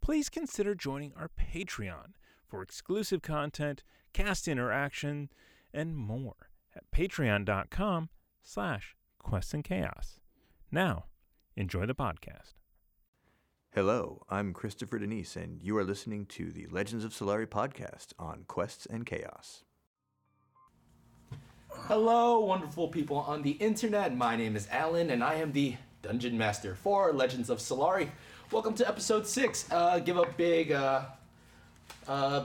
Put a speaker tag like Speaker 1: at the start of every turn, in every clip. Speaker 1: please consider joining our Patreon for exclusive content, cast interaction, and more at patreon.com slash quests and chaos. Now, enjoy the podcast.
Speaker 2: Hello, I'm Christopher Denise, and you are listening to the Legends of Solari podcast on Quests and Chaos.
Speaker 3: Hello, wonderful people on the internet. My name is Alan, and I am the Dungeon Master for Legends of Solari. Welcome to episode six. Uh, give a big. Uh, uh,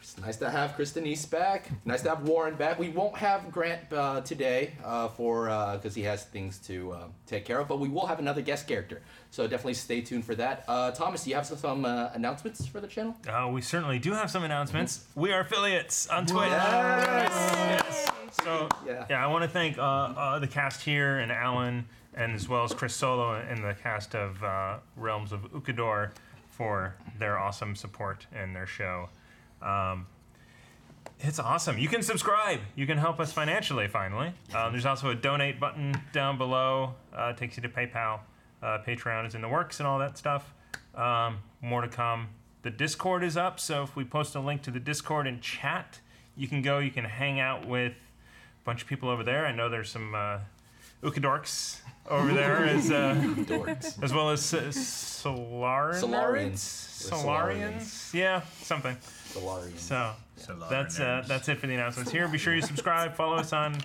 Speaker 3: it's nice to have Kristen East back. Nice to have Warren back. We won't have Grant uh, today uh, for because he has things to uh, take care of, but we will have another guest character. So definitely stay tuned for that. Uh, Thomas, do you have some, some uh, announcements for the channel?
Speaker 4: Uh, we certainly do have some announcements. We are affiliates on Twitch. Mm-hmm. Yes. So
Speaker 3: Yeah.
Speaker 4: yeah, I want to thank uh, uh, the cast here and Alan, and as well as Chris Solo and the cast of uh, Realms of Ukador for their awesome support and their show. Um, it's awesome. You can subscribe. You can help us financially. Finally, um, there's also a donate button down below. Uh, takes you to PayPal. Uh, Patreon is in the works and all that stuff. Um, more to come. The Discord is up, so if we post a link to the Discord in chat, you can go. You can hang out with a bunch of people over there. I know there's some uh, Ukadorks over there as uh,
Speaker 3: Dorks.
Speaker 4: as well as uh, Solarians.
Speaker 3: Solarians.
Speaker 4: Solarians. Yeah, something.
Speaker 3: Solarian.
Speaker 4: So that's uh, that's it for the announcements here. Be sure you subscribe, follow us on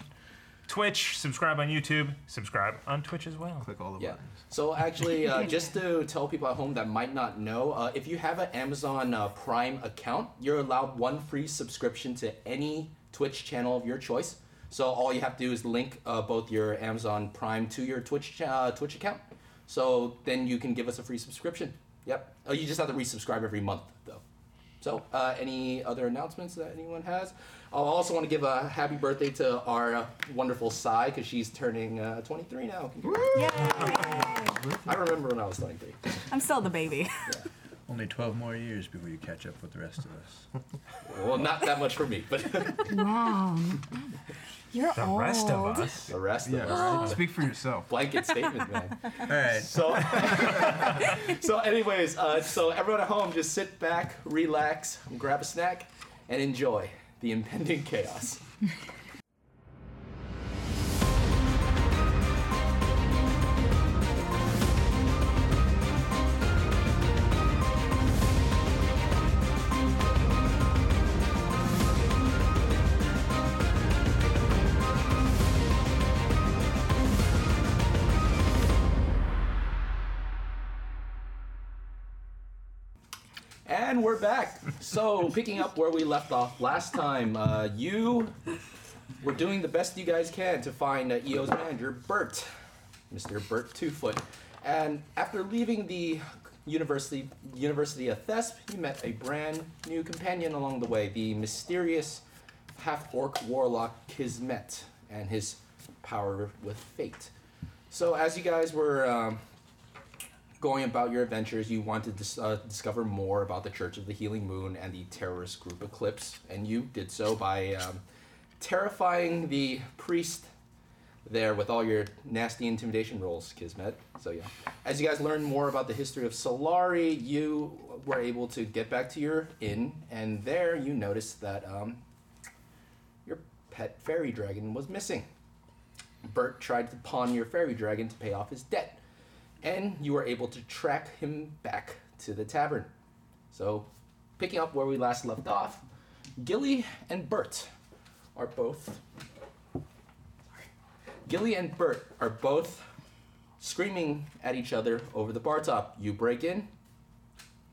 Speaker 4: Twitch, subscribe on YouTube, subscribe on Twitch as well.
Speaker 2: Click all the
Speaker 3: Yeah.
Speaker 2: buttons.
Speaker 3: So actually, uh, just to tell people at home that might not know, uh, if you have an Amazon uh, Prime account, you're allowed one free subscription to any Twitch channel of your choice. So all you have to do is link uh, both your Amazon Prime to your Twitch cha- uh, Twitch account. So then you can give us a free subscription. Yep. Oh, you just have to resubscribe every month though. So, uh, any other announcements that anyone has? I also want to give a happy birthday to our uh, wonderful Sai because she's turning uh, 23 now. I remember when I was 23.
Speaker 5: I'm still the baby.
Speaker 6: Only 12 more years before you catch up with the rest of us.
Speaker 3: Well, not that much for me, but
Speaker 5: Wow. You're
Speaker 4: The
Speaker 5: old.
Speaker 4: rest of us.
Speaker 3: the rest of us.
Speaker 6: Speak for yourself.
Speaker 3: Blanket statement, man.
Speaker 6: All right.
Speaker 3: So, so anyways, uh, so everyone at home, just sit back, relax, grab a snack, and enjoy the impending chaos. And we're back. So, picking up where we left off last time, uh, you were doing the best you guys can to find uh, EO's manager, Bert, Mr. Bert Twofoot. And after leaving the University University of Thesp, you met a brand new companion along the way, the mysterious half-orc warlock Kismet and his power with fate. So, as you guys were um, going about your adventures, you wanted to dis- uh, discover more about the Church of the Healing Moon and the terrorist group Eclipse, and you did so by um, terrifying the priest there with all your nasty intimidation rolls, Kismet. So yeah, as you guys learn more about the history of Solari, you were able to get back to your inn, and there you noticed that um, your pet fairy dragon was missing. Bert tried to pawn your fairy dragon to pay off his debt and you were able to track him back to the tavern. So, picking up where we last left off, Gilly and Bert are both. Sorry. Gilly and Bert are both screaming at each other over the bar top. You break in,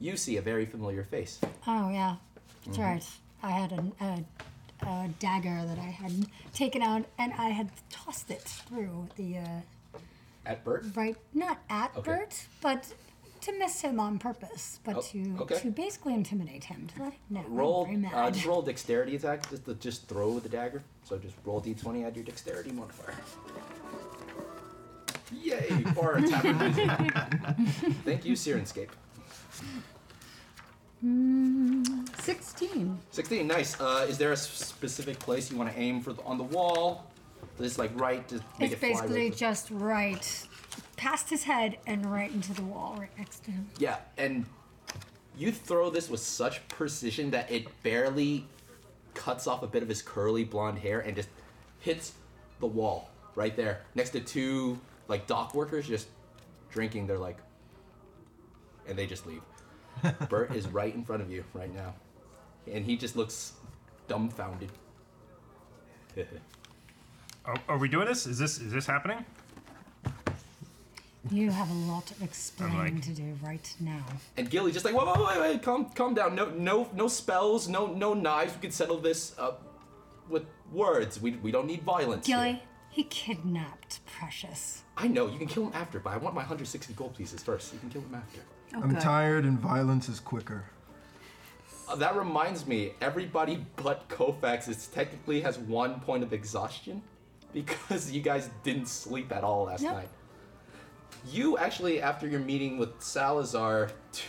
Speaker 3: you see a very familiar face.
Speaker 7: Oh yeah, that's right. I had a, a, a dagger that I had taken out, and I had tossed it through the uh,
Speaker 3: At Bert?
Speaker 7: right, not at
Speaker 3: Okay.
Speaker 7: Bert, but to miss him on purpose, but
Speaker 3: Oh,
Speaker 7: to
Speaker 3: okay.
Speaker 7: to basically intimidate him, to let him know. I'm
Speaker 3: Roll.
Speaker 7: very mad.
Speaker 3: Uh, just roll dexterity attack. Just to, just throw the dagger. So just roll d20. Add your dexterity modifier. Yay! Or tavern. Thank you, Sirenscape. uh,
Speaker 7: 16.
Speaker 3: 16. Nice. Uh, is there a s- specific place you want to aim for the, on the wall? Just like right to make
Speaker 7: It's
Speaker 3: it fly.
Speaker 7: basically
Speaker 3: right-
Speaker 7: just right past his head and right into the wall right next to him.
Speaker 3: Yeah, and you throw this with such precision that it barely cuts off a bit of his curly blonde hair and just hits the wall right there next to two like dock workers just drinking They're like and they just leave. Bert is right in front of you right now. And he just looks dumbfounded.
Speaker 4: Are, Oh, are we doing this? Is this is this happening?
Speaker 7: You have a lot of explaining
Speaker 4: like-
Speaker 7: to do right now.
Speaker 3: And Gilly just like, whoa, whoa, wait, wait, calm, calm down. No, no, no spells, no, no knives. We can settle this uh, with words. We, we don't need violence. here."
Speaker 7: Gilly, he kidnapped Precious.
Speaker 3: I know you can kill him after, but I want my 160 gold pieces first. You can kill him after.
Speaker 8: I'm tired and violence is quicker.
Speaker 3: Uh, that reminds me, everybody but Kofax is technically has one point of exhaustion because you guys didn't sleep at all last
Speaker 7: Yep.
Speaker 3: night. You actually, after your meeting with Salazar t-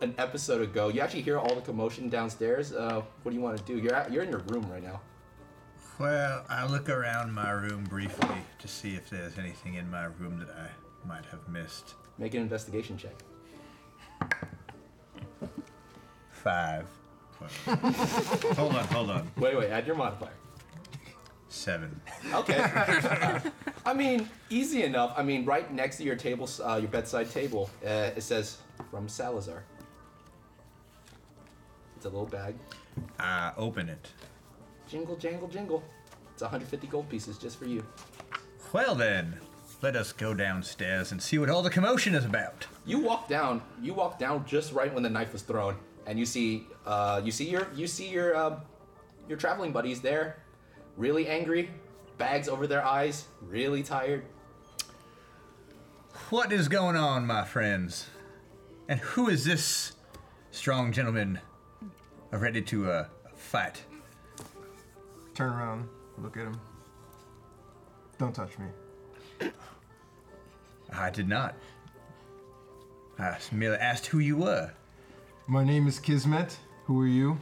Speaker 3: an episode ago, you actually hear all the commotion downstairs. Uh, what do you want to do? You're at, you're in your room right now.
Speaker 6: Well, I look around my room briefly to see if there's anything in my room that I might have missed.
Speaker 3: Make an investigation check.
Speaker 6: Five. hold on, hold on.
Speaker 3: Wait, wait, add your modifier.
Speaker 6: Seven.
Speaker 3: Okay. I mean, easy enough. I mean, right next to your table, uh, your bedside table, uh, it says from Salazar. It's a little bag.
Speaker 6: I Ah, open it.
Speaker 3: Jingle, jangle, jingle. It's 150 gold pieces just for you.
Speaker 6: Well then, let us go downstairs and see what all the commotion is about.
Speaker 3: You walk down. You walk down just right when the knife was thrown, and you see, uh, you see your, you see your, um, your traveling buddies there, really angry, bags over their eyes, really tired.
Speaker 6: What is going on, my friends? And who is this strong gentleman ready to uh, fight?
Speaker 8: Turn around, look at him. Don't touch me.
Speaker 6: I did not. I merely asked who you were.
Speaker 8: My name is Kismet. Who are you?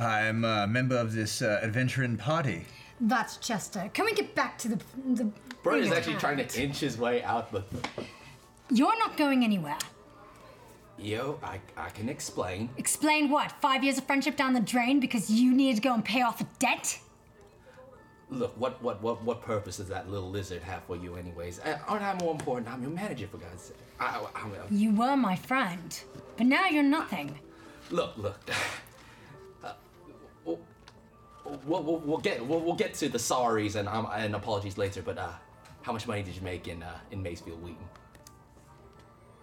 Speaker 6: I'm a member of this uh, adventuring party.
Speaker 7: That's Chester. Can we get back to the. the
Speaker 3: Bert
Speaker 7: thing
Speaker 3: is
Speaker 7: at
Speaker 3: actually trying
Speaker 7: hand?
Speaker 3: to inch his way out the.
Speaker 7: You're not going anywhere.
Speaker 3: Yo, I, I can explain.
Speaker 7: Explain what? Five years of friendship down the drain because you needed to go and pay off a debt?
Speaker 3: Look, what what what what purpose does that little lizard have for you, anyways? Uh, Aren't I more important? I'm your manager, for God's sake. I, I, I'm, I'm-
Speaker 7: You were my friend, but now you're nothing.
Speaker 3: look, look. Uh, we'll, we'll, we'll- we'll get we'll, we'll get to the sorries and um, and apologies later. But uh, how much money did you make in uh, in Maysfield Wheaton?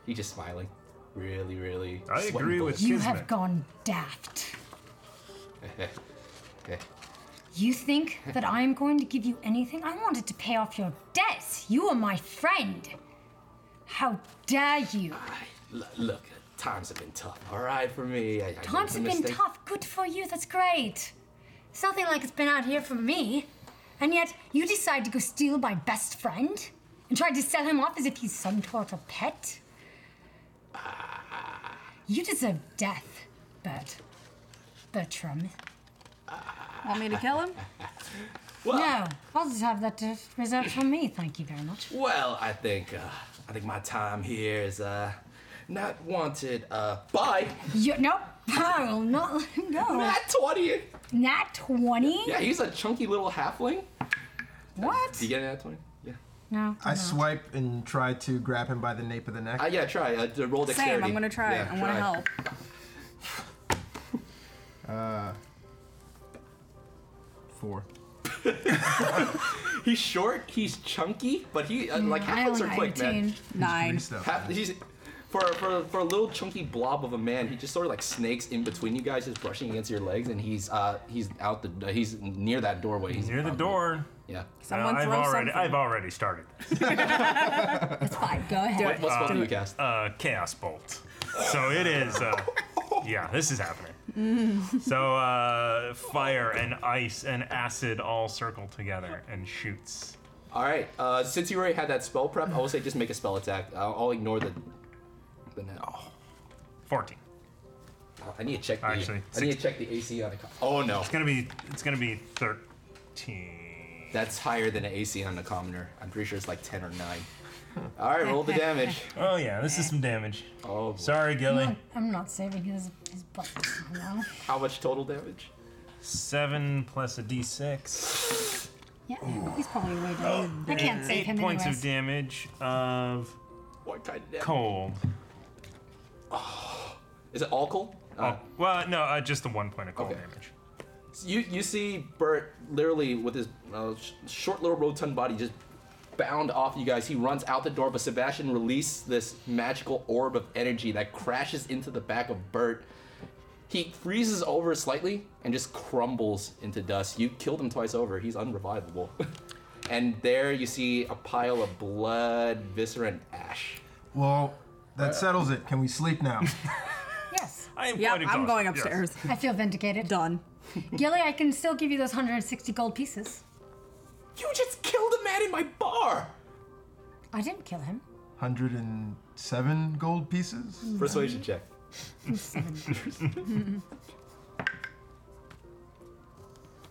Speaker 3: He just smiling, really, really.
Speaker 4: I
Speaker 3: sweating
Speaker 4: agree with
Speaker 3: bullets.
Speaker 7: You
Speaker 4: Kismet.
Speaker 7: have gone daft.
Speaker 3: Okay.
Speaker 7: You think that I am going to give you anything? I wanted to pay off your debts. You are my friend. How dare you?
Speaker 3: L- look, uh, times have been tough. All right, for me. I, I made
Speaker 7: Times
Speaker 3: some
Speaker 7: have been
Speaker 3: mistakes.
Speaker 7: tough. Good for you. That's great. It's nothing like it's been out here for me. And yet, you decide to go steal my best friend and try to sell him off as if he's some sort of pet? You deserve death, Bert. Bertram.
Speaker 5: Want me to kill him?
Speaker 3: Well,
Speaker 7: No, I'll just have that uh, reserved for me. Thank you very much.
Speaker 3: Well, I think uh, I think my time here is uh, not wanted. Uh, by
Speaker 7: You, nope, I will not let him go.
Speaker 3: Nat twenty.
Speaker 7: Nat 20?
Speaker 3: Yeah, he's a chunky little halfling.
Speaker 7: What?
Speaker 3: Do you get an nat twenty? Yeah.
Speaker 7: No.
Speaker 8: I swipe and try to grab him by the nape of the neck.
Speaker 3: Uh, yeah, try. Uh, d- roll dexterity.
Speaker 5: Same. I'm gonna try.
Speaker 3: Yeah,
Speaker 5: I want to help.
Speaker 8: Four.
Speaker 3: He's short. He's chunky, but he uh, like
Speaker 7: I
Speaker 5: Mm,
Speaker 3: halflings
Speaker 7: only
Speaker 3: are
Speaker 7: got
Speaker 3: quick, man.
Speaker 7: 18.
Speaker 5: Nine.
Speaker 8: Nice though.
Speaker 3: Half, he's for, for, for a little chunky blob of a man, he just sort of like snakes in between you guys, just brushing against your legs, and he's uh he's out the he's near that doorway. He's
Speaker 4: Near the
Speaker 3: out
Speaker 4: door.
Speaker 3: Yeah.
Speaker 5: Someone
Speaker 4: Uh, I've
Speaker 5: throw
Speaker 4: already
Speaker 5: something.
Speaker 4: I've already started.
Speaker 7: It's fine. Go ahead.
Speaker 3: What spell do you cast?
Speaker 4: Uh, chaos bolt. So it is. Uh, yeah, this is happening.
Speaker 5: Mm.
Speaker 4: So uh, fire and ice and acid all circle together and shoots.
Speaker 3: All right. Uh, since you already had that spell prep, I will say just make a spell attack. I'll, I'll ignore the. the net. Oh,
Speaker 4: Fourteen.
Speaker 3: I need to check the.
Speaker 4: Actually,
Speaker 3: I need to check the AC on the. Com- oh no,
Speaker 4: It's gonna be. It's gonna be thirteen.
Speaker 3: that's higher than an AC on the commoner. I'm pretty sure it's like ten or nine. All right, roll the damage.
Speaker 4: Oh yeah, this is some damage.
Speaker 3: Oh,
Speaker 4: Sorry, Gilly.
Speaker 7: I'm not saving his, his butt. you know?
Speaker 3: how much total damage?
Speaker 4: Seven plus a d6.
Speaker 7: Yeah, Oh, he's probably way down. I can't save
Speaker 4: Oh, Eight
Speaker 7: him
Speaker 4: points
Speaker 7: anyways.
Speaker 4: of damage of
Speaker 3: What kind of damage?
Speaker 4: cold.
Speaker 3: Is it all cold?
Speaker 4: Oh, well, no, uh, just the one point of cold
Speaker 3: Okay.
Speaker 4: damage.
Speaker 3: You you see Bert literally with his uh, sh- short little rotund body just bound off you guys. He runs out the door, but Sebastian releases this magical orb of energy that crashes into the back of Bert. He freezes over slightly and just crumbles into dust. You killed him twice over. He's unrevivable. and there you see a pile of blood, viscera, and ash.
Speaker 9: Uh,
Speaker 8: Well, that settles it. Can we sleep now?
Speaker 7: Yes.
Speaker 4: I am
Speaker 5: Yeah,
Speaker 4: quite
Speaker 5: I'm going
Speaker 4: exhausted, yes.
Speaker 5: upstairs.
Speaker 7: I feel vindicated.
Speaker 5: Done.
Speaker 7: Gilly, I can still give you those 160 gold pieces.
Speaker 3: You just killed a man in my bar.
Speaker 7: I didn't kill him.
Speaker 8: 107 gold pieces?
Speaker 3: Persuasion check.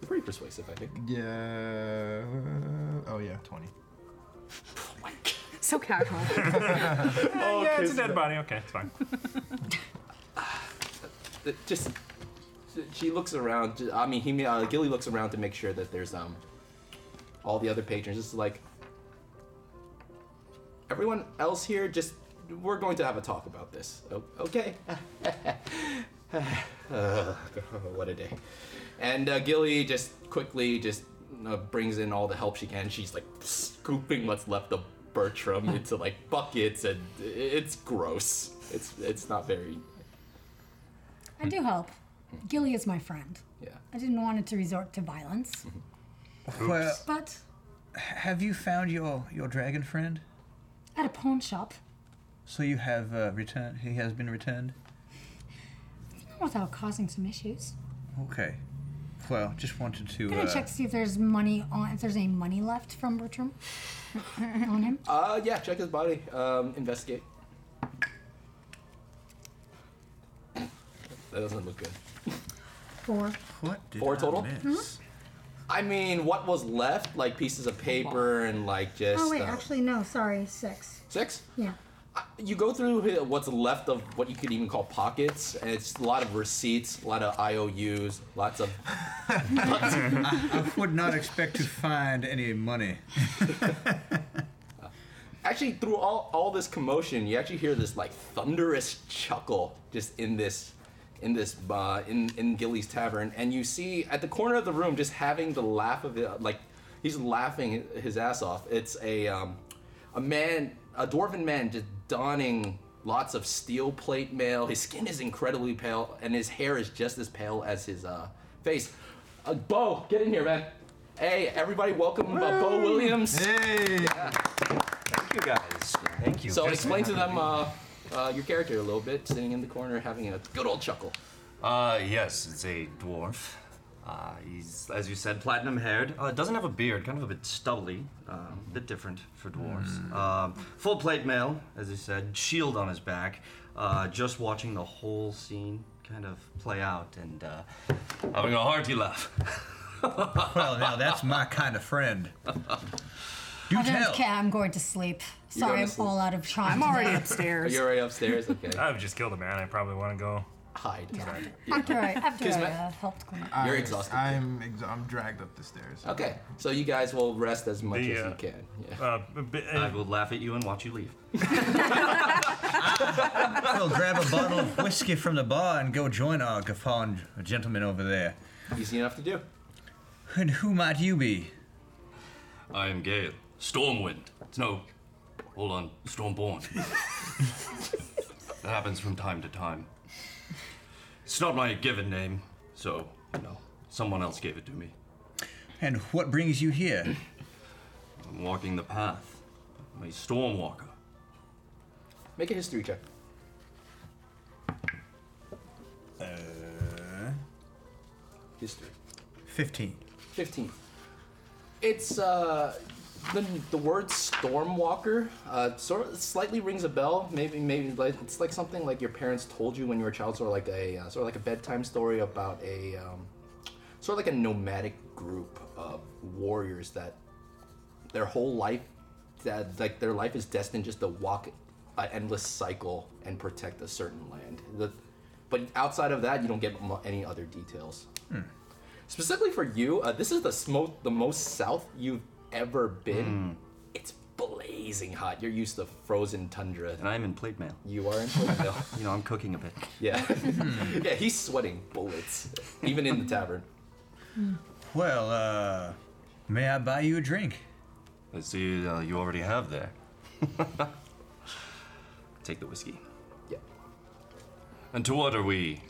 Speaker 3: Pretty persuasive, I think.
Speaker 8: Yeah. Oh, yeah, 20.
Speaker 5: So casual.
Speaker 4: Oh, yeah, it's a dead body. Okay, it's fine.
Speaker 3: Th- just she looks around. j- I mean, he uh, Gilly looks around to make sure that there's um all the other patrons. Just like everyone else here, just we're going to have a talk about this. O- okay. Uh, what a day. And uh, Gilly just quickly just uh, brings in all the help she can. She's like scooping what's left of Bertram into like buckets, and i- it's gross. It's it's not very
Speaker 7: I do help. Gilly is my friend.
Speaker 3: yeah. Mm-hmm.
Speaker 7: I didn't want it to resort to violence,
Speaker 6: Well,
Speaker 7: but
Speaker 6: have you found your your dragon friend?
Speaker 7: at a pawn shop,
Speaker 6: So you have uh, returned. He has been returned.
Speaker 7: without causing some issues,
Speaker 6: Okay. Well, just wanted to.
Speaker 7: I'm gonna
Speaker 6: uh,
Speaker 7: check to see if there's money on if there's any money left from Bertram on him.
Speaker 3: Uh, yeah, check his body. Um, investigate. That doesn't look good.
Speaker 7: Four.
Speaker 6: What did
Speaker 3: Four
Speaker 6: I
Speaker 3: total?
Speaker 6: miss?
Speaker 3: I mean, what was left, like pieces of paper and like just.
Speaker 7: Oh wait,
Speaker 3: uh,
Speaker 7: actually no, sorry, six.
Speaker 3: Six? Uh,
Speaker 7: Yeah.
Speaker 3: You go through hi- what's left of what you could even call pockets, and it's a lot of receipts, a lot of IOUs, lots of.
Speaker 6: I would not expect to find any money.
Speaker 3: Actually, through all, all this commotion, you actually hear this like thunderous chuckle just in this in this uh, in in Gilly's tavern, and you see at the corner of the room just having the laugh of it, like he's laughing his ass off. It's a um, a man, a dwarven man, just donning lots of steel plate mail. His skin is incredibly pale, and his hair is just as pale as his uh, face. Uh, Bo, get in here, man. Hey, everybody, welcome uh, Bo Williams.
Speaker 8: Hey!
Speaker 3: Thank you guys.
Speaker 4: Thank you.
Speaker 3: So
Speaker 4: Just-
Speaker 3: explain to them uh, uh, your character a little bit, sitting in the corner having a good old chuckle.
Speaker 10: Uh, yes, it's a dwarf. Uh, he's, as you said, platinum haired. Uh, doesn't have a beard, kind of a bit stubbly. Uh, a bit different for dwarves.
Speaker 3: Hmm.
Speaker 10: Um, full plate mail, as you said, shield on his back. Uh, just watching the whole scene kind of play out and uh, having a hearty laugh.
Speaker 6: Well, now Oh, that's my kind of friend. Do
Speaker 7: I
Speaker 6: tell.
Speaker 7: don't care, I'm going to sleep.
Speaker 3: You're
Speaker 7: Sorry,
Speaker 3: going
Speaker 7: I'm
Speaker 3: to
Speaker 7: all out of
Speaker 5: I'm
Speaker 7: charm.
Speaker 5: already
Speaker 3: Are
Speaker 5: upstairs.
Speaker 3: you already upstairs? Okay.
Speaker 4: I've just killed a man. I probably want to go.
Speaker 3: Hide.
Speaker 7: after I after I
Speaker 3: Kismet.
Speaker 7: uh, helped clean up.
Speaker 3: You're exhausted.
Speaker 8: I'm, exa- I'm dragged up the stairs.
Speaker 3: Okay. So you guys will rest as much
Speaker 4: The,
Speaker 3: as you
Speaker 4: uh,
Speaker 3: can. Yeah.
Speaker 4: Uh, b- b-
Speaker 10: I will laugh at you and watch you leave.
Speaker 6: I'll grab a bottle of whiskey from the bar and go join our gaffawn gentleman over there.
Speaker 3: Easy enough to do.
Speaker 6: And who might you be?
Speaker 10: I am Gale. Stormwind. No, hold on, Stormborn. That happens from time to time. It's not my given name, so, you know, someone else gave it to me.
Speaker 6: And what brings you here?
Speaker 10: I'm walking the path. I'm a stormwalker.
Speaker 3: Make a history check.
Speaker 6: Uh,
Speaker 3: History.
Speaker 6: 15.
Speaker 3: 15. It's uh, the, the word stormwalker uh, sort of slightly rings a bell. Maybe maybe like it's like something like your parents told you when you were a child, sort of like a uh, sort of like a bedtime story about a um, sort of like a nomadic group of warriors that their whole life that like their life is destined just to walk an endless cycle and protect a certain land. The, but outside of that, you don't get mu- any other details specifically for you, uh, this is the smo- the most south you've ever been. It's blazing hot. You're used to frozen tundra.
Speaker 10: And I'm in plate mail.
Speaker 3: You are in Plainville.
Speaker 10: You know, I'm cooking a bit.
Speaker 3: yeah, yeah. He's sweating bullets, even in the tavern.
Speaker 6: Well, uh, may I buy you a drink?
Speaker 10: I see uh, you already have there. Take the whiskey.
Speaker 3: Yeah.
Speaker 10: And to what are we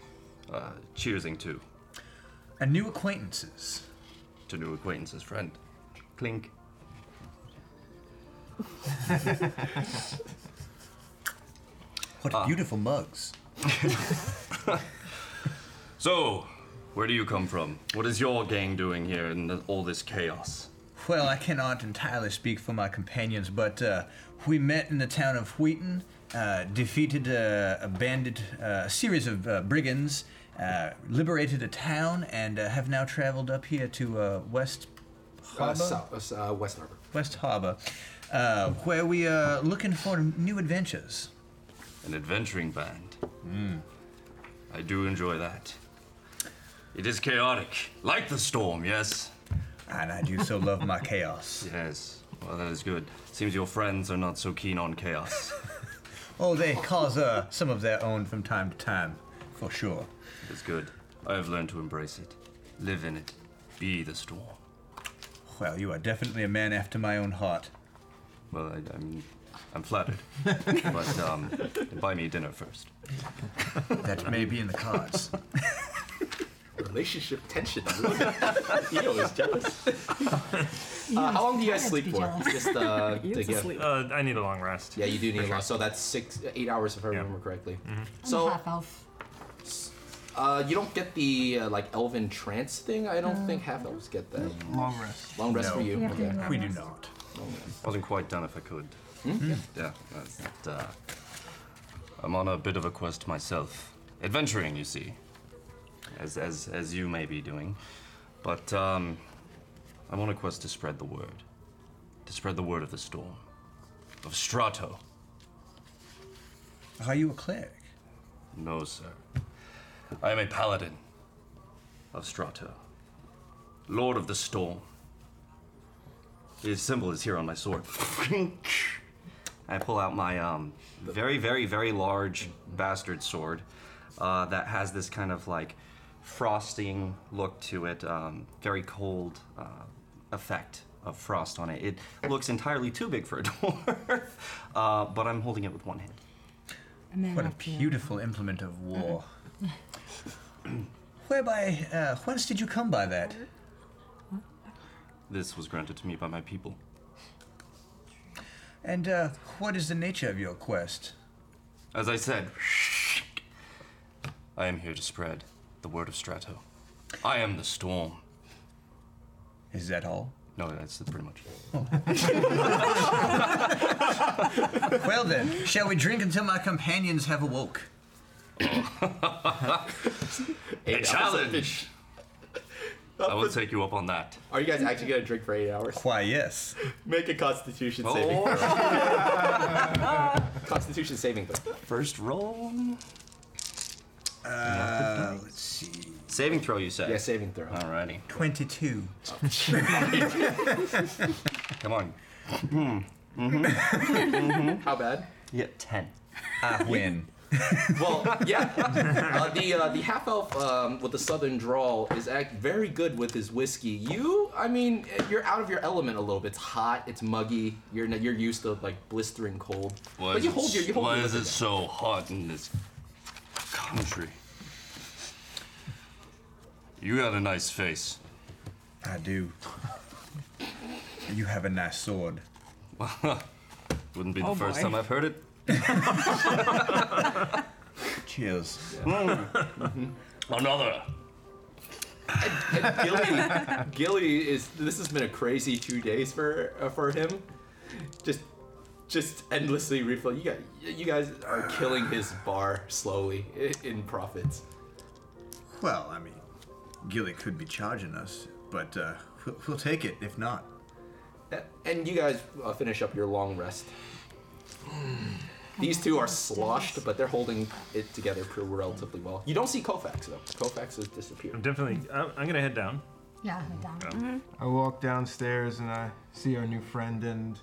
Speaker 10: uh, cheersing to?
Speaker 6: A new acquaintances.
Speaker 10: To new acquaintances, friend. Clink.
Speaker 6: What beautiful mugs.
Speaker 10: So, where do you come from? What is your gang doing here in the, all this chaos?
Speaker 6: Well, I cannot entirely speak for my companions, but uh, we met in the town of Wheaton, uh, defeated uh, a bandit, uh, a series of uh, brigands, uh, liberated a town, and uh, have now traveled up here to uh, West
Speaker 3: Uh,
Speaker 6: Harbor,
Speaker 3: south, uh, West Harbor.
Speaker 6: West Harbor, uh, where we are looking for new adventures.
Speaker 10: An adventuring band. I do enjoy that. It is chaotic, like the storm, yes?
Speaker 6: And I do so love my chaos.
Speaker 10: Yes. Well, that is good. Seems your friends are not so keen on chaos.
Speaker 6: Oh, they cause uh, some of their own from time to time, for sure.
Speaker 10: It's good. I have learned to embrace it, live in it, be the storm.
Speaker 6: Well, you are definitely a man after my own heart.
Speaker 10: Well, I, I'm, I'm flattered, but um, buy me dinner first.
Speaker 6: That may be in the cards.
Speaker 3: Relationship tension. Eo is jealous. Uh, how long do you guys sleep for? Just uh, to get.
Speaker 4: Uh, I need a long rest.
Speaker 3: Yeah, you do need a lot. So that's six, eight hours if I remember correctly. So.
Speaker 5: half elf.
Speaker 3: Uh, you don't get the uh, like elven trance thing. I don't think half elves get that.
Speaker 8: Long rest.
Speaker 3: Long rest
Speaker 6: No.
Speaker 3: for you.
Speaker 7: You have to
Speaker 3: Okay.
Speaker 7: ignore
Speaker 6: we do
Speaker 7: us.
Speaker 6: not.
Speaker 10: Wasn't quite done if I could. Yeah, that's, uh, I'm on a bit of a quest myself. Adventuring, you see, as, as, as you may be doing. But um, I'm on a quest to spread the word. To spread the word of the storm. Of Strato.
Speaker 6: Are you a cleric?
Speaker 10: No, sir. I am a paladin of Strato, Lord of the Storm. His symbol is here on my sword. I pull out my um, very, very, very large bastard sword uh, that has this kind of like frosting look to it, um, very cold uh, effect of frost on it. It looks entirely too big for a dwarf, uh, but I'm holding it with one hand.
Speaker 5: And then
Speaker 6: What a
Speaker 5: up here.
Speaker 6: beautiful implement of war. Whereby, uh, whence did you come by that?
Speaker 10: This was granted to me by my people.
Speaker 6: And uh, what is the nature of your quest?
Speaker 10: As I said, I am here to spread the word of Strato. I am the storm.
Speaker 6: Is that all?
Speaker 10: No, that's pretty much it.
Speaker 6: well then, shall we drink until my companions have awoke?
Speaker 3: Eight
Speaker 10: A
Speaker 3: hours.
Speaker 10: challenge! I will take you up on that.
Speaker 3: Are you guys actually gonna drink for eight hours?
Speaker 6: Why, yes.
Speaker 3: Make a Constitution saving.
Speaker 10: Oh,
Speaker 3: Constitution saving throw.
Speaker 10: first roll.
Speaker 6: Uh, let's see.
Speaker 10: Saving throw, you said?
Speaker 3: Yeah, saving throw.
Speaker 10: Alrighty.
Speaker 6: 22.
Speaker 10: Come on.
Speaker 3: How bad?
Speaker 10: You get 10.
Speaker 6: I win.
Speaker 3: well, yeah. Uh, the uh, the half elf um, with the southern drawl is act very good with his whiskey. You, I mean, you're out of your element a little bit. It's hot. It's muggy. You're n- you're used to like blistering cold.
Speaker 9: Why
Speaker 3: but
Speaker 9: is
Speaker 3: you
Speaker 9: it
Speaker 3: hold your you
Speaker 9: s-
Speaker 3: hold
Speaker 9: why
Speaker 3: your
Speaker 9: is
Speaker 3: liquor
Speaker 9: it so hot in this country? You got a nice face.
Speaker 6: I do. You have a nice sword.
Speaker 9: Wouldn't be
Speaker 6: Oh,
Speaker 9: the first
Speaker 6: boy.
Speaker 9: time I've heard it.
Speaker 6: Cheers.
Speaker 9: Mm. Another.
Speaker 3: Gilly, Gilly is. This has been a crazy two days for uh, for him. Just, just endlessly refill. You got, you guys are killing his bar slowly i- in profits.
Speaker 6: Well, I mean, Gilly could be charging us, but uh, we'll, we'll take it if not.
Speaker 3: A- And you guys uh, finish up your long rest. These two are sloshed, but they're holding it together pretty relatively well. You don't see Kofax though. Kofax has disappeared.
Speaker 4: I'm definitely. I'm, I'm gonna head down.
Speaker 7: Yeah, down.
Speaker 8: I walk downstairs and I see our new friend and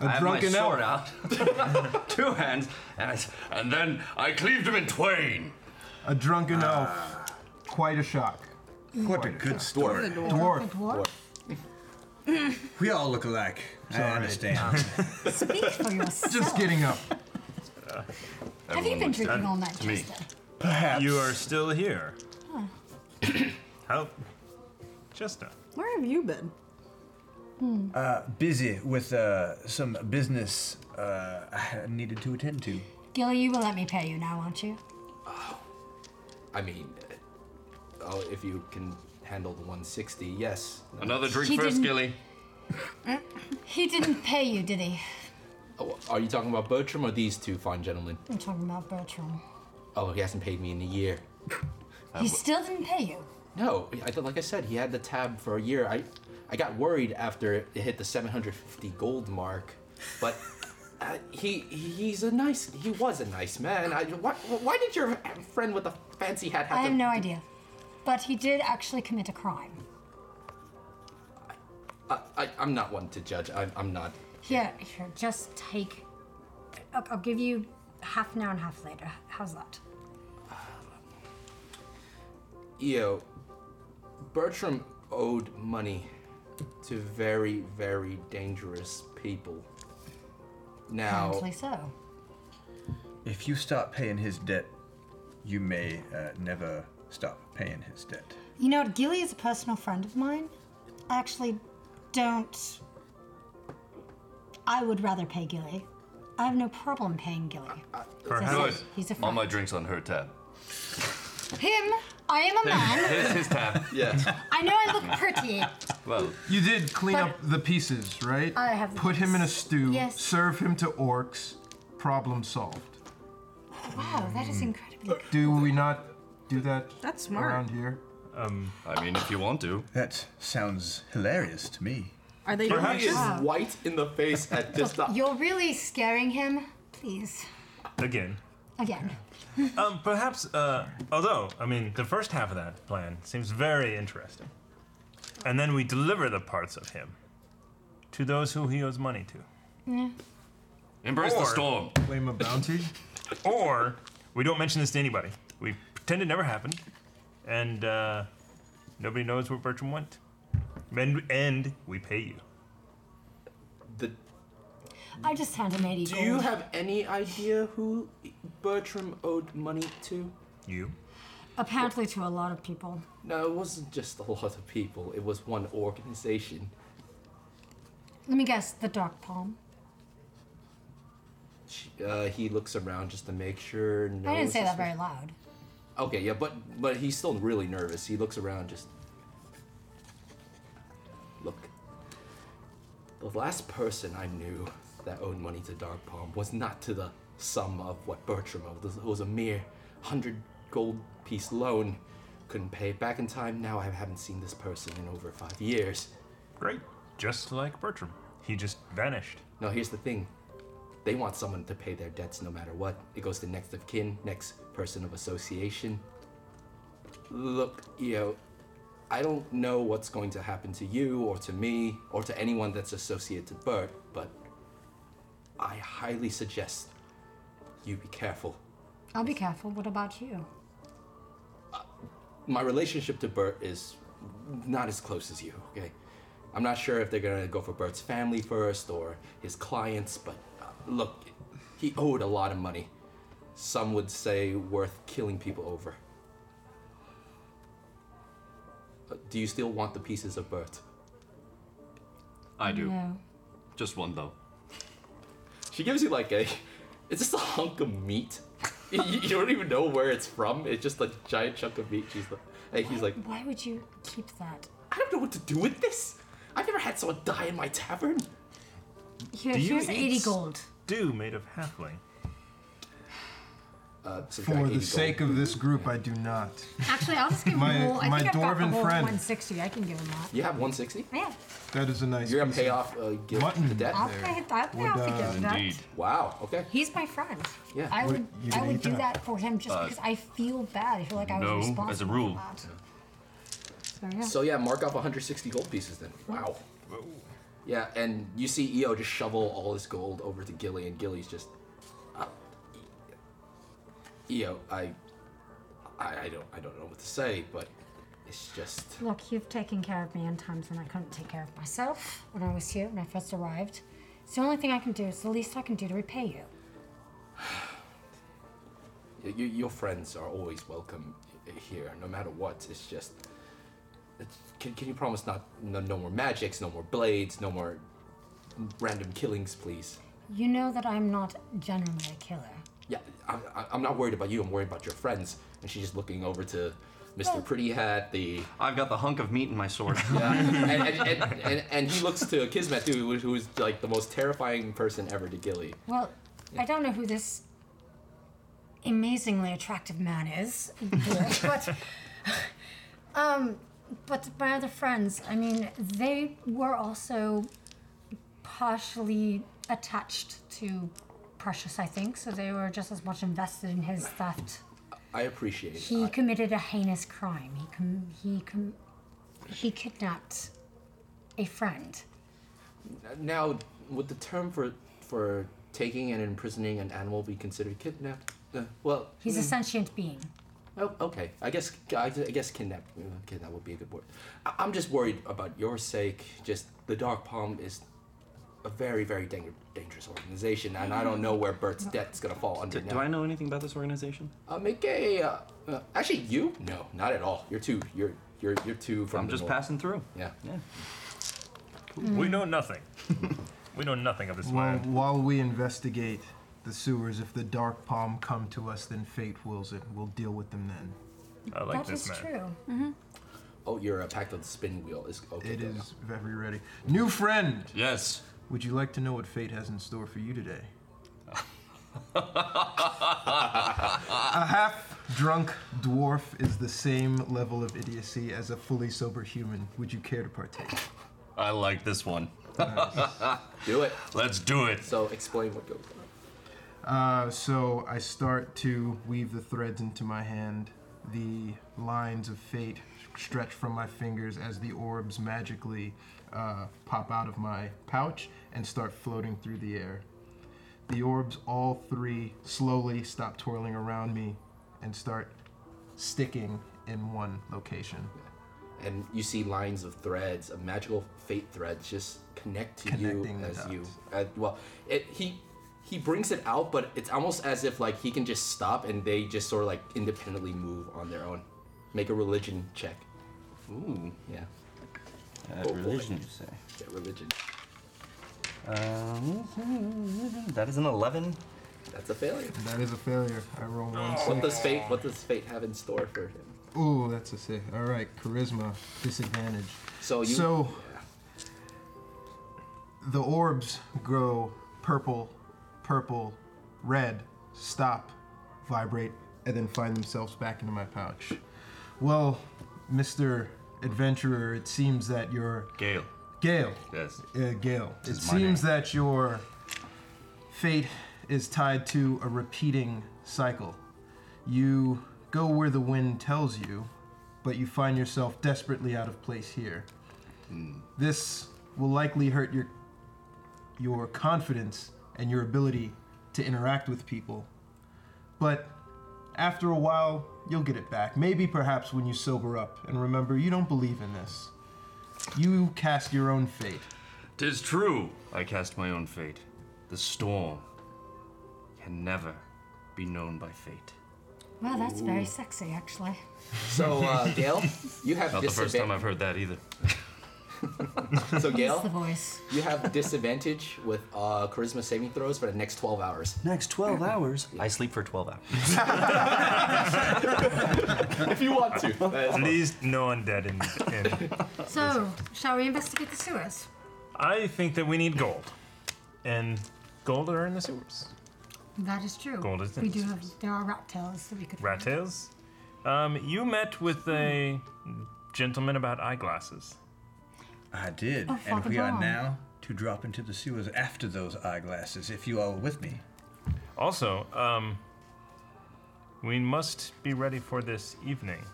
Speaker 8: a
Speaker 9: I have my
Speaker 8: drunken
Speaker 9: sword
Speaker 8: elf.
Speaker 9: out. Two hands, and, I s and then I cleaved him in twain.
Speaker 8: A drunken elf. Quite a shock.
Speaker 6: What a
Speaker 8: Quite
Speaker 6: good
Speaker 8: shock.
Speaker 6: story.
Speaker 8: Dwarf.
Speaker 6: We all look alike. I understand.
Speaker 7: Speak for yourself.
Speaker 8: Just getting up.
Speaker 7: Have you been drinking all night,
Speaker 4: me.
Speaker 7: Chester?
Speaker 6: Perhaps.
Speaker 4: You are still here.
Speaker 5: Huh.
Speaker 4: How? Chester.
Speaker 5: Where have you been?
Speaker 6: Uh, busy with uh, some business uh, I needed to attend to.
Speaker 7: Gilly, you will let me pay you now, won't you?
Speaker 3: I mean, uh, oh, if you can handle the 160, yes.
Speaker 9: Another drink
Speaker 7: He
Speaker 9: first,
Speaker 7: didn't-
Speaker 9: Gilly.
Speaker 7: He didn't pay you, did he?
Speaker 3: Oh, are you talking about Bertram or these two fine gentlemen?
Speaker 7: I'm talking about Bertram.
Speaker 3: Oh, he hasn't paid me in a year.
Speaker 7: He still didn't pay you.
Speaker 3: No, I thought, like I said, he had the tab for a year. I, I got worried after it hit the 750 gold mark, but uh, he he's a nice he was a nice man. I why, why did your friend with the fancy hat have
Speaker 7: I
Speaker 3: to?
Speaker 7: have no idea. But he did actually commit a crime.
Speaker 3: I, I, I'm not one to judge. I, I'm not.
Speaker 7: Here, here, just take. I'll, I'll give you half now and half later. How's that?
Speaker 3: Eo, Bertram owed money to very very dangerous people. Now.
Speaker 7: Apparently so.
Speaker 6: If you stop paying his debt, you may uh, never stop paying his debt.
Speaker 5: You know, Gilly is a personal friend of mine. I actually don't. I would rather pay Gilly. I have no problem paying Gilly.
Speaker 9: Perhaps.
Speaker 5: He's a friend.
Speaker 9: Mama drinks on her tab.
Speaker 7: Him, I am a man.
Speaker 9: his, his tab. Yeah.
Speaker 7: I know I look pretty.
Speaker 9: Well,
Speaker 8: You did clean
Speaker 7: But-
Speaker 8: up the pieces, right?
Speaker 7: I have the
Speaker 8: Put him in a stew.
Speaker 7: Yes.
Speaker 8: Serve him to orcs. Problem solved.
Speaker 7: Wow, Oh, that is incredibly.
Speaker 8: Do we not do that
Speaker 5: That's smart.
Speaker 8: around here?
Speaker 4: Um,
Speaker 9: I mean, if you want to.
Speaker 6: That sounds hilarious to me.
Speaker 5: Are they doing
Speaker 3: He
Speaker 5: a
Speaker 3: is
Speaker 5: job?
Speaker 3: white in the face at just the
Speaker 7: You're really scaring him. Please.
Speaker 4: Again.
Speaker 7: Again.
Speaker 4: Um, perhaps. Uh, although, I mean, the first half of that plan seems very interesting, and then we deliver the parts of him to those who he owes money to.
Speaker 9: Embrace the
Speaker 4: Or-
Speaker 9: storm.
Speaker 8: Claim a bounty?
Speaker 4: Or we don't mention this to anybody. We pretend it never happened, and uh, nobody knows where Bertram went. And, and we pay you.
Speaker 3: the
Speaker 7: I just hand him 80
Speaker 3: Do
Speaker 7: gold.
Speaker 3: you have any idea who Bertram owed money to?
Speaker 4: You.
Speaker 7: Apparently to a lot of people.
Speaker 3: No, it wasn't just a lot of people. It was one organization.
Speaker 7: Let me guess, the Dark Palm.
Speaker 3: She, uh, he looks around just to make sure. No
Speaker 7: I didn't say that
Speaker 3: suspi-
Speaker 7: very loud.
Speaker 3: Okay, yeah, but but he's still really nervous. He looks around just. Look. The last person I knew that owed money to Dark Palm was not to the sum of what Bertram owed. It was a mere hundred gold piece loan. Couldn't pay it back in time. Now I haven't seen this person in over five years.
Speaker 4: Great. Just like Bertram. He just vanished.
Speaker 3: No, here's the thing. They want someone to pay their debts no matter what. It goes to next of kin, next person of association. Look, you know, I don't know what's going to happen to you or to me or to anyone that's associated to Bert, but I highly suggest you be careful.
Speaker 7: I'll be careful. What about you?
Speaker 3: my relationship to Bert is not as close as you, okay? I'm not sure if they're gonna go for Bert's family first or his clients, but uh, look, he owed a lot of money. Some would say worth killing people over. Uh, Do you still want the pieces of Bert?
Speaker 9: I do.
Speaker 7: No.
Speaker 9: Just one though.
Speaker 3: She gives you like a. It's just a hunk of meat. you, you don't even know where it's from. It's just a giant chunk of meat. She's like, and he's like,
Speaker 7: Why would you keep that?
Speaker 3: I don't know what to do with this. I've never had someone die in my tavern.
Speaker 7: Here,
Speaker 3: Do you
Speaker 7: here's
Speaker 3: eat
Speaker 7: 80 gold.
Speaker 1: Stew made of halfling.
Speaker 3: uh,
Speaker 8: For the sake of this group, I do not.
Speaker 7: Actually, I'll just give
Speaker 8: My-
Speaker 7: him all. I
Speaker 8: my
Speaker 7: think I've got the
Speaker 8: dwarven
Speaker 7: whole
Speaker 8: friend.
Speaker 7: 160. I can give him that.
Speaker 3: You have 160?
Speaker 7: Yeah.
Speaker 8: That is a nice.
Speaker 3: You're gonna pay off uh, give
Speaker 8: mutton
Speaker 3: the debt.
Speaker 7: I'll pay it. I'll pay
Speaker 8: Would,
Speaker 7: off the
Speaker 8: uh,
Speaker 7: gift debt.
Speaker 3: Wow. Okay.
Speaker 7: He's my friend.
Speaker 3: Yeah.
Speaker 7: I
Speaker 3: Would-
Speaker 7: would.
Speaker 3: you
Speaker 7: I
Speaker 3: gonna
Speaker 7: would
Speaker 3: eat
Speaker 7: do
Speaker 3: that?
Speaker 7: that for him just
Speaker 3: Uh,
Speaker 7: because I feel bad. I feel like I was responsible.
Speaker 3: rule.
Speaker 7: So yeah.
Speaker 3: So yeah, mark off 160 gold pieces then. Wow. Yeah, and you see EO just shovel all his gold over to Gilly, and Gilly's just, uh, EO, I, I, I don't, I don't know what to say, but it's just.
Speaker 7: Look, you've taken care of me in times when I couldn't take care of myself when I was here when I first arrived. It's the only thing I can do. It's the least I can do to repay you.
Speaker 3: Y- y- your friends are always welcome i- here, no matter what. It's just, it's, can, can you promise not no, no more magics, no more blades, no more random killings, please?
Speaker 7: You know that I'm not generally a killer.
Speaker 3: Yeah, I'm, I- I'm not worried about you. I'm worried about your friends. And she's just looking over to Mr.
Speaker 7: Oh.
Speaker 3: Pretty Hat. The
Speaker 10: I've got the hunk of meat in my sword.
Speaker 3: yeah, and, and, and, and, and he looks to Kismet too, who- who is like the most terrifying person ever to Gilly.
Speaker 7: Well, I don't know who this amazingly attractive man is, but um, but my other friends, I mean, they were also partially attached to Precious, I think, so they were just as much invested in his theft.
Speaker 3: I appreciate it. Uh,
Speaker 7: He committed a heinous crime. He com- he com- he kidnapped a friend.
Speaker 3: Now, would the term for for taking and imprisoning an animal be considered kidnap? Uh, well,
Speaker 7: He's a
Speaker 3: mm,
Speaker 7: sentient being.
Speaker 3: Oh, okay. I guess I, I guess kidnap uh, kidnap would be a good word. I, I'm just worried about your sake. Just the Dark Palm is a very very dang- dangerous organization, and I don't know where Bert's debt's gonna fall under.
Speaker 10: do,
Speaker 3: now.
Speaker 10: do I know anything about this organization?
Speaker 3: Uh, make a. Uh, uh, actually, you? No, not at all. You're too. You're you're you're too from.
Speaker 10: I'm
Speaker 3: the
Speaker 10: just
Speaker 3: north.
Speaker 10: passing through.
Speaker 3: Yeah.
Speaker 10: Yeah.
Speaker 4: We know nothing. we know nothing of this
Speaker 8: While,
Speaker 4: land.
Speaker 8: while we investigate the sewers, if the dark palm come to us, then fate wills it. We'll deal with them then.
Speaker 4: I
Speaker 7: That is true. Mm-hmm.
Speaker 3: Oh, your uh, pact of the spin wheel is okay.
Speaker 8: It is very ready. New friend.
Speaker 9: Yes.
Speaker 8: Would you like to know what fate has in store for you today? A half drunk dwarf is the same level of idiocy as a fully sober human. Would you care to partake?
Speaker 9: I like this one.
Speaker 3: do it.
Speaker 9: Let's do it.
Speaker 3: So explain what goes on.
Speaker 8: Uh, so I start to weave the threads into my hand. The lines of fate stretch from my fingers as the orbs magically uh, pop out of my pouch and start floating through the air. The orbs, all three, slowly stop twirling around me and start sticking in one location.
Speaker 3: and you see lines of threads, of magical fate threads, just connect to you
Speaker 8: Connecting the
Speaker 3: as you. Uh, well, it, he he brings it out, but it's almost as if like he can just stop and they just sort of like independently move on their own. Make a religion check.
Speaker 10: Ooh.
Speaker 3: Yeah.
Speaker 10: Uh, religion, you say?
Speaker 3: Yeah, religion.
Speaker 10: Um, that is an 11.
Speaker 3: That's a failure.
Speaker 8: That is a failure. I roll one.
Speaker 3: What
Speaker 8: six.
Speaker 3: does fate What does fate have in store for him?
Speaker 8: Ooh, that's a six. All right, charisma disadvantage.
Speaker 3: So you-
Speaker 8: So the orbs grow purple, purple, red, stop, vibrate, and then find themselves back into my pouch. Well, Mister Adventurer, it seems that your
Speaker 9: Gale.
Speaker 8: Gale.
Speaker 9: Yes.
Speaker 8: Uh, Gale. It
Speaker 9: is my name.
Speaker 8: seems that your fate is tied to a repeating cycle. You go where the wind tells you, but you find yourself desperately out of place here.
Speaker 9: Hmm.
Speaker 8: This will likely hurt your your confidence and your ability to interact with people. But After a while, you'll get it back. Maybe perhaps when you sober up and remember you don't believe in this. You cast your own fate.
Speaker 9: Tis true, I cast my own fate. The storm can never be known by fate.
Speaker 7: Wow, that's
Speaker 3: Ooh.
Speaker 7: very sexy, actually.
Speaker 3: So, uh, Gail, you have
Speaker 9: Not the first
Speaker 3: disadvan-
Speaker 9: time I've heard that either.
Speaker 3: So Gail,
Speaker 7: It's the voice.
Speaker 3: you have disadvantage with uh, charisma saving throws for the next 12 hours.
Speaker 10: Next 12 hours. I sleep for 12 hours.
Speaker 3: if you want to.
Speaker 4: At least no undead in. in.
Speaker 7: So, shall we investigate the sewers?
Speaker 4: I think that we need gold, and gold are in the sewers.
Speaker 7: That is true.
Speaker 4: Gold is in
Speaker 7: We
Speaker 4: the
Speaker 7: do have. There are rat tails that we could.
Speaker 4: Rat
Speaker 7: find.
Speaker 4: tails. Um, you met with a gentleman about eyeglasses.
Speaker 6: I did,
Speaker 7: Oh,
Speaker 6: and
Speaker 7: Father
Speaker 6: we are
Speaker 7: Brown.
Speaker 6: now to drop into the sewers after those eyeglasses, if you all are with me.
Speaker 4: Also, um, we must be ready for this evening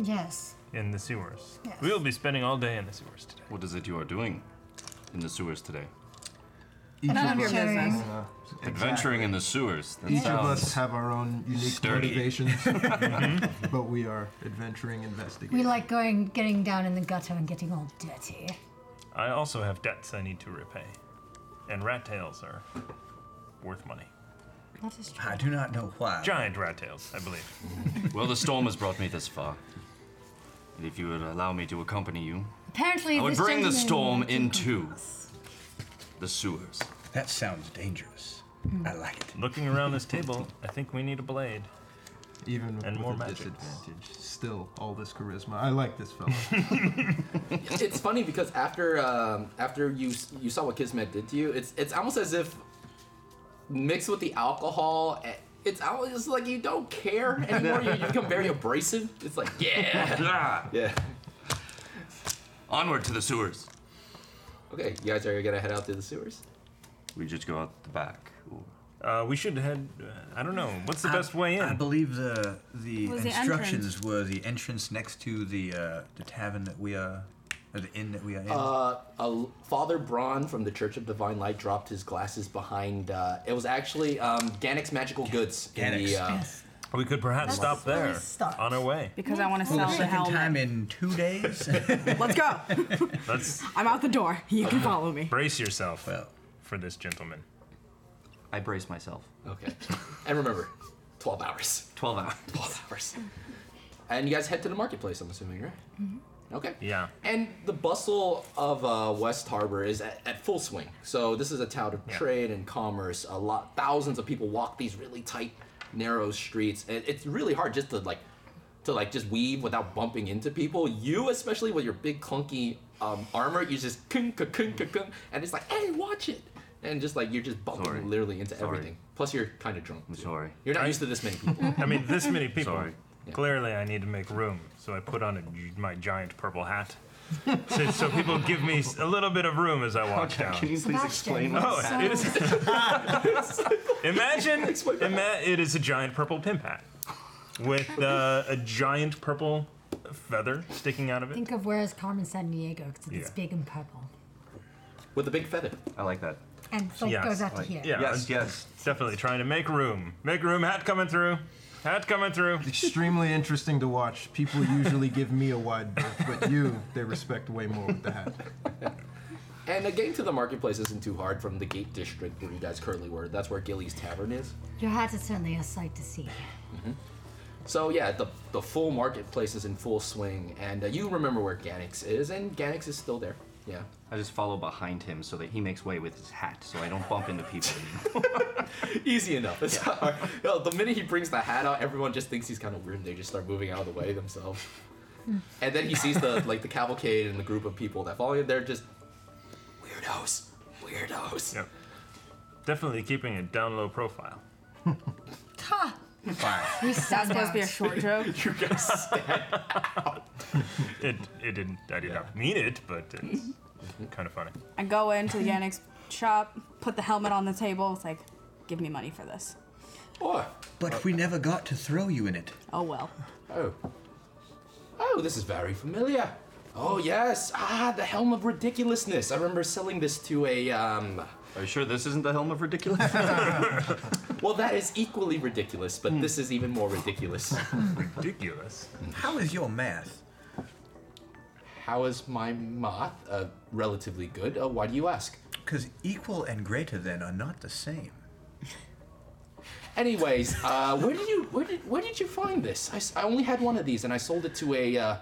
Speaker 7: Yes.
Speaker 4: in the sewers.
Speaker 7: Yes.
Speaker 4: We will be spending all day in the sewers today.
Speaker 9: What is it you are doing in the sewers today?
Speaker 5: None of your business.
Speaker 9: Adventuring in the sewers. That
Speaker 8: Each of
Speaker 9: sounds-
Speaker 8: us have our own unique
Speaker 9: sturdy.
Speaker 8: motivations, but we are adventuring
Speaker 7: We
Speaker 8: investigators.
Speaker 7: like going, getting down in the gutter and getting all dirty.
Speaker 4: I also have debts I need to repay, and rat tails are worth money.
Speaker 7: That is true.
Speaker 6: I do not know why.
Speaker 4: Giant rat tails, I believe.
Speaker 9: Well, the storm has brought me this far. And if you would allow me to accompany you,
Speaker 7: Apparently,
Speaker 9: I would
Speaker 7: this
Speaker 9: bring the
Speaker 7: gentleman-
Speaker 9: storm into the sewers.
Speaker 6: That sounds dangerous.
Speaker 7: Hmm.
Speaker 6: I like it.
Speaker 4: Looking around this table, I think we need a blade.
Speaker 8: Even
Speaker 4: And
Speaker 8: with
Speaker 4: more
Speaker 8: a
Speaker 4: magic.
Speaker 8: disadvantage, still all this charisma. I like this fellow.
Speaker 3: it's funny because after um, after you you saw what Kismet did to you, it's it's almost as if mixed with the alcohol, eh, it's almost it's like you don't care anymore. you, you become very abrasive. It's like yeah,
Speaker 9: Ah,
Speaker 3: yeah.
Speaker 9: Onward to the sewers.
Speaker 3: Okay, you guys are gonna head out to the sewers.
Speaker 9: We just go out the back. Or
Speaker 4: Uh, we should head. Uh, I don't know. What's the best way in?
Speaker 6: I believe the the
Speaker 5: Was the
Speaker 6: instructions were the entrance next to the uh, the tavern that we are, or the inn that we are in.
Speaker 3: Uh, a, Father Braun from the Church of Divine Light dropped his glasses behind. Uh, it was actually um, Gannick's Magical Goods in the.
Speaker 6: Gannick's.
Speaker 3: Uh,
Speaker 4: we could perhaps stop
Speaker 7: where we
Speaker 4: there
Speaker 7: start.
Speaker 4: on our way.
Speaker 11: Because I want to
Speaker 6: For the
Speaker 11: sell the
Speaker 6: second
Speaker 11: helmet.
Speaker 6: time in two days.
Speaker 11: Let's go.
Speaker 4: Let's
Speaker 11: I'm out the door. You can follow me.
Speaker 4: brace yourself
Speaker 6: well,
Speaker 4: for this gentleman.
Speaker 10: I brace myself.
Speaker 3: uh, Okay, and remember, twelve hours.
Speaker 10: 12 hours.
Speaker 3: Twelve hours. And you guys head to the marketplace. I'm assuming, right? Okay.
Speaker 4: Yeah.
Speaker 3: And the bustle of uh, West Harbor is at, at full swing. So this is a town of trade and commerce. A lot, thousands of people walk these really tight, narrow streets. And it's really hard just to like, to like just weave without bumping into people. You especially with your big clunky um, armor, you just kung kung kung kung kung, and it's like, hey, watch it. And just like you're just bumping
Speaker 9: Sorry.
Speaker 3: literally into
Speaker 9: Sorry.
Speaker 3: everything. Plus you're kind of drunk.
Speaker 9: I'm
Speaker 3: too.
Speaker 9: sorry.
Speaker 3: You're not used to this many people.
Speaker 4: I mean, this many people.
Speaker 9: Sorry.
Speaker 4: Clearly, I need to make room, so I put on a, my giant purple hat. so, so people give me s- a little bit of room as I walk down.
Speaker 9: you
Speaker 7: Sebastian,
Speaker 4: Oh,
Speaker 7: so-
Speaker 4: it is. imagine,
Speaker 3: Explain that.
Speaker 4: ima- it is a giant purple pimp hat with uh, a giant purple feather sticking out of it.
Speaker 7: Think of where is Carmen San Diego because it's
Speaker 4: Yeah.
Speaker 7: big and purple,
Speaker 3: with a big feather.
Speaker 10: I like that.
Speaker 7: and so it
Speaker 4: Yes,
Speaker 7: goes out to
Speaker 10: like-
Speaker 7: here.
Speaker 4: Yeah,
Speaker 10: Yes, yes.
Speaker 4: definitely trying to make room. Make room. Hat coming through. Hat coming through.
Speaker 8: Extremely interesting to watch. People usually give me a wide berth, but you, they respect way more with the hat.
Speaker 3: And uh, getting to the marketplace isn't too hard from the Gate District where you guys currently were. That's where Gilly's Tavern is.
Speaker 7: Your hat is certainly a sight to see.
Speaker 3: So yeah, the the full marketplace is in full swing, and uh, you remember where Ganix is, and Ganix is still there. Yeah.
Speaker 10: I just follow behind him so that he makes way with his hat so I don't bump into people.
Speaker 3: Easy enough. It's not hard. No, the minute he brings the hat out, everyone just thinks he's kind of weird. and They just start moving out of the way themselves. and then he sees the like the cavalcade and the group of people that follow him. They're just weirdos, weirdos.
Speaker 4: Yep. Definitely keeping a down low profile.
Speaker 7: Ha!
Speaker 6: fine.
Speaker 7: We
Speaker 11: That's
Speaker 7: stand
Speaker 11: supposed to be a
Speaker 7: out.
Speaker 11: short joke.
Speaker 3: You guys stand
Speaker 4: It, it didn't. I did not mean it, but it's kind of funny.
Speaker 11: I go into the Yannick's shop, put the helmet on the table. It's like, give me money for this.
Speaker 3: Oh,
Speaker 6: but we never got to throw you in it.
Speaker 11: Oh well.
Speaker 3: Oh. Oh, this is very familiar. Oh yes, ah, the helm of ridiculousness. I remember selling this to a um,
Speaker 10: Are you sure this isn't the helm of ridiculous?
Speaker 3: well, that is equally ridiculous,
Speaker 10: Hmm.
Speaker 3: but this is even more ridiculous.
Speaker 4: ridiculous.
Speaker 3: How is your math? How is my math? Uh, relatively good. Uh, why do you ask?
Speaker 6: Because equal and greater than are not the same.
Speaker 3: Anyways, uh, where did you where did where did you find this? I s- I, only had one of these, and I sold it to a uh,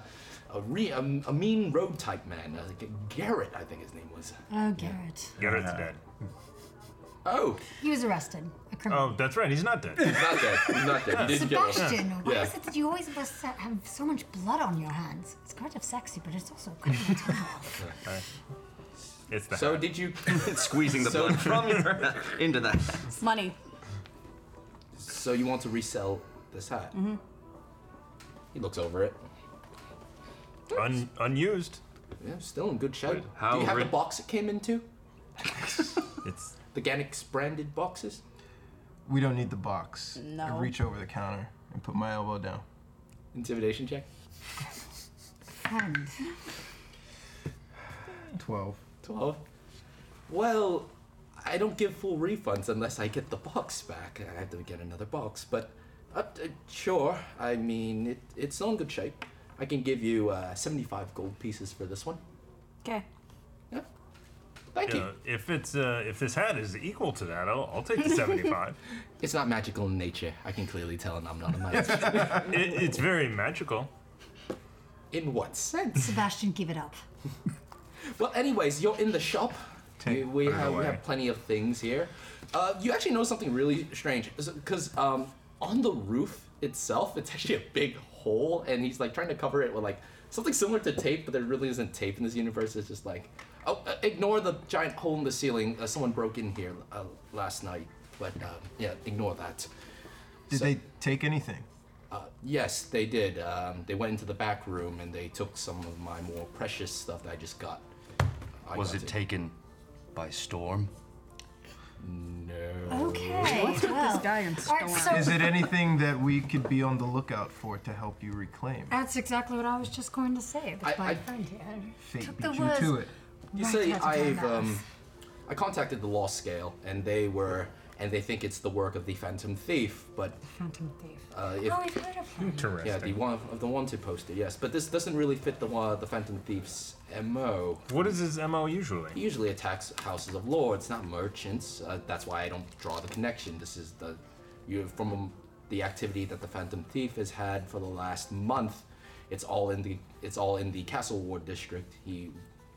Speaker 3: a, re, a, a mean road type man, uh, G- Garrett, I think his name was.
Speaker 10: Hmm.
Speaker 7: Oh, Garrett.
Speaker 4: Garrett's dead.
Speaker 3: Oh.
Speaker 7: He was arrested. A criminal.
Speaker 4: Oh, that's right. He's not dead.
Speaker 3: He's not dead. He's not dead. You didn't kill him.
Speaker 7: Sebastian, why
Speaker 4: Yeah.
Speaker 7: is it that you always must ha- have so much blood on your hands? It's kind of sexy, but it's also kind of
Speaker 4: It's the
Speaker 10: so
Speaker 3: did you
Speaker 10: squeezing the
Speaker 3: So-
Speaker 10: blood from your into that?
Speaker 11: It's money.
Speaker 3: So you want to resell this hat?
Speaker 11: hmm
Speaker 3: He looks over it.
Speaker 4: Un- unused.
Speaker 3: Yeah, still in good shape.
Speaker 4: how
Speaker 3: Do you have
Speaker 4: ri-
Speaker 3: the box it came into?
Speaker 4: it's
Speaker 3: the Ganix branded boxes.
Speaker 8: We don't need the box.
Speaker 3: No.
Speaker 8: I reach over the counter and put my elbow down.
Speaker 3: Intimidation check.
Speaker 7: friend.
Speaker 8: Twelve.
Speaker 3: 12. Well, I don't give full refunds unless I get the box back. I have to get another box, but uh, uh, sure. I mean, it, it's still in good shape. I can give you uh, 75 gold pieces for this one.
Speaker 11: Okay.
Speaker 3: Thank
Speaker 4: you. If it's uh, if this hat is equal to that, I'll, I'll take the seventy-five.
Speaker 3: It's not magical in nature. I can clearly tell, and I'm not a
Speaker 4: it,
Speaker 3: knight.
Speaker 4: it's very magical.
Speaker 3: in what sense?
Speaker 7: Sebastian, give it up.
Speaker 3: Well, anyways, you're in the shop. You- we,
Speaker 4: put it
Speaker 3: have, we
Speaker 4: away.
Speaker 3: have plenty of things here. Uh, you actually know something really strange. Because um, on the roof itself, it's actually a big hole, and he's like trying to cover it with like something similar to tape, but there really isn't tape in this universe. It's just like, oh, uh, ignore the giant hole in the ceiling. Uh, someone broke in here uh, last night, but um, yeah, ignore that.
Speaker 8: Did
Speaker 3: So-
Speaker 8: they take anything?
Speaker 3: Uh, yes, they did. Um, they went into the back room and they took some of my more precious stuff that I just got. I
Speaker 9: Was
Speaker 3: got
Speaker 9: it taken by storm?
Speaker 3: No.
Speaker 7: Okay.
Speaker 11: What's with
Speaker 7: well.
Speaker 11: this guy in
Speaker 7: All right, so-
Speaker 8: Is it anything that we could be on the lookout for to help you reclaim?
Speaker 7: That's exactly what I was just going to say. But
Speaker 3: I-
Speaker 7: my
Speaker 3: I-
Speaker 7: friend here
Speaker 8: Fate
Speaker 7: took
Speaker 8: beat
Speaker 7: the
Speaker 8: you
Speaker 7: words.
Speaker 8: to it.
Speaker 3: You
Speaker 7: right
Speaker 3: say
Speaker 7: out of my
Speaker 3: I've
Speaker 7: mouth.
Speaker 3: um, I contacted the Lost Scale, and they were, and they think it's the work of the Phantom Thief. But
Speaker 7: Phantom Thief.
Speaker 3: uh,
Speaker 7: oh, I've heard of him.
Speaker 3: Yeah, the one of the wanted poster. Yes, but this doesn't really fit the uh, the Phantom Thief's M.O.
Speaker 4: What is his M.O. usually?
Speaker 3: He usually attacks houses of lords, not merchants. Uh, that's why I don't draw the connection. This is the you from um, the activity that the Phantom Thief has had for the last month. It's all in the it's all in the Castle Ward district. He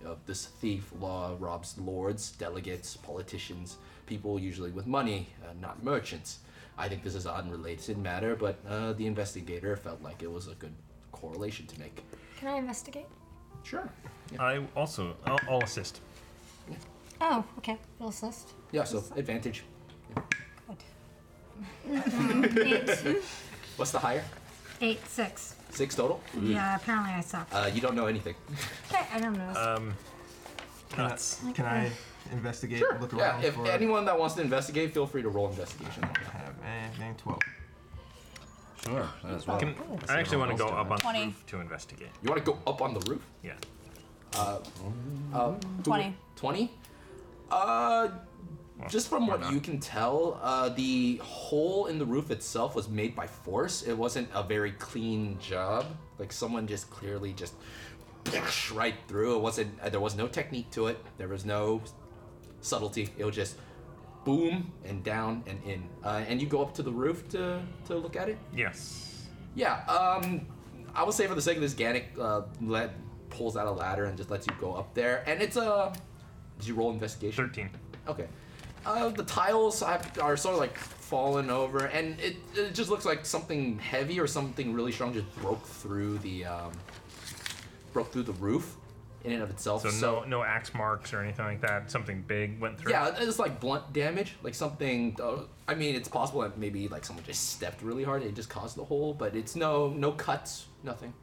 Speaker 3: uh, this thief law robs lords, delegates, politicians, people usually with money, uh, not merchants. I think this is an unrelated matter, but uh, the investigator felt like it was a good correlation to make.
Speaker 7: Can I investigate?
Speaker 3: Sure.
Speaker 4: I also I'll, I'll assist.
Speaker 7: Oh, okay. We'll assist.
Speaker 3: Yeah, so advantage.
Speaker 7: Eight,
Speaker 3: What's the higher?
Speaker 7: eight, six.
Speaker 3: Six total.
Speaker 7: Yeah, apparently I suck.
Speaker 3: Uh, you don't know anything.
Speaker 7: Okay, I don't know.
Speaker 4: Um,
Speaker 8: nuts. Can I investigate? Look
Speaker 3: Yeah,
Speaker 8: around
Speaker 3: if
Speaker 8: for
Speaker 3: anyone that wants to investigate, feel free to roll investigation.
Speaker 8: anything. Twelve.
Speaker 10: Sure.
Speaker 4: Can- I actually want to go up on the
Speaker 11: 20.
Speaker 4: roof to investigate.
Speaker 3: You want to go up on the roof?
Speaker 4: Yeah.
Speaker 3: Uh, uh, who-
Speaker 11: 20.
Speaker 3: 20? Uh, just from what you can tell, uh, the hole in the roof itself was made by force. It wasn't a very clean job. Like someone just clearly just right through. It wasn't. uh, There was no technique to it. There was no subtlety. It was just boom and down and in. Uh, and you go up to the roof to to look at it.
Speaker 4: Yes.
Speaker 3: Yeah, um, I would say for the sake of this, Gannic uh, let, pulls out a ladder and just lets you go up there. And it's a. Did you roll investigation?
Speaker 4: 13.
Speaker 3: Okay. Uh, the tiles have, are sort of like fallen over, and it, it just looks like something heavy or something really strong just broke through the um, broke through the roof in and of itself.
Speaker 4: So, no no axe marks or anything like that. Something big went through.
Speaker 3: Yeah, it's like blunt damage, like something. Uh, I mean, it's possible that maybe like someone just stepped really hard and it just caused the hole, but it's no no cuts, nothing.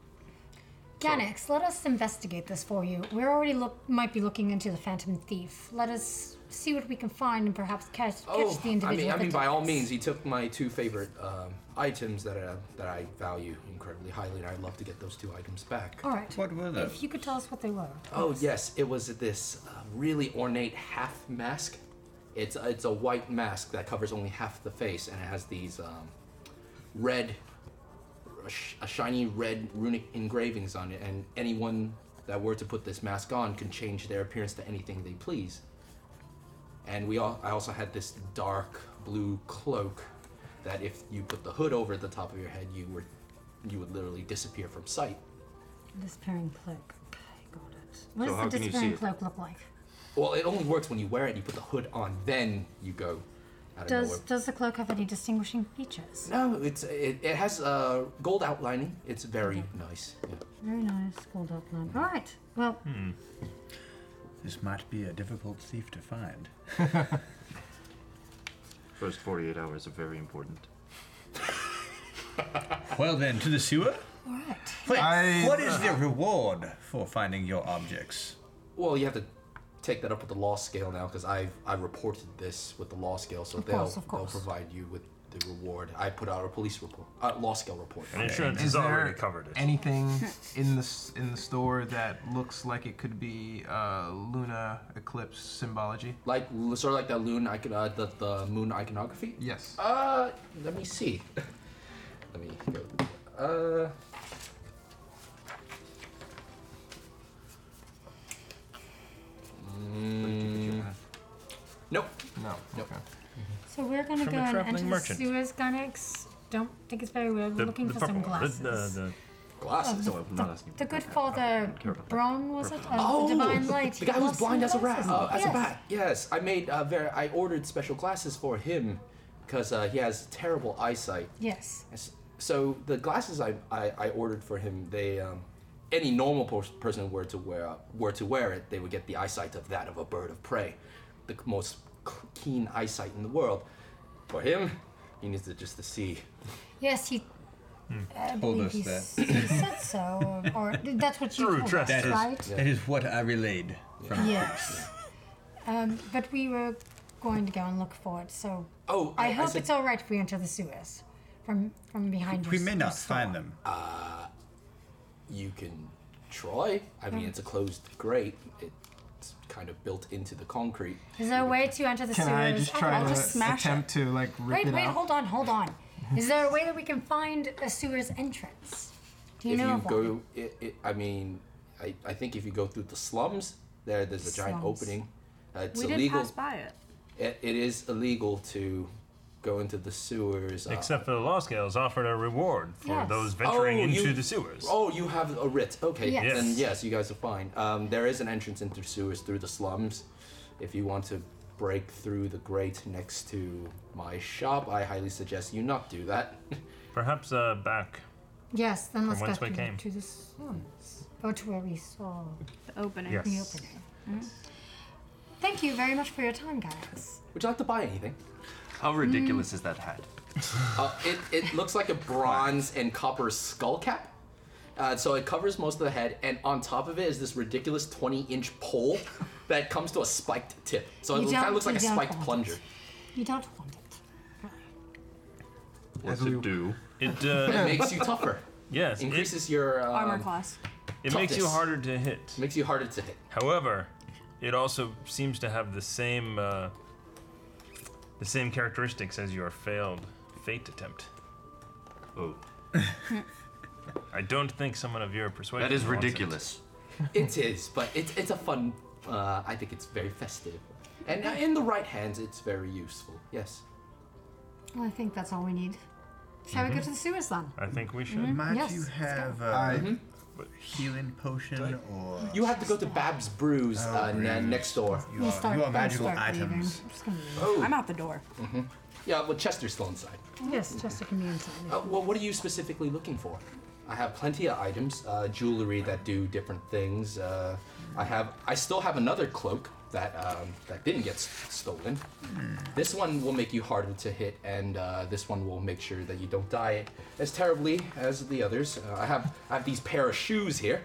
Speaker 7: Ganix, let us investigate this for you. We're already look might be looking into the Phantom Thief. Let us see what we can find and perhaps catch, catch the
Speaker 3: Oh, I
Speaker 7: individual.
Speaker 3: mean, I
Speaker 7: that
Speaker 3: mean, by
Speaker 7: did
Speaker 3: all
Speaker 7: this.
Speaker 3: means, he took my two favorite um, items that I, that I value incredibly highly, and I'd love to get those two items back.
Speaker 7: All right.
Speaker 6: What were
Speaker 7: If you could tell us what they were.
Speaker 3: um, Oh yes, it was this uh, really ornate half mask. It's it's a white mask that covers only half the face, and it has these um, red, a sh- a shiny red runic engravings on it. And anyone that were to put this mask on can change their appearance to anything they please. And we all, I also had this dark blue cloak that if you put the hood over the top of your head, you were you would literally disappear from sight.
Speaker 7: Disappearing cloak. Okay, got it. What
Speaker 3: So how
Speaker 7: does the
Speaker 3: can you see
Speaker 7: disappearing
Speaker 3: it?
Speaker 7: cloak look like?
Speaker 3: Well, it only works when you wear it. You put the hood on, then you go. out of
Speaker 7: Does
Speaker 3: nowhere.
Speaker 7: does the cloak have any distinguishing features?
Speaker 3: No, it's it, it has uh, gold outlining. It's very nice. Yeah.
Speaker 7: Very nice, gold outline. All right. Well,
Speaker 6: Hmm. This might be a difficult thief to find.
Speaker 9: First 48 hours are very important.
Speaker 6: well then, to the sewer.
Speaker 7: all right.
Speaker 6: Wait, what
Speaker 4: uh,
Speaker 6: is the reward for finding your objects?
Speaker 3: Well, you have to take that up with the law scale now because I've I reported this with the law scale, so
Speaker 7: Of
Speaker 3: they'll
Speaker 7: course, of course.
Speaker 3: they'll provide you with the reward. I put out a police report, uh, law scale report.
Speaker 8: is there Anything in the s- in the store that looks like it could be uh, Luna eclipse symbology?
Speaker 3: Like sort of like that loon icon, uh, the, the moon iconography.
Speaker 8: Yes.
Speaker 7: Oh,
Speaker 3: Uh, let me see. let me go. Uh. Mm, nope.
Speaker 8: No.
Speaker 3: Nope.
Speaker 7: So we're gonna
Speaker 1: From
Speaker 7: go
Speaker 1: a
Speaker 7: and
Speaker 1: traveling
Speaker 7: enter
Speaker 1: merchant.
Speaker 7: the sewers, Gunnex. Don't think it's very weird. We're looking for some glasses.
Speaker 3: Glasses.
Speaker 7: Oh, the- the good father Bron was it? Um,
Speaker 3: Oh,
Speaker 7: the divine light.
Speaker 3: The guy
Speaker 7: He
Speaker 3: who's
Speaker 7: lost some
Speaker 3: blind as a rat,
Speaker 7: glasses.
Speaker 3: uh, as
Speaker 7: yes.
Speaker 3: a bat. Yes, I made uh, very. I ordered special glasses for him because uh, he has terrible eyesight.
Speaker 7: Yes.
Speaker 3: S- So the glasses I, I, I ordered for him, they um, any normal pers- person were to wear were to wear it, they would get the eyesight of that of a bird of prey, the c- most c- keen eyesight in the world. For him, he needs to just to see.
Speaker 7: Yes, he.
Speaker 6: Hmm.
Speaker 7: I
Speaker 6: Told
Speaker 7: believe
Speaker 6: us
Speaker 7: he
Speaker 6: that.
Speaker 7: s- he said so, um, or, or that's what you told us,
Speaker 6: That is,
Speaker 7: right?
Speaker 6: that is what I relayed from.
Speaker 7: Yes. Um, but we were going to go and look for it, so.
Speaker 3: Oh,
Speaker 7: I,
Speaker 3: I- I
Speaker 7: hope
Speaker 3: said-
Speaker 7: it's all right if we enter the sewers from from behind.
Speaker 6: We
Speaker 7: your
Speaker 6: may
Speaker 7: s-
Speaker 6: not
Speaker 7: your
Speaker 6: find them.
Speaker 3: Uh, you can try. I mean,
Speaker 7: Mm.
Speaker 3: it's a closed grate. It's kind of built into the concrete.
Speaker 7: Is there a way to enter the
Speaker 8: Can
Speaker 7: sewers?
Speaker 8: I just try
Speaker 7: I'll
Speaker 8: to
Speaker 7: just smash it.
Speaker 8: attempt to like rip
Speaker 7: Wait,
Speaker 8: it
Speaker 7: wait,
Speaker 8: out?
Speaker 7: hold on, hold on. Is there a way that we can find a sewer's entrance? Do you
Speaker 3: if
Speaker 7: know
Speaker 3: you
Speaker 7: of one?
Speaker 3: go, it, it, I mean, I, I think if you go through the slums, there there's a giant
Speaker 11: Slums.
Speaker 3: opening. Uh, it's
Speaker 11: we did
Speaker 3: illegal.
Speaker 11: pass by it.
Speaker 3: It, it is illegal to go into the sewers. uh,
Speaker 4: Except for the law scales offered a reward for
Speaker 3: Yes.
Speaker 4: those venturing
Speaker 3: Oh,
Speaker 4: into
Speaker 3: you-
Speaker 4: the sewers.
Speaker 3: Oh, you have a writ. Okay,
Speaker 4: Yes.
Speaker 3: then
Speaker 4: Yes.
Speaker 3: yes, you guys are fine. Um, there is an entrance into sewers through the slums. If you want to break through the grate next to my shop, I highly suggest you not do that.
Speaker 4: Perhaps uh, back.
Speaker 7: Yes, then
Speaker 4: From
Speaker 7: let's go
Speaker 4: whence we
Speaker 7: to,
Speaker 4: came.
Speaker 7: to the slums. Or to where we saw
Speaker 11: the opening.
Speaker 4: Yes.
Speaker 7: The opening. Mm. Thank you very much for your time, guys.
Speaker 3: Would you like to buy anything?
Speaker 9: How ridiculous is that hat?
Speaker 3: Uh, it, it looks like a bronze and copper skull cap. Uh, so it covers most of the head, and on top of it is this ridiculous 20 inch pole that comes to a spiked tip. So
Speaker 7: You
Speaker 3: it kind
Speaker 7: don't-
Speaker 3: of looks like
Speaker 7: you
Speaker 3: a
Speaker 7: don't
Speaker 3: spiked
Speaker 7: want it.
Speaker 3: plunger.
Speaker 7: You don't want it.
Speaker 9: What's it do?
Speaker 4: It, uh,
Speaker 3: It makes you tougher.
Speaker 4: Yes. it-
Speaker 3: Increases your um,
Speaker 11: Armor class.
Speaker 4: It makes you
Speaker 3: toughness.
Speaker 4: harder to hit.
Speaker 3: Makes you harder to hit.
Speaker 4: However, it also seems to have the same uh, the same characteristics as your failed fate attempt.
Speaker 9: Oh.
Speaker 4: I don't think someone of your persuasion.
Speaker 9: That is
Speaker 4: wants it.
Speaker 9: ridiculous.
Speaker 3: It is, but it's it's a fun. Uh, I think it's very festive, and uh, in the right hands, it's very useful. Yes.
Speaker 7: Well, I think that's all we need. Shall we go
Speaker 4: Mm-hmm.
Speaker 6: Mhm.
Speaker 7: to the sewers then?
Speaker 4: I think we should.
Speaker 7: Mhm.
Speaker 6: Might
Speaker 7: Yes,
Speaker 6: you
Speaker 7: let's go.
Speaker 6: have a healing potion or?
Speaker 10: hmm.
Speaker 3: You have to go to Bab's Brews uh, ne- next door.
Speaker 6: uh, You We'll are- start- you are we'll magical start leaving. items.
Speaker 7: I'm, just gonna leave.
Speaker 3: Oh.
Speaker 11: I'm out the door.
Speaker 3: hmm Yeah, well, Chester's still inside.
Speaker 7: Yes, just a community. inside.
Speaker 3: Uh, well, what are you specifically looking for? I have plenty of items, uh, jewelry that do different things. Uh, I have, I still have another cloak that um, that didn't get s- stolen. This one will make you harder to hit, and uh, this one will make sure that you don't die as terribly as the others. Uh, I have, I have these pair of shoes here.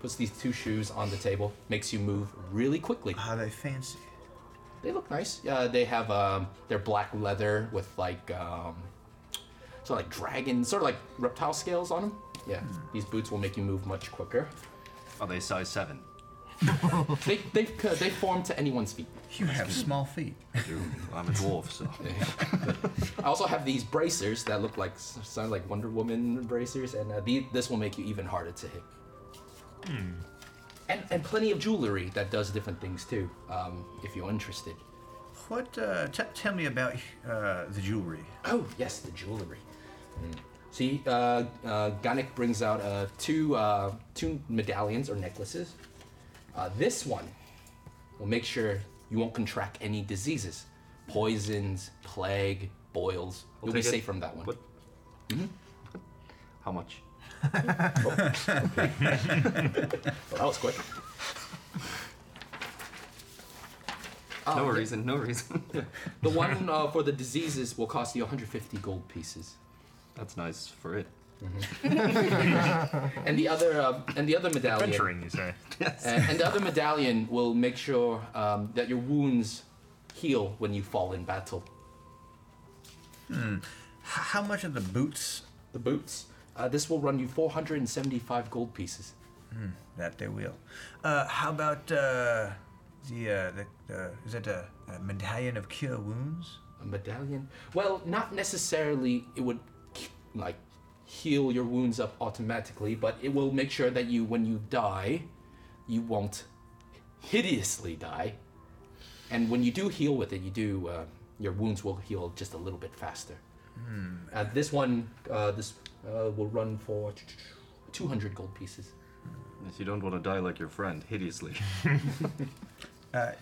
Speaker 3: Puts these two shoes on the table, makes you move really quickly.
Speaker 6: Are they fancy?
Speaker 3: They look nice. Uh, they have um, they're black leather with like um, sort of like dragon, sort of like Hmm. reptile scales on them. Yeah, these boots will make you move much quicker.
Speaker 9: Are they size 7?
Speaker 3: they, they, they form to anyone's feet.
Speaker 6: You have small feet.
Speaker 10: I'm a dwarf, so.
Speaker 3: I also have these bracers that look like sound like Wonder Woman bracers, and uh, the, this will make you even harder to hit.
Speaker 1: Hmm.
Speaker 3: And, and plenty of jewelry that does different things too, um, if you're interested.
Speaker 6: What? Uh, t- tell me about uh, the jewelry.
Speaker 3: Oh yes, the jewelry. Mm. See, uh, uh, Ganek brings out uh, two uh, two medallions or necklaces. Uh, this one will make sure you won't contract any diseases, poisons, plague, boils.
Speaker 10: We'll
Speaker 3: You'll be
Speaker 10: take it.
Speaker 3: safe from that one.
Speaker 10: What- How much?
Speaker 3: Well, that was quick. Oh,
Speaker 10: no
Speaker 3: yeah.
Speaker 10: reason, no reason.
Speaker 3: The one uh, for the diseases will cost you 150 gold pieces.
Speaker 10: That's nice for it.
Speaker 3: and the other uh, and the other medallion.
Speaker 4: Adventuring, you say.
Speaker 3: Uh, and the other medallion will make sure um, that your wounds heal when you fall in battle.
Speaker 6: Hmm. H- how much are the boots?
Speaker 3: The boots. Uh, this will run you 475 gold pieces.
Speaker 6: Hmm, that they will. Uh, how about uh, the, uh, the the is that a, a medallion of cure wounds?
Speaker 3: A medallion? Well, not necessarily. It would like heal your wounds up automatically, but it will make sure that you, when you die, you won't hideously die. And when you do heal with it, you do uh, your wounds will heal just a little bit faster.
Speaker 6: Hmm.
Speaker 3: Uh, this one, uh, this uh, will run for 200 gold pieces.
Speaker 10: If you don't want to die like your friend, hideously.
Speaker 6: Uh,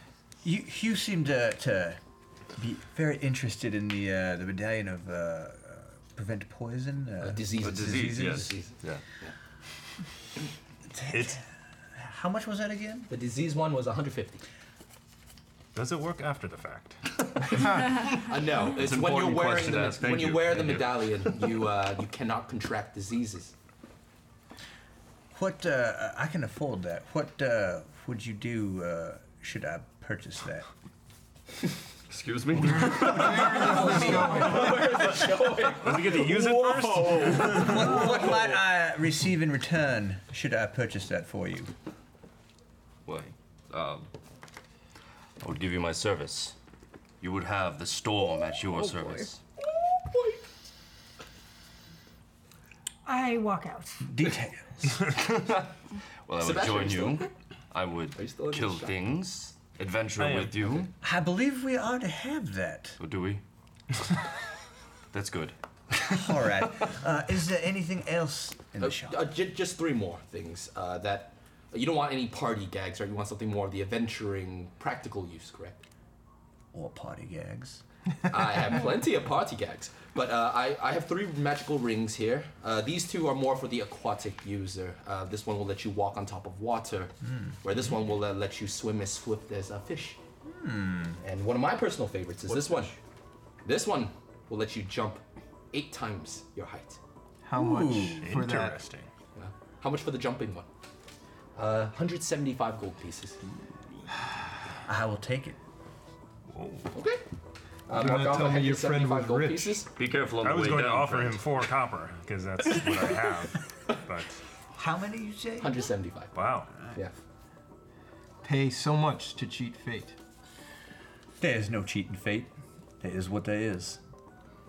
Speaker 6: you you seem to, to be very interested in the uh, the medallion of uh, uh, prevent poison uh,
Speaker 3: diseases.
Speaker 10: disease, yes.
Speaker 3: Diseases.
Speaker 10: Yeah.
Speaker 4: It's,
Speaker 6: How much was that again?
Speaker 3: The disease one was 150.
Speaker 4: does it work after the fact?
Speaker 3: I know. It's,
Speaker 4: It's an
Speaker 3: when you're
Speaker 4: important
Speaker 3: wearing
Speaker 4: question
Speaker 3: the,
Speaker 4: to
Speaker 3: med-
Speaker 4: ask.
Speaker 3: when
Speaker 4: Thank
Speaker 3: you,
Speaker 4: you.
Speaker 3: wear the
Speaker 4: Thank you.
Speaker 3: medallion, you uh, you cannot contract diseases.
Speaker 6: What uh, I can afford that. What uh, would you do? Uh, should I purchase that?
Speaker 10: Excuse me.
Speaker 4: Does he get to use it first?
Speaker 6: what, what might I receive in return? Should I purchase that for you?
Speaker 9: Why? Um, I would give you my service. You would have the storm at
Speaker 10: Oh,
Speaker 9: your service.
Speaker 5: I walk out.
Speaker 6: Details.
Speaker 9: Well, I would
Speaker 6: Sebastian,
Speaker 9: join
Speaker 6: you still-
Speaker 9: you. I would
Speaker 6: in
Speaker 9: kill
Speaker 6: the shop?
Speaker 9: things, adventure
Speaker 6: I am.
Speaker 9: with you.
Speaker 6: I believe we are to have that.
Speaker 9: Or do we? That's good.
Speaker 6: All right. Uh, is there anything else in
Speaker 3: Uh,
Speaker 6: the shop?
Speaker 3: uh, ju- just three more things uh, that you don't want any party gags, right? You want something more of the adventuring, practical use, correct?
Speaker 6: Or party gags.
Speaker 3: I have plenty of party gags, but uh, I, I have three magical rings here. Uh, these two are more for the aquatic user. Uh, this one will let you walk on top of water,
Speaker 6: Hmm.
Speaker 3: where this one will uh, let you swim as swift as a fish.
Speaker 6: Hmm.
Speaker 3: And one of my personal favorites is
Speaker 6: What
Speaker 3: this one. This one will let you jump eight times your height.
Speaker 8: How much for that?
Speaker 3: Yeah. How much for the jumping one? Uh, 175 gold pieces.
Speaker 6: I will take it.
Speaker 3: Okay.
Speaker 8: You're gonna
Speaker 3: mark off
Speaker 8: tell me your
Speaker 3: 175
Speaker 8: friend was
Speaker 3: gold
Speaker 8: rich.
Speaker 3: Pieces.
Speaker 10: Be careful on
Speaker 4: I
Speaker 10: the
Speaker 4: was
Speaker 10: way
Speaker 4: going to
Speaker 10: down,
Speaker 4: offer
Speaker 10: friend.
Speaker 4: him four copper because that's what I have. But
Speaker 6: How many you say?
Speaker 3: 175.
Speaker 4: Wow.
Speaker 3: Yeah.
Speaker 8: Pay so much to cheat fate.
Speaker 6: There is no cheating fate. That is what that is.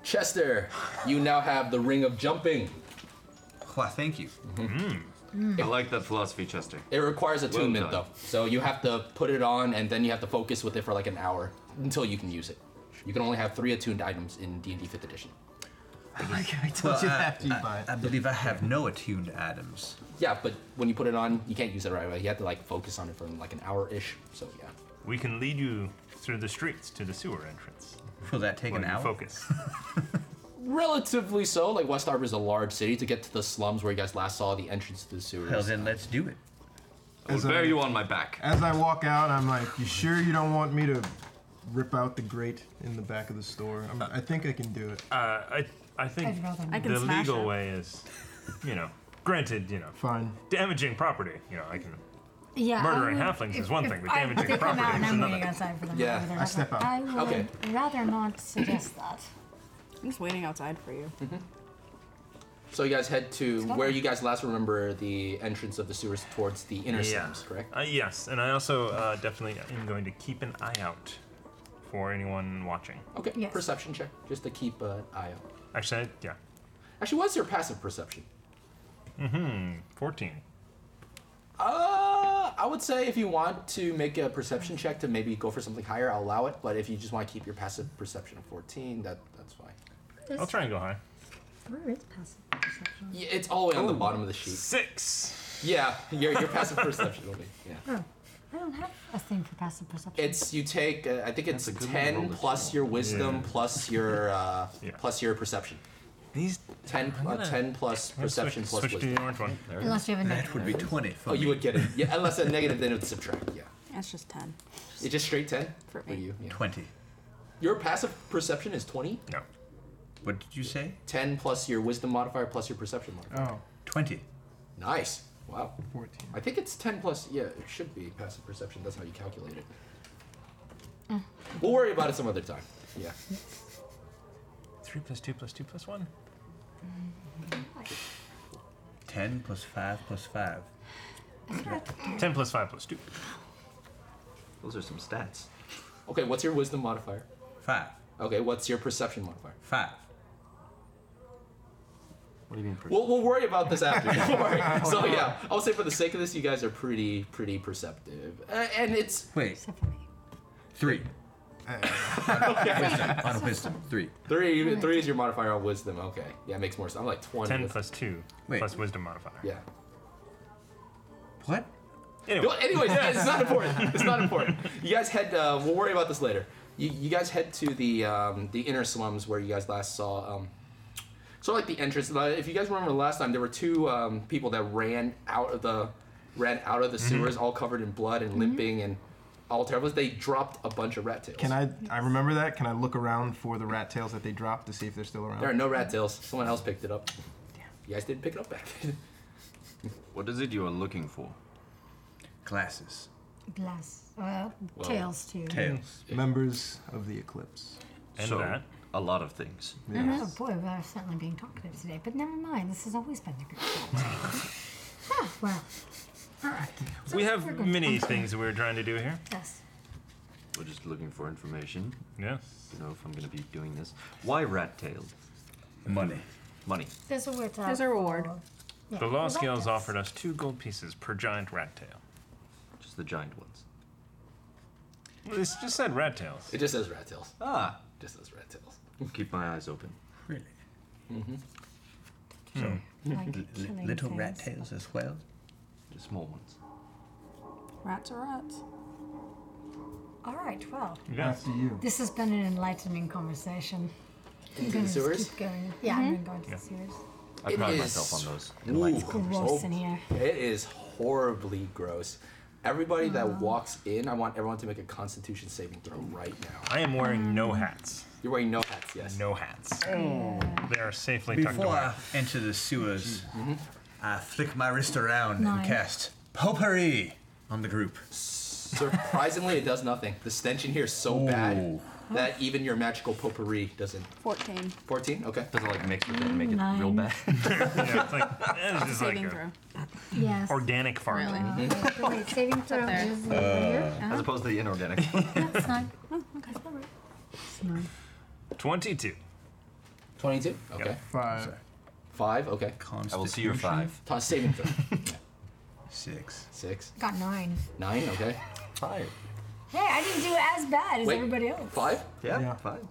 Speaker 3: Chester, you now have the ring of jumping.
Speaker 6: Well, thank you.
Speaker 10: I like that philosophy, Chester.
Speaker 3: It requires
Speaker 10: Well
Speaker 3: attunement
Speaker 10: done.
Speaker 3: though, so you have to put it on and then you have to focus with it for like an hour until you can use it. You can only have three attuned items in D&D 5th edition.
Speaker 6: I
Speaker 8: told you after you
Speaker 6: I,
Speaker 8: buy it.
Speaker 7: Uh,
Speaker 6: I believe I have no attuned items.
Speaker 3: Yeah, but when you put it on, you can't use it right away. You have to like focus on it for like an hour ish. So yeah.
Speaker 4: we can lead you through the streets to the sewer entrance.
Speaker 6: Will that take
Speaker 4: While
Speaker 6: an
Speaker 4: you
Speaker 6: hour?
Speaker 4: Focus.
Speaker 3: Relatively so. Like West Harbor is a large city. To get to the slums where you guys last saw the entrance to the sewers.
Speaker 6: Well, then let's do it.
Speaker 10: I will
Speaker 8: As
Speaker 10: bear
Speaker 8: I-
Speaker 10: you on my back.
Speaker 8: As I walk out, I'm like, "You sure you don't want me to rip out the grate in the back of the store?" I'm, I think I can do it.
Speaker 4: Uh, I I think
Speaker 5: I'd rather
Speaker 4: the
Speaker 5: not. I can smash
Speaker 4: legal
Speaker 5: it.
Speaker 4: way is, you know, granted, you know,
Speaker 8: fine,
Speaker 4: damaging property. You know, I can.
Speaker 7: Yeah.
Speaker 4: Murdering
Speaker 7: I would-
Speaker 4: halflings
Speaker 7: if-
Speaker 4: is one
Speaker 7: if
Speaker 4: thing, but
Speaker 7: I
Speaker 4: damaging
Speaker 7: pick them
Speaker 4: property
Speaker 7: out and
Speaker 4: is
Speaker 7: I'm
Speaker 4: another.
Speaker 7: waiting outside for them.
Speaker 4: Yeah,
Speaker 7: whether or
Speaker 4: I
Speaker 7: not-
Speaker 8: step out.
Speaker 7: I would
Speaker 3: Okay.
Speaker 7: rather not suggest that.
Speaker 11: I'm just waiting outside for you.
Speaker 3: So you guys head to
Speaker 4: go.
Speaker 3: where you guys last remember the entrance of the sewers towards the inner
Speaker 4: Yeah.
Speaker 3: slums, correct?
Speaker 4: Uh, yes, and I also uh, definitely am going to keep an eye out for anyone watching.
Speaker 3: Okay. Perception check, just to keep uh, an eye out.
Speaker 4: Actually, yeah.
Speaker 3: Actually, what's your passive perception?
Speaker 4: Mm-hmm. Fourteen.
Speaker 3: Uh, I would say if you want to make a perception check to maybe go for something higher, I'll allow it. But if you just want to keep your passive perception of 14, that that's fine.
Speaker 4: I'll try and go high.
Speaker 7: Where is passive perception?
Speaker 3: Yeah, it's all the way on the bottom of the sheet.
Speaker 4: Six.
Speaker 3: Yeah, your, your passive perception will be. Yeah.
Speaker 7: Oh, I don't have a thing for passive perception.
Speaker 3: It's you take. Uh, I think it's
Speaker 7: That's a good one to roll
Speaker 3: ten
Speaker 7: this
Speaker 3: plus your wisdom
Speaker 7: Yeah.
Speaker 3: plus your uh, plus your perception.
Speaker 4: These
Speaker 3: ten
Speaker 4: I'm
Speaker 3: uh,
Speaker 4: gonna-
Speaker 3: ten plus
Speaker 4: I'm gonna
Speaker 3: perception
Speaker 4: switch-
Speaker 3: plus
Speaker 4: switch to the
Speaker 3: wisdom.
Speaker 4: orange one.
Speaker 7: Unless you have a That negative.
Speaker 6: would be 20
Speaker 3: Oh, you would get it. Yeah, unless a negative, then it would subtract. Yeah.
Speaker 11: That's just 10.
Speaker 3: It's just straight ten for you.
Speaker 6: Twenty.
Speaker 3: Your passive perception is twenty.
Speaker 4: No.
Speaker 6: What did you say?
Speaker 3: Ten plus your wisdom modifier plus your perception modifier.
Speaker 6: Oh. 20.
Speaker 3: Nice. Wow.
Speaker 8: 14.
Speaker 3: I think it's 10 plus. Yeah, it should be passive perception. That's how you calculate it.
Speaker 7: Mm.
Speaker 3: We'll worry about it some other time. Yeah.
Speaker 4: Three plus two plus two plus one.
Speaker 6: 10 plus 5 plus 5.
Speaker 4: Ten plus five plus two.
Speaker 10: Those are some stats.
Speaker 3: Okay, what's your wisdom modifier?
Speaker 6: Five.
Speaker 3: Okay, what's your perception modifier?
Speaker 6: Five.
Speaker 10: What do you mean?
Speaker 3: We'll, we'll worry about this after. Don't worry. So yeah, I'll say for the sake of this, you guys are pretty pretty perceptive, uh, and it's
Speaker 6: Wait. Three. Wisdom. On wisdom. Three.
Speaker 3: Three, three is your modifier on wisdom. Okay, yeah, it makes more sense. I'm like twenty.
Speaker 4: Ten
Speaker 3: with-
Speaker 4: plus two
Speaker 3: Wait.
Speaker 4: plus wisdom modifier.
Speaker 3: Yeah.
Speaker 6: What?
Speaker 4: Anyway.
Speaker 3: No, anyways, it's not important. It's not important. You guys head. Uh, we'll worry about this later. You, you guys head to the um, the inner slums where you guys last saw. Um, sort of like the entrance. Like, If you guys remember last time, there were two um, people that ran out of the ran out of the
Speaker 8: Mm-hmm.
Speaker 3: sewers, all covered in blood and limping and all terrible. They dropped a bunch of rat tails.
Speaker 8: Can I? I remember that. Can I look around for the rat tails that they dropped to see if they're still around?
Speaker 3: There are no rat tails. Someone else picked it up. You guys didn't pick it up back then.
Speaker 9: What is it you are looking for?
Speaker 6: Glasses.
Speaker 7: Glass. Well,
Speaker 9: Well,
Speaker 7: tails too.
Speaker 8: Members of the Eclipse.
Speaker 9: And So, that. A lot of things.
Speaker 7: I know, boy, we are certainly being talkative today, but never mind. This has always been the group. ah, well, all right. So
Speaker 4: We
Speaker 7: we're
Speaker 4: have
Speaker 7: going to-
Speaker 4: many
Speaker 7: I'm sorry.
Speaker 4: things that we're trying to do here.
Speaker 7: Yes.
Speaker 9: We're just looking for information.
Speaker 4: Yes.
Speaker 9: You know, if I'm going to be doing this. Why rat tail?
Speaker 6: Money.
Speaker 9: Money.
Speaker 7: There's a word.
Speaker 11: There's a reward.
Speaker 7: Yeah,
Speaker 4: The
Speaker 7: well,
Speaker 4: law
Speaker 7: that-
Speaker 4: scales offered us two gold pieces per giant rat tail.
Speaker 9: Just the giant ones.
Speaker 4: Well, It just said rat tails.
Speaker 3: It just says rat tails.
Speaker 9: Ah.
Speaker 3: Just says rat tails.
Speaker 9: Keep my eyes open.
Speaker 6: Really?
Speaker 3: Mm-hmm.
Speaker 6: So,
Speaker 11: Like
Speaker 6: li- li-
Speaker 11: killing
Speaker 6: little rat
Speaker 11: things.
Speaker 6: tails as well?
Speaker 9: The small ones.
Speaker 11: Rats are rats.
Speaker 7: All right, well,
Speaker 8: After you.
Speaker 7: this has been an enlightening conversation.
Speaker 3: Into
Speaker 7: I'm
Speaker 3: the
Speaker 7: gonna just
Speaker 3: sewers?
Speaker 7: Keep going. Yeah, I'm going to go into the sewers.
Speaker 9: I
Speaker 3: It
Speaker 9: pride
Speaker 3: is-
Speaker 9: myself on those.
Speaker 3: Ooh,
Speaker 7: It's gross in here.
Speaker 3: It is horribly gross. Everybody that walks in, I want everyone to make a Constitution saving throw right now.
Speaker 4: I am wearing no hats.
Speaker 3: You're wearing no hats, yes.
Speaker 4: No hats.
Speaker 6: Oh.
Speaker 4: They are safely tucked
Speaker 6: Before
Speaker 4: away.
Speaker 6: I enter the sewers, I flick my wrist around
Speaker 7: Nine.
Speaker 6: and cast potpourri on the group.
Speaker 3: Surprisingly, it does nothing. The stench in here is so bad that even your magical potpourri doesn't.
Speaker 11: 14.
Speaker 3: 14? Okay.
Speaker 9: Doesn't like mix with it and
Speaker 7: make it
Speaker 11: Mm,
Speaker 7: real Nine.
Speaker 9: bad.
Speaker 4: yeah, it's like, it's just like
Speaker 11: Saving
Speaker 4: a
Speaker 11: throw.
Speaker 7: Yes.
Speaker 4: organic farm.
Speaker 7: Uh, wait, saving throw
Speaker 11: there.
Speaker 7: is over here.
Speaker 9: As opposed to the inorganic.
Speaker 7: That's not. Oh, okay. All right. It's not.
Speaker 4: 22.
Speaker 3: 22? Okay.
Speaker 8: Five.
Speaker 3: Five? Okay.
Speaker 9: I will see your five.
Speaker 3: Toss saving throw.
Speaker 6: Six.
Speaker 3: Six.
Speaker 7: Got nine.
Speaker 3: Nine? Okay. Five.
Speaker 7: Hey, I didn't do as bad as
Speaker 3: Wait.
Speaker 7: everybody else.
Speaker 3: Five?
Speaker 9: Yeah, five.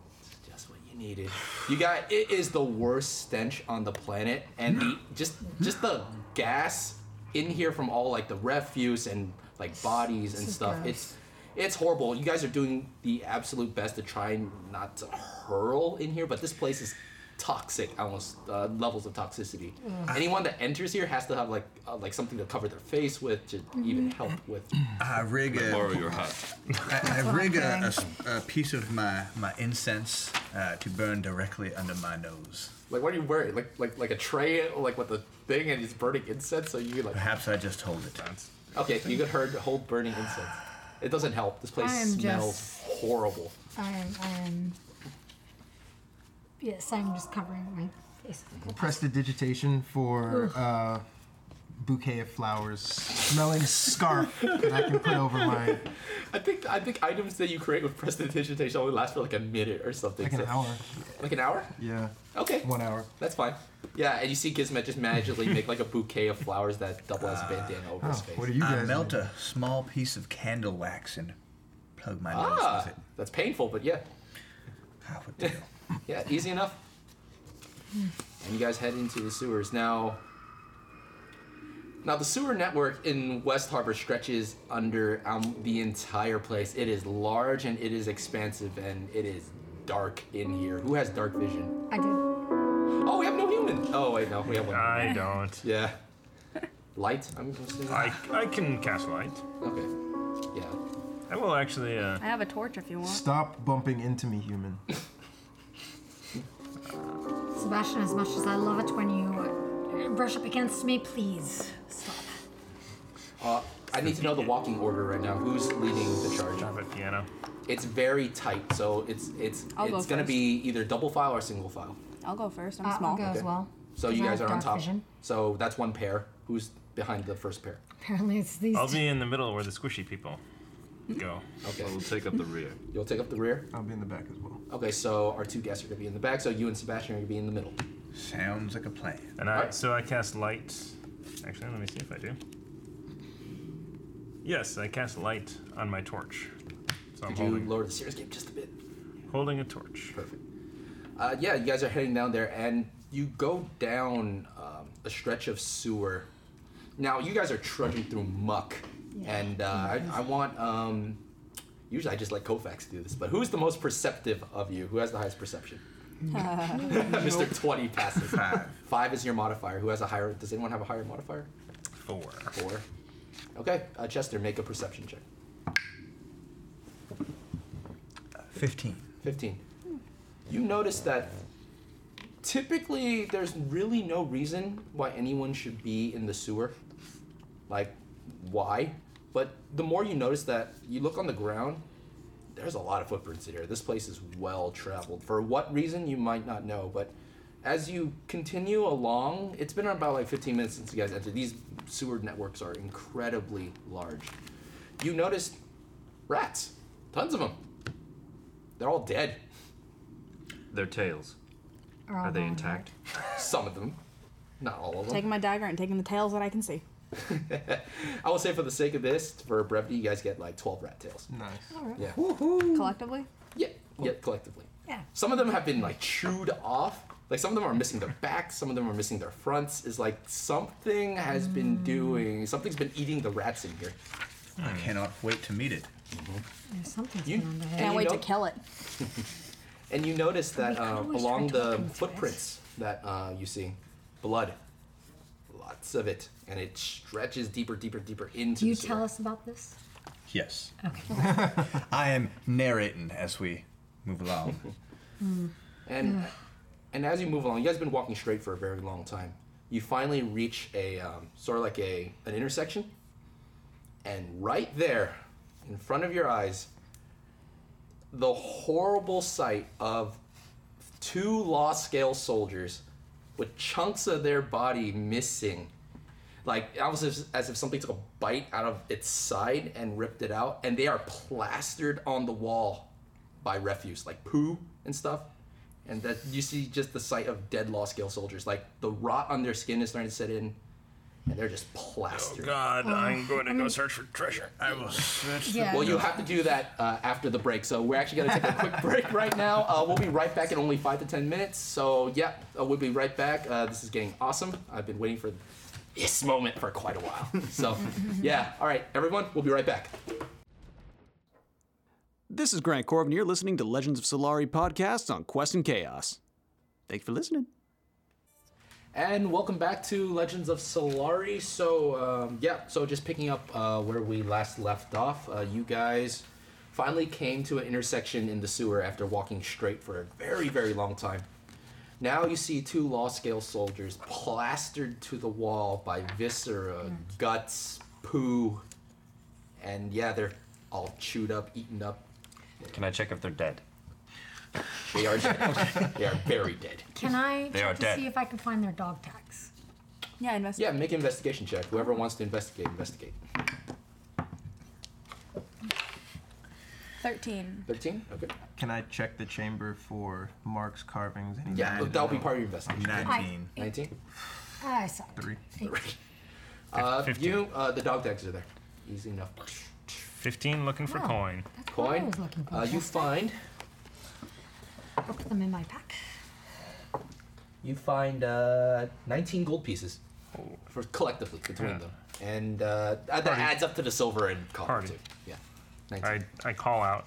Speaker 3: Just what you needed. You got it is the worst stench on the planet, and the, just just the gas in here from all like the refuse and like bodies and
Speaker 12: This is
Speaker 3: stuff.
Speaker 12: gross.
Speaker 3: It's it's horrible. You guys are doing the absolute best to try and not to hurl in here, but this place is toxic, almost uh, levels of toxicity.
Speaker 6: Ugh.
Speaker 3: Anyone that enters here has to have like uh, like something to cover their face with to
Speaker 12: Mm-hmm.
Speaker 3: even help with.
Speaker 6: I rig a.
Speaker 3: Borrow
Speaker 9: your hat.
Speaker 6: I, I
Speaker 3: what
Speaker 6: rig
Speaker 3: I'm
Speaker 6: a- a, s- a piece of my, my incense uh, to burn directly under my nose.
Speaker 3: Like what are you wearing? Like like like a tray like with the thing and it's burning incense, so you can like
Speaker 6: Perhaps I just hold it.
Speaker 3: Okay, you could herd, hold burning incense. It doesn't help. This place
Speaker 7: I am
Speaker 3: smells
Speaker 7: just-
Speaker 3: horrible.
Speaker 7: I am. I am. Yes, I'm just covering my Yes.
Speaker 8: Prestidigitation for uh, bouquet of flowers, smelling scarf that I can put over my.
Speaker 3: I think I think items that you create with prestidigitation only last for like a minute or something.
Speaker 8: Like an hour.
Speaker 3: Like an hour?
Speaker 8: Yeah.
Speaker 3: Okay.
Speaker 8: One hour.
Speaker 3: That's fine. Yeah, and you see Gizmet just magically make like a bouquet of flowers that double as a bandana
Speaker 8: Oh,
Speaker 3: over his face.
Speaker 6: I melt a small piece of candle wax and plug my nose
Speaker 3: Ah,
Speaker 6: with it.
Speaker 3: that's painful, but yeah. yeah, easy enough. And you guys head into the sewers now. Now the sewer network in West Harbor stretches under um, the entire place. It is large and it is expansive and it is dark in here. Who has dark vision?
Speaker 7: I do.
Speaker 3: Oh, we have no human. Oh wait, no, we have one.
Speaker 4: I don't.
Speaker 3: Yeah. Light. I'm assuming.
Speaker 4: I, I can cast light.
Speaker 3: Okay. Yeah.
Speaker 4: I will actually. Uh,
Speaker 11: I have a torch if you want.
Speaker 8: Stop bumping into me, human.
Speaker 7: Sebastian, as much as I love it when you uh, brush up against me, please stop.
Speaker 3: Uh, I need to know the walking order right now. Who's leading the charge? I'm
Speaker 4: at piano.
Speaker 3: It's very tight, so it's it's
Speaker 11: I'll go
Speaker 3: it's gonna
Speaker 11: first.
Speaker 3: be either double file or single file.
Speaker 11: I'll go first. I'm
Speaker 7: Uh,
Speaker 11: small.
Speaker 7: I'll go as
Speaker 3: Okay.
Speaker 7: well.
Speaker 3: So
Speaker 7: 'cause
Speaker 3: you
Speaker 7: I
Speaker 3: guys
Speaker 7: have
Speaker 3: are on
Speaker 7: dark
Speaker 3: top.
Speaker 7: vision.
Speaker 3: So that's one pair. Who's behind the first pair?
Speaker 7: Apparently, it's these.
Speaker 4: I'll
Speaker 7: two.
Speaker 4: be in the middle where the squishy people go.
Speaker 3: Okay.
Speaker 4: we'll
Speaker 9: take up the rear.
Speaker 3: You'll take up the rear.
Speaker 8: I'll be in the back as well.
Speaker 3: Okay, so our two guests are gonna be in the back. So you and Sebastian are gonna be in the middle.
Speaker 6: Sounds like a plan.
Speaker 4: And I so I cast light. Actually, let me see if I do. Yes, I cast light on my torch. So I'm
Speaker 3: Could
Speaker 4: holding,
Speaker 3: you lower the Sears game just a bit?
Speaker 4: holding a torch.
Speaker 3: Perfect. Uh, yeah, you guys are heading down there, and you go down um, a stretch of sewer. Now you guys are trudging through muck, and uh, I, I want. Um, usually, I just let Kofax do this, but who's the most perceptive of you? Who has the highest perception? Mr. Twenty passes. Five. Five is your modifier. Who has a higher? Does anyone have a higher modifier?
Speaker 4: Four.
Speaker 3: Four. Okay, uh, Chester, make a perception check.
Speaker 6: 15.
Speaker 3: 15. You notice that typically there's really no reason why anyone should be in the sewer. Like, why? But the more you notice that, you look on the ground, there's a lot of footprints in here. This place is well traveled. For what reason, you might not know, but as you continue along, it's been about like 15 minutes since you guys entered. These sewer networks are incredibly large. You notice rats, tons of them. They're all dead.
Speaker 9: Their tails.
Speaker 11: Are all
Speaker 9: Are they
Speaker 11: gone,
Speaker 9: intact?
Speaker 3: Some of them. Not all of them.
Speaker 11: Taking my dagger and taking the tails that I can see.
Speaker 3: I will say for the sake of this, for brevity, you guys get like 12 rat tails.
Speaker 8: Nice.
Speaker 3: Yeah.
Speaker 11: Collectively?
Speaker 3: Yeah. Yeah, collectively.
Speaker 11: Yeah.
Speaker 3: Some of them have been like chewed off. Like some of them are missing their backs, some of them are missing their fronts. Is like something has
Speaker 11: Mm.
Speaker 3: been doing, something's been eating the rats in here.
Speaker 6: I cannot wait to meet it.
Speaker 7: There's something
Speaker 3: You-
Speaker 7: on the
Speaker 3: and
Speaker 7: head.
Speaker 11: Can't
Speaker 3: you
Speaker 11: wait to
Speaker 3: know-
Speaker 11: kill it.
Speaker 3: And you notice that
Speaker 11: could
Speaker 3: uh,
Speaker 11: always
Speaker 3: along
Speaker 11: try to look
Speaker 3: the
Speaker 11: into it.
Speaker 3: footprints that uh, you see, blood, lots of it, and it stretches deeper, deeper, deeper into.
Speaker 7: Do you
Speaker 3: the sewer.
Speaker 7: tell us about this?
Speaker 6: Yes.
Speaker 7: Okay.
Speaker 6: I am narrating as we move along.
Speaker 7: Mm.
Speaker 3: And
Speaker 7: Ugh.
Speaker 3: and as you move along, you guys have been walking straight for a very long time. You finally reach a um, sort of like a an intersection, and right there, in front of your eyes, the horrible sight of two law scale soldiers with chunks of their body missing. Like almost as, as if something took a bite out of its side and ripped it out, and they are plastered on the wall by refuse, like poo and stuff. And that you see just the sight of dead law scale soldiers. Like the rot on their skin is starting to set in, and they're just plastered.
Speaker 4: God, I'm
Speaker 7: Oh,
Speaker 4: going to
Speaker 7: I
Speaker 4: go
Speaker 7: mean-
Speaker 4: search for treasure.
Speaker 6: I will search
Speaker 7: Yeah.
Speaker 3: Well, you have to do that uh, after the break. So we're actually going to take a quick break right now. Uh, we'll be right back in only five to ten minutes. So yeah, uh, we'll be right back. Uh, this is getting awesome. I've been waiting for this moment for quite a while. So yeah, all right, everyone, we'll be right back.
Speaker 12: This is Grant Corbin. You're listening to Legends of Solari podcast on Quest and Chaos. Thanks for listening.
Speaker 3: And welcome back to Legends of Solari. So, um, yeah, so just picking up uh, where we last left off, uh, you guys finally came to an intersection in the sewer after walking straight for a very, very long time. Now you see two law scale soldiers plastered to the wall by viscera, guts, poo, and yeah, they're all chewed up, eaten up.
Speaker 9: Can I check if they're dead?
Speaker 3: They are dead. They are very dead.
Speaker 7: Can I
Speaker 3: They are
Speaker 7: check to
Speaker 3: dead.
Speaker 7: see if I can find their dog tags?
Speaker 11: Yeah, investigate.
Speaker 3: Yeah, make an investigation check. Whoever wants to investigate, investigate.
Speaker 11: 13.
Speaker 3: 13? Okay.
Speaker 8: Can I check the chamber for marks, carvings, anything?
Speaker 3: Yeah,
Speaker 8: like
Speaker 3: that'll
Speaker 8: that?
Speaker 3: be part of your investigation.
Speaker 7: Nineteen.
Speaker 3: 19?
Speaker 7: I saw.
Speaker 8: Three.
Speaker 3: Uh, you, uh, the dog tags are there. Easy enough.
Speaker 4: 15 looking for
Speaker 7: Oh,
Speaker 4: coin.
Speaker 7: that's what I Coin? was looking for. Uh, you
Speaker 3: find.
Speaker 7: I'll put them in my pack.
Speaker 3: You find uh, 19 gold pieces for collectively between
Speaker 4: Yeah.
Speaker 3: them. And uh, that that adds up to the silver and copper,
Speaker 4: Party.
Speaker 3: too. Yeah.
Speaker 4: I, I call out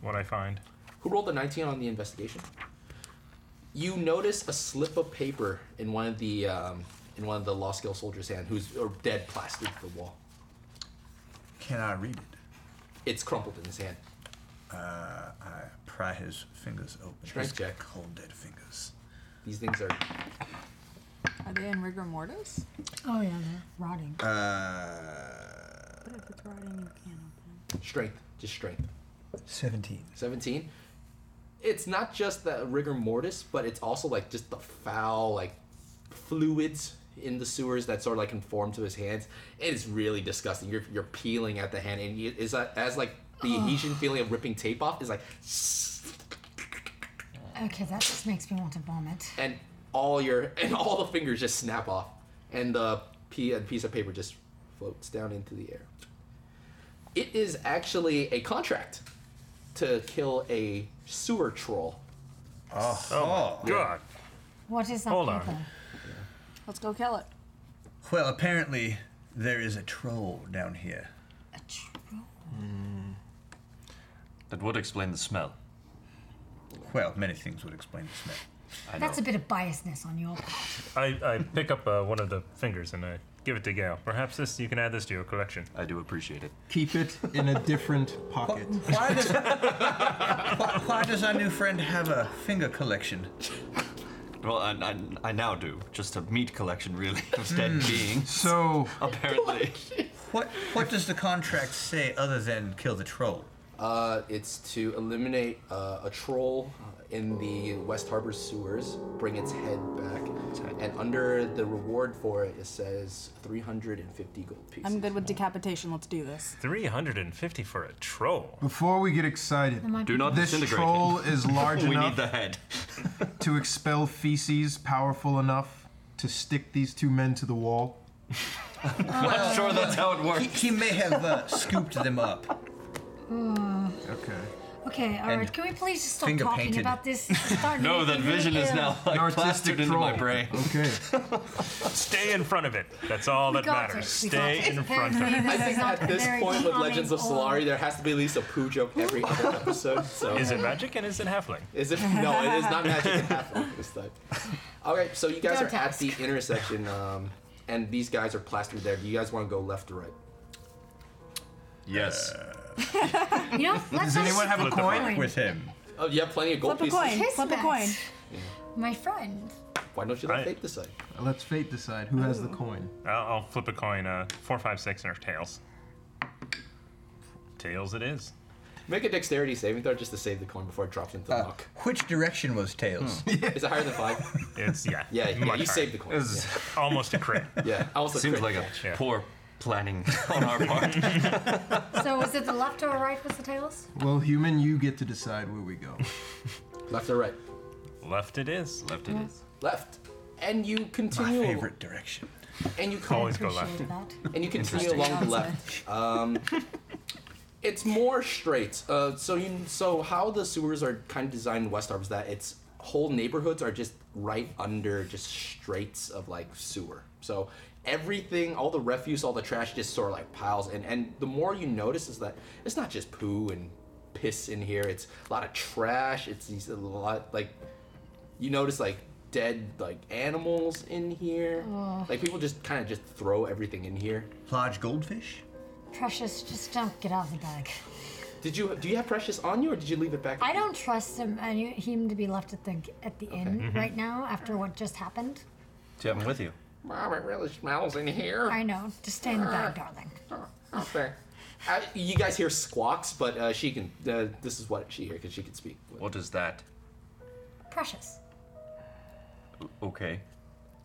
Speaker 4: what I find.
Speaker 3: Who rolled a 19 on the investigation? You notice a slip of paper in one of the um, in one of the Lost Scale soldiers' hand, who's or dead plastered to the wall.
Speaker 6: Can I read it?
Speaker 3: It's crumpled in his hand.
Speaker 6: Uh, I pry his fingers open.
Speaker 3: Strength
Speaker 6: his
Speaker 3: check.
Speaker 6: Cold dead fingers.
Speaker 3: These things are.
Speaker 11: Are they in rigor mortis?
Speaker 7: Oh yeah, they're rotting.
Speaker 6: Uh,
Speaker 11: What if it's rotting? You can't.
Speaker 3: Strength, just strength.
Speaker 6: 17.
Speaker 3: 17. It's not just the rigor mortis, but it's also like just the foul, like fluids in the sewers that sort of like conform to his hands. It is really disgusting. You're, you're peeling at the hand, and you- it's a, as like the
Speaker 7: Ugh.
Speaker 3: adhesion feeling of ripping tape off is like,
Speaker 7: Okay, that just makes me want to vomit.
Speaker 3: and all your and all the fingers just snap off, and the p- a piece of paper just floats down into the air. It is actually a contract to kill a sewer troll.
Speaker 6: Oh,
Speaker 3: Yeah.
Speaker 7: What is that
Speaker 6: Hold on.
Speaker 7: paper?
Speaker 11: Let's go kill it.
Speaker 6: Well, apparently there is a troll down here.
Speaker 9: That would explain the smell.
Speaker 6: Well, many things would explain the smell.
Speaker 9: I
Speaker 7: That's a bit of biasness on your part.
Speaker 4: I, I pick up uh, one of the fingers and I give it to Gail. Perhaps this you can add this to your collection. I do appreciate it.
Speaker 8: Keep it in a different pocket.
Speaker 6: Why does, why, why does our new friend have a finger collection?
Speaker 10: Well, I, I, I now do. Just a meat collection, really, of dead
Speaker 6: Hmm.
Speaker 10: beings.
Speaker 8: So
Speaker 10: apparently,
Speaker 6: What what does the contract say other than kill the troll?
Speaker 3: Uh, it's to eliminate uh, a troll in the West Harbor sewers, bring its head back, and under the reward for it, it says 350 gold pieces.
Speaker 11: I'm good with decapitation. Let's do this.
Speaker 4: 350 for a troll.
Speaker 8: Before we get excited,
Speaker 11: It might Do be- not
Speaker 8: this
Speaker 11: disintegrate
Speaker 8: troll
Speaker 11: him.
Speaker 8: is large
Speaker 11: We need
Speaker 8: enough
Speaker 11: the
Speaker 10: head.
Speaker 8: to expel feces powerful enough to stick these two men to the wall.
Speaker 6: Well,
Speaker 10: sure that's how it works.
Speaker 6: He, he may have uh, scooped them up.
Speaker 7: Ugh.
Speaker 8: Okay.
Speaker 7: Okay, all
Speaker 6: And
Speaker 7: right. Can we please just stop
Speaker 6: finger
Speaker 7: talking
Speaker 6: painted.
Speaker 7: about this? This is starting to
Speaker 9: No,
Speaker 7: make
Speaker 9: that
Speaker 7: me really
Speaker 9: vision is
Speaker 7: ill.
Speaker 9: now like plastered into my brain.
Speaker 8: Okay.
Speaker 4: Stay in front of it. That's all
Speaker 7: We
Speaker 4: that
Speaker 7: got
Speaker 4: matters.
Speaker 7: it. We
Speaker 4: Stay
Speaker 7: got it.
Speaker 4: in front of it.
Speaker 3: I think at this
Speaker 7: Very
Speaker 3: point with
Speaker 7: calming
Speaker 3: Legends of Solari, there has to be at least a poo joke every other episode. So
Speaker 4: Is it magic and is it halfling?
Speaker 3: Is it? No, it is not magic and half this time. Okay, so you guys
Speaker 4: Don't
Speaker 3: are at the intersection, um, and these guys are plastered there. Do you guys want to go left or right?
Speaker 9: Yes.
Speaker 7: You know, let's
Speaker 6: Does anyone have a
Speaker 7: flip a
Speaker 6: coin
Speaker 7: coin.
Speaker 6: with him?
Speaker 3: Oh, you have plenty of gold
Speaker 7: Flip a
Speaker 3: pieces.
Speaker 7: coin. Flip a coin.
Speaker 3: Yeah.
Speaker 7: My friend.
Speaker 3: Why don't you let fate decide?
Speaker 8: Let's fate decide who has the coin.
Speaker 4: I'll, I'll flip a coin. Uh, four, five, six, and our tails. Tails it is.
Speaker 3: Make a dexterity saving throw just to save the coin before it drops into the muck.
Speaker 6: Which direction was Tails?
Speaker 3: Is it higher than five?
Speaker 4: It's yeah.
Speaker 3: Yeah, yeah,
Speaker 4: much
Speaker 3: you
Speaker 4: higher.
Speaker 3: saved the coin.
Speaker 4: This is almost a crit.
Speaker 3: Yeah, almost a
Speaker 9: Seems
Speaker 3: crit,
Speaker 9: like a
Speaker 3: yeah.
Speaker 9: poor planning on our part.
Speaker 7: So was it the left or right with the tails?
Speaker 8: Well, human, you get to decide where we go.
Speaker 3: Left or right?
Speaker 4: Left it is. Left
Speaker 3: it is. Left. And you continue.
Speaker 6: favorite direction.
Speaker 3: And you
Speaker 4: Always go left. Appreciate
Speaker 7: that.
Speaker 3: And you continue
Speaker 4: Interesting.
Speaker 3: along the left. Um, it's more straight. Uh, so you so how the sewers are kind of designed in West Harbor is that its whole neighborhoods are just right under just straits of like sewer. So everything, all the refuse, all the trash just sort of like piles in. And the more you notice is that it's not just poo and piss in here. It's a lot of trash. It's these a lot like you notice like dead like animals in here.
Speaker 7: Ugh.
Speaker 3: Like people just kind of just throw everything in here.
Speaker 6: Large goldfish.
Speaker 7: Precious, just don't get out of the bag.
Speaker 3: Did you do you have Precious on you or did you leave it back?
Speaker 7: I don't trust him and you- him to be left at the at the inn
Speaker 3: Mm-hmm.
Speaker 9: Mhm.
Speaker 7: right now after what just happened.
Speaker 9: Do you have him with you?
Speaker 3: Mom, it really smells in here.
Speaker 7: I know. Just stay in the bag, darling.
Speaker 3: Okay. Uh, you guys hear squawks, but uh, she can. Uh, this is what she hears because she can speak.
Speaker 9: What is that?
Speaker 7: Precious.
Speaker 9: Okay.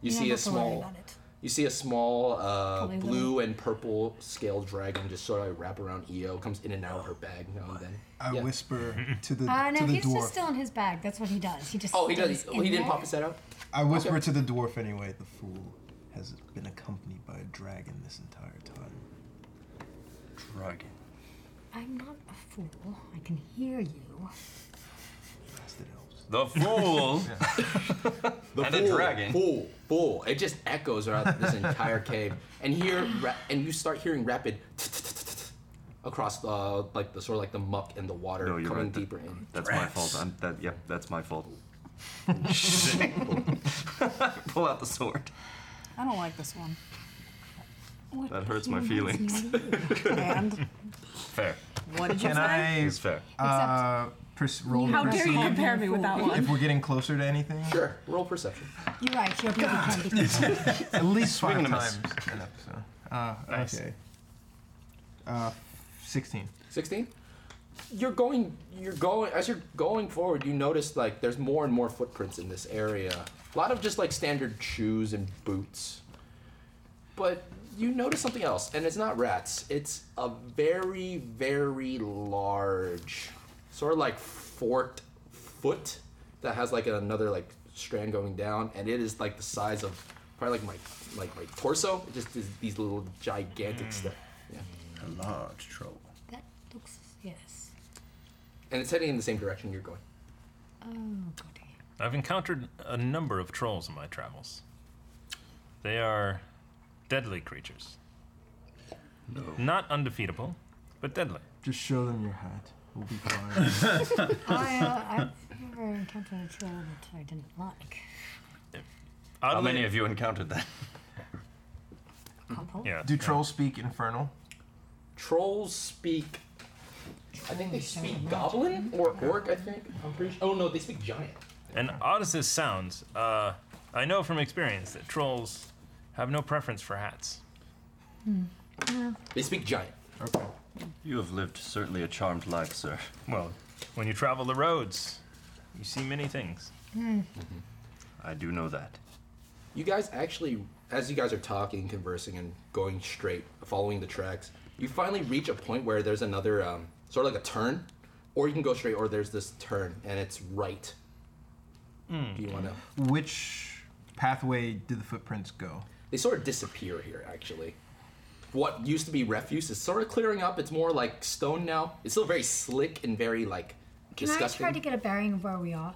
Speaker 3: You
Speaker 7: You
Speaker 3: see
Speaker 7: don't
Speaker 3: a
Speaker 7: have to worry
Speaker 3: small.
Speaker 7: about it.
Speaker 3: You see a small uh,
Speaker 7: Probably
Speaker 3: blue and purple scaled dragon just sort of wrap around Io, comes in and out of her bag now and then.
Speaker 8: I whisper to the
Speaker 7: Uh,
Speaker 8: to
Speaker 7: no,
Speaker 8: the
Speaker 7: he's
Speaker 8: dwarf.
Speaker 7: just still in his bag. That's what he does. He just.
Speaker 3: Oh, he
Speaker 7: stays
Speaker 3: does.
Speaker 7: in
Speaker 3: He didn't
Speaker 7: there.
Speaker 3: pop his head out.
Speaker 8: I whisper to the dwarf anyway. The fool has been accompanied by a dragon this entire time.
Speaker 9: Dragon.
Speaker 7: I'm not a fool. I can hear you.
Speaker 9: The fool.
Speaker 3: The
Speaker 9: And a
Speaker 3: fool,
Speaker 9: dragon.
Speaker 3: Fool, fool. It just echoes throughout this entire cave, and here, ra- and you start hearing rapid across the like the sort of like the muck and the water
Speaker 9: No, you're
Speaker 3: coming
Speaker 9: right. That-
Speaker 3: deeper in.
Speaker 9: That's my fault. I'm, that, yep, that's my fault. Pull out the sword.
Speaker 11: I don't like this one.
Speaker 9: That hurts my feelings.
Speaker 11: and
Speaker 9: Fair.
Speaker 11: what did you
Speaker 8: Can
Speaker 11: say?
Speaker 8: I?
Speaker 9: It's fair.
Speaker 8: Uh, pers- roll
Speaker 11: How dare you
Speaker 8: perceive
Speaker 11: compare me with that
Speaker 8: If
Speaker 11: one.
Speaker 8: we're getting closer to anything,
Speaker 3: sure. Roll perception.
Speaker 7: You're right. Your beauty can be concealed.
Speaker 8: At least
Speaker 7: Swing
Speaker 8: five
Speaker 7: and a
Speaker 8: times
Speaker 7: miss.
Speaker 8: an episode. Uh,
Speaker 3: Nice.
Speaker 8: Okay. Uh, sixteen.
Speaker 3: 16 you're going you're going as you're going forward you notice like there's more and more footprints in this area a lot of just like standard shoes and boots but you notice something else and it's not rats it's a very very large sort of like forked foot that has like another like strand going down and it is like the size of probably like my like my torso it just is these little gigantic stuff yeah.
Speaker 6: a large troll
Speaker 7: That looks. Yes.
Speaker 3: and it's heading in the same direction you're going
Speaker 7: Oh, goody.
Speaker 1: I've encountered a number of trolls in my travels. They are deadly creatures.
Speaker 9: No.
Speaker 1: Not undefeatable, but deadly.
Speaker 8: Just show them your hat. We'll be fine.
Speaker 7: I, uh, I've never encountered a troll that I didn't like.
Speaker 9: How many of you encountered that?
Speaker 7: Couple.
Speaker 8: Do trolls speak infernal?
Speaker 3: Trolls speak. I think they speak goblin or orc. I think. I'm pretty. Sure. Oh no, they speak giant.
Speaker 1: And odd as this sounds, uh, I know from experience that trolls have no preference for hats.
Speaker 3: They speak giant.
Speaker 8: Okay.
Speaker 9: You have lived certainly a charmed life, sir.
Speaker 1: Well, when you travel the roads, you see many things.
Speaker 7: Hmm.
Speaker 9: I do know that.
Speaker 3: You guys actually, as you guys are talking, conversing, and going straight, following the tracks, you finally reach a point where there's another um, sort of like a turn, or you can go straight, or there's this turn, and it's right. Do you want to?
Speaker 8: Which pathway did the footprints go?
Speaker 3: They sort of disappear here, actually. What used to be refuse is sort of clearing up. It's more like stone now. It's still very slick and very like
Speaker 7: Can
Speaker 3: disgusting.
Speaker 7: I try to get a bearing of where we are?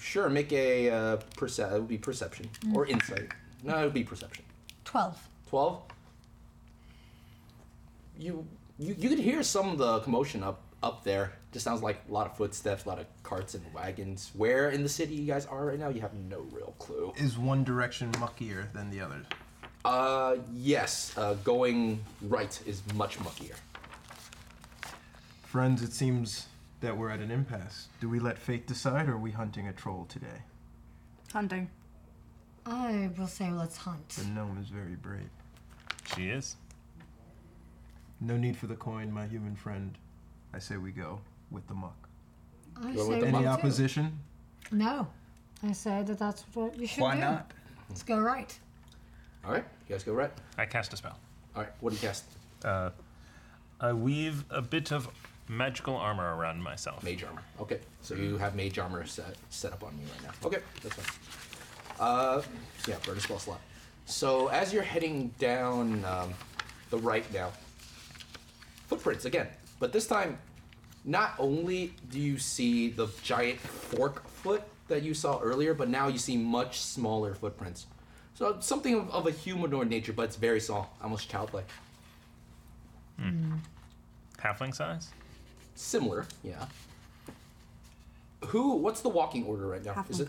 Speaker 3: Sure, make a uh, perce- It would be perception
Speaker 7: Mm.
Speaker 3: or insight. No, it would be perception.
Speaker 7: Twelve.
Speaker 3: Twelve. You you you could hear some of the commotion up up there. Just sounds like a lot of footsteps, a lot of carts and wagons. Where in the city you guys are right now, you have no real clue.
Speaker 8: Is one direction muckier than the other?
Speaker 3: Uh, yes. Uh, going right is much muckier.
Speaker 8: Friends, it seems that we're at an impasse. Do we let fate decide, or are we hunting a troll today?
Speaker 11: Hunting.
Speaker 7: I will say let's hunt.
Speaker 8: The gnome is very brave.
Speaker 1: She is.
Speaker 8: No need for the coin, my human friend. I say we go with the muck.
Speaker 7: I say we
Speaker 8: Any
Speaker 7: do.
Speaker 8: opposition?
Speaker 7: No. I say that that's what we should
Speaker 8: Why
Speaker 7: do.
Speaker 8: not?
Speaker 7: Let's go right.
Speaker 3: All right, you guys go right.
Speaker 1: I cast a spell.
Speaker 3: All right, what do you cast?
Speaker 1: Uh, I weave a bit of magical armor around myself.
Speaker 3: Mage armor. Okay, so you have mage armor set, set up on you right now. Okay, that's fine. Uh, yeah, burn a spell slot. So as you're heading down um, the right now, footprints again, but this time, not only do you see the giant fork foot that you saw earlier, but now you see much smaller footprints. So something of, of a humanoid nature, but it's very small, almost childlike.
Speaker 1: Halfling size?
Speaker 3: Similar, yeah. Who? What's the walking order right now? Is it?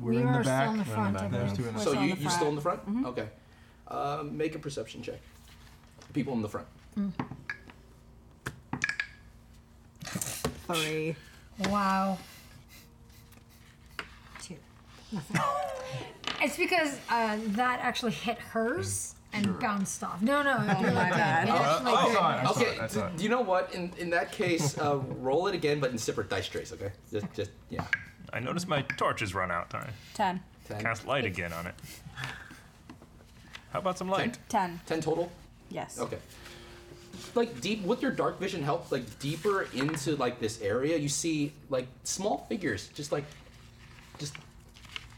Speaker 7: We're We in the are still back. in the We're in the front, back. I
Speaker 8: There's two
Speaker 7: in the We're
Speaker 3: So
Speaker 7: still in
Speaker 3: you
Speaker 7: the
Speaker 3: you still in
Speaker 7: front. Mm-hmm.
Speaker 3: the front? Okay. Uh, make a perception check. People in the front.
Speaker 11: Three.
Speaker 7: Wow. Two. Nothing. it's because uh, that actually hit hers, and bounced off. No, no.
Speaker 11: Oh,
Speaker 7: you're
Speaker 11: my
Speaker 7: like, Uh,
Speaker 11: bad.
Speaker 7: it
Speaker 11: Oh,
Speaker 7: actually
Speaker 11: oh,
Speaker 7: did.
Speaker 11: sorry, I'm
Speaker 3: okay,
Speaker 11: sorry, I'm
Speaker 3: d-
Speaker 11: sorry.
Speaker 3: you know what? In in that case, uh, roll it again, but in separate dice trays. Okay, just just yeah.
Speaker 4: I noticed my torch has run out. Time.
Speaker 11: Ten.
Speaker 4: Cast light again on it. How about some light?
Speaker 11: Ten.
Speaker 3: Ten total.
Speaker 11: Yes.
Speaker 3: Okay. Like deep with your dark vision help, like deeper into like this area, you see like small figures just like just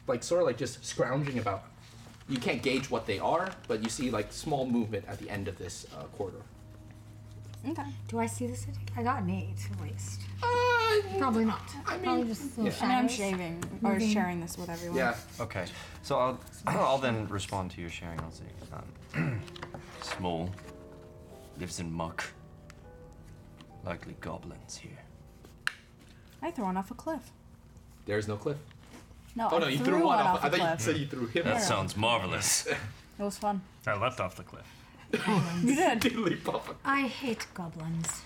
Speaker 3: like sort of like just scrounging about. You can't gauge what they are, but you see like small movement at the end of this uh, corridor.
Speaker 11: Okay.
Speaker 7: Do I see this? I got an eight at least. Probably not. Uh, I Probably just little
Speaker 11: Yeah. I mean, I'm
Speaker 7: shadows
Speaker 11: shaving or
Speaker 7: moving.
Speaker 11: sharing this with everyone.
Speaker 10: Okay. So I'll I'll then respond to your sharing. I'll say, um, small lives in muck. Likely goblins here.
Speaker 11: I thrown off a cliff.
Speaker 3: There is no cliff.
Speaker 11: No.
Speaker 3: oh
Speaker 11: I
Speaker 3: no, you
Speaker 11: threw one off.
Speaker 3: I
Speaker 11: a
Speaker 3: thought you
Speaker 11: cliff.
Speaker 3: said you threw him.
Speaker 11: That
Speaker 3: off.
Speaker 11: sounds
Speaker 9: marvelous.
Speaker 11: It was fun.
Speaker 4: I left off the cliff.
Speaker 11: You did.
Speaker 7: I hate goblins.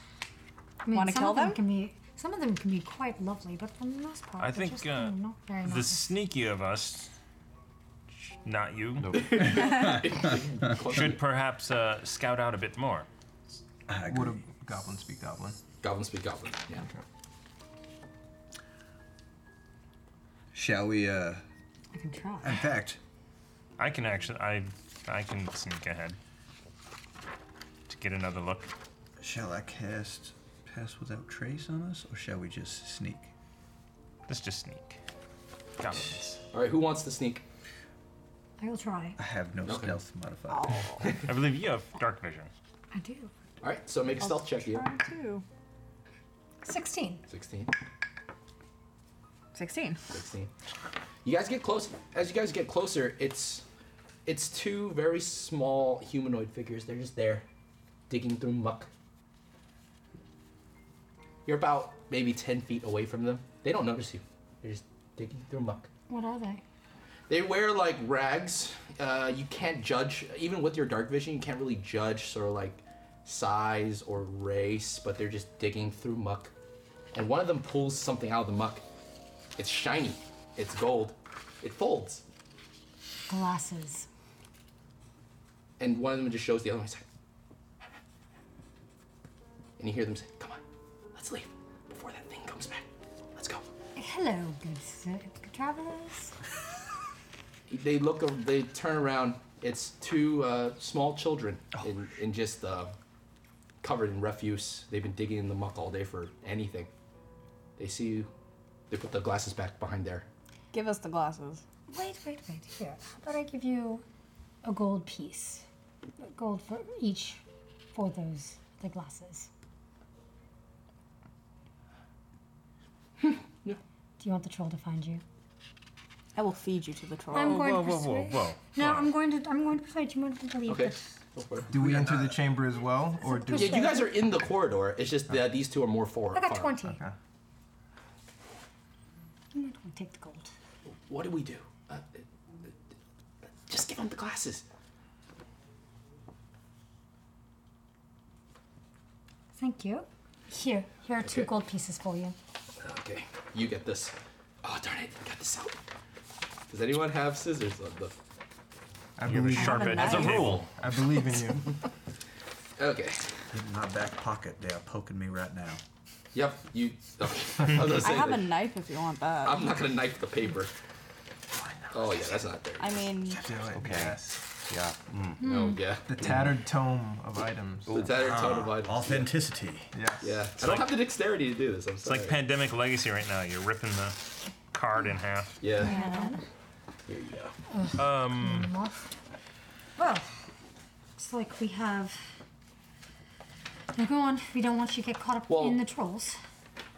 Speaker 7: I mean,
Speaker 11: Wanna
Speaker 7: some
Speaker 11: kill
Speaker 7: of them?
Speaker 11: them?
Speaker 7: Can be some of them can be quite lovely, but for the most part,
Speaker 4: I
Speaker 7: they're
Speaker 4: think
Speaker 7: just
Speaker 4: uh,
Speaker 7: not very
Speaker 4: the
Speaker 7: nice.
Speaker 4: sneaky of us, sh- not you, should perhaps uh, scout out a bit more.
Speaker 6: Ah,
Speaker 8: Would a goblin speak goblin?
Speaker 3: Goblin speak goblin. Yeah.
Speaker 6: Shall we? uh...
Speaker 7: I can try.
Speaker 6: In fact,
Speaker 4: I can actually, I, I can sneak ahead to get another look.
Speaker 6: Shall I cast Pass Without Trace on us, or shall we just sneak?
Speaker 4: Let's just sneak. Goblins.
Speaker 3: All right, who wants to sneak?
Speaker 7: I will try.
Speaker 6: I have no
Speaker 3: Okay.
Speaker 6: stealth modifier.
Speaker 4: I believe you have dark vision.
Speaker 7: I do.
Speaker 3: All right, so make a stealth check. Yeah.
Speaker 11: Two.
Speaker 7: Sixteen.
Speaker 3: Sixteen.
Speaker 11: Sixteen.
Speaker 3: 16. You guys get close. As you guys get closer, it's it's two very small humanoid figures. They're just there, digging through muck. You're about maybe 10 feet away from them. They don't notice you. They're just digging through muck.
Speaker 7: What are they?
Speaker 3: They wear like rags. Uh, you can't judge, even with your dark vision, you can't really judge sort of like size or race, but they're just digging through muck. And one of them pulls something out of the muck. It's shiny, it's gold, it folds.
Speaker 7: Glasses.
Speaker 3: And one of them just shows the other one. He's like, and you hear them say, Come on, let's leave before that thing comes back. Let's go.
Speaker 7: Hello, good, sir- good travelers.
Speaker 3: They look, over- they turn around. It's two uh, small children in, in just uh, covered in refuse. They've been digging in the muck all day for anything. They see you. They put the glasses back behind there.
Speaker 11: Give us the glasses.
Speaker 7: Wait, wait, wait. Here, how about I give you a gold piece? Gold for each for those the glasses. Do you want the troll to find you?
Speaker 11: I will feed you to the troll.
Speaker 3: Oh,
Speaker 7: I'm going to persuade. No, I'm going to. I'm going to persuade you to believe
Speaker 3: Okay.
Speaker 7: this.
Speaker 8: Do we enter the chamber as well, or do
Speaker 3: Yeah, you guys are in the corridor. It's just that these two are more forward.
Speaker 7: I got
Speaker 3: far.
Speaker 7: 20. I'm not going to take the gold.
Speaker 3: What do we do? Uh, uh, uh, just give him the glasses.
Speaker 7: Thank you. Here, here are two
Speaker 3: Okay.
Speaker 7: gold pieces for you.
Speaker 3: Okay, you get this. Oh darn it! I got this out. Does anyone have scissors? On the...
Speaker 8: I
Speaker 4: You have a
Speaker 8: believe
Speaker 4: sharp edge.
Speaker 3: As a rule.
Speaker 8: I believe in you.
Speaker 3: Okay.
Speaker 6: In my back pocket, they are poking me right now.
Speaker 3: Yep. You. I, was gonna
Speaker 11: I
Speaker 3: say,
Speaker 11: have a
Speaker 3: like,
Speaker 11: knife if you want that.
Speaker 3: I'm not gonna knife the paper. Oh yeah, that's not there.
Speaker 11: I mean,
Speaker 8: Do it.
Speaker 10: Okay.
Speaker 8: Yes.
Speaker 10: Yeah.
Speaker 3: No. Yeah.
Speaker 8: The tattered tome of items.
Speaker 3: The tattered tome of items.
Speaker 6: Authenticity.
Speaker 8: Yes.
Speaker 3: Yeah. I
Speaker 4: It's
Speaker 3: don't
Speaker 4: like-
Speaker 3: have the dexterity to do this. I'm
Speaker 4: It's like Pandemic Legacy right now. You're ripping the card in half.
Speaker 3: Yeah.
Speaker 7: Yeah.
Speaker 3: Here you go.
Speaker 4: Um,
Speaker 7: Them off. Well, looks like we have. Now go on. We don't want you to get caught up in the trolls.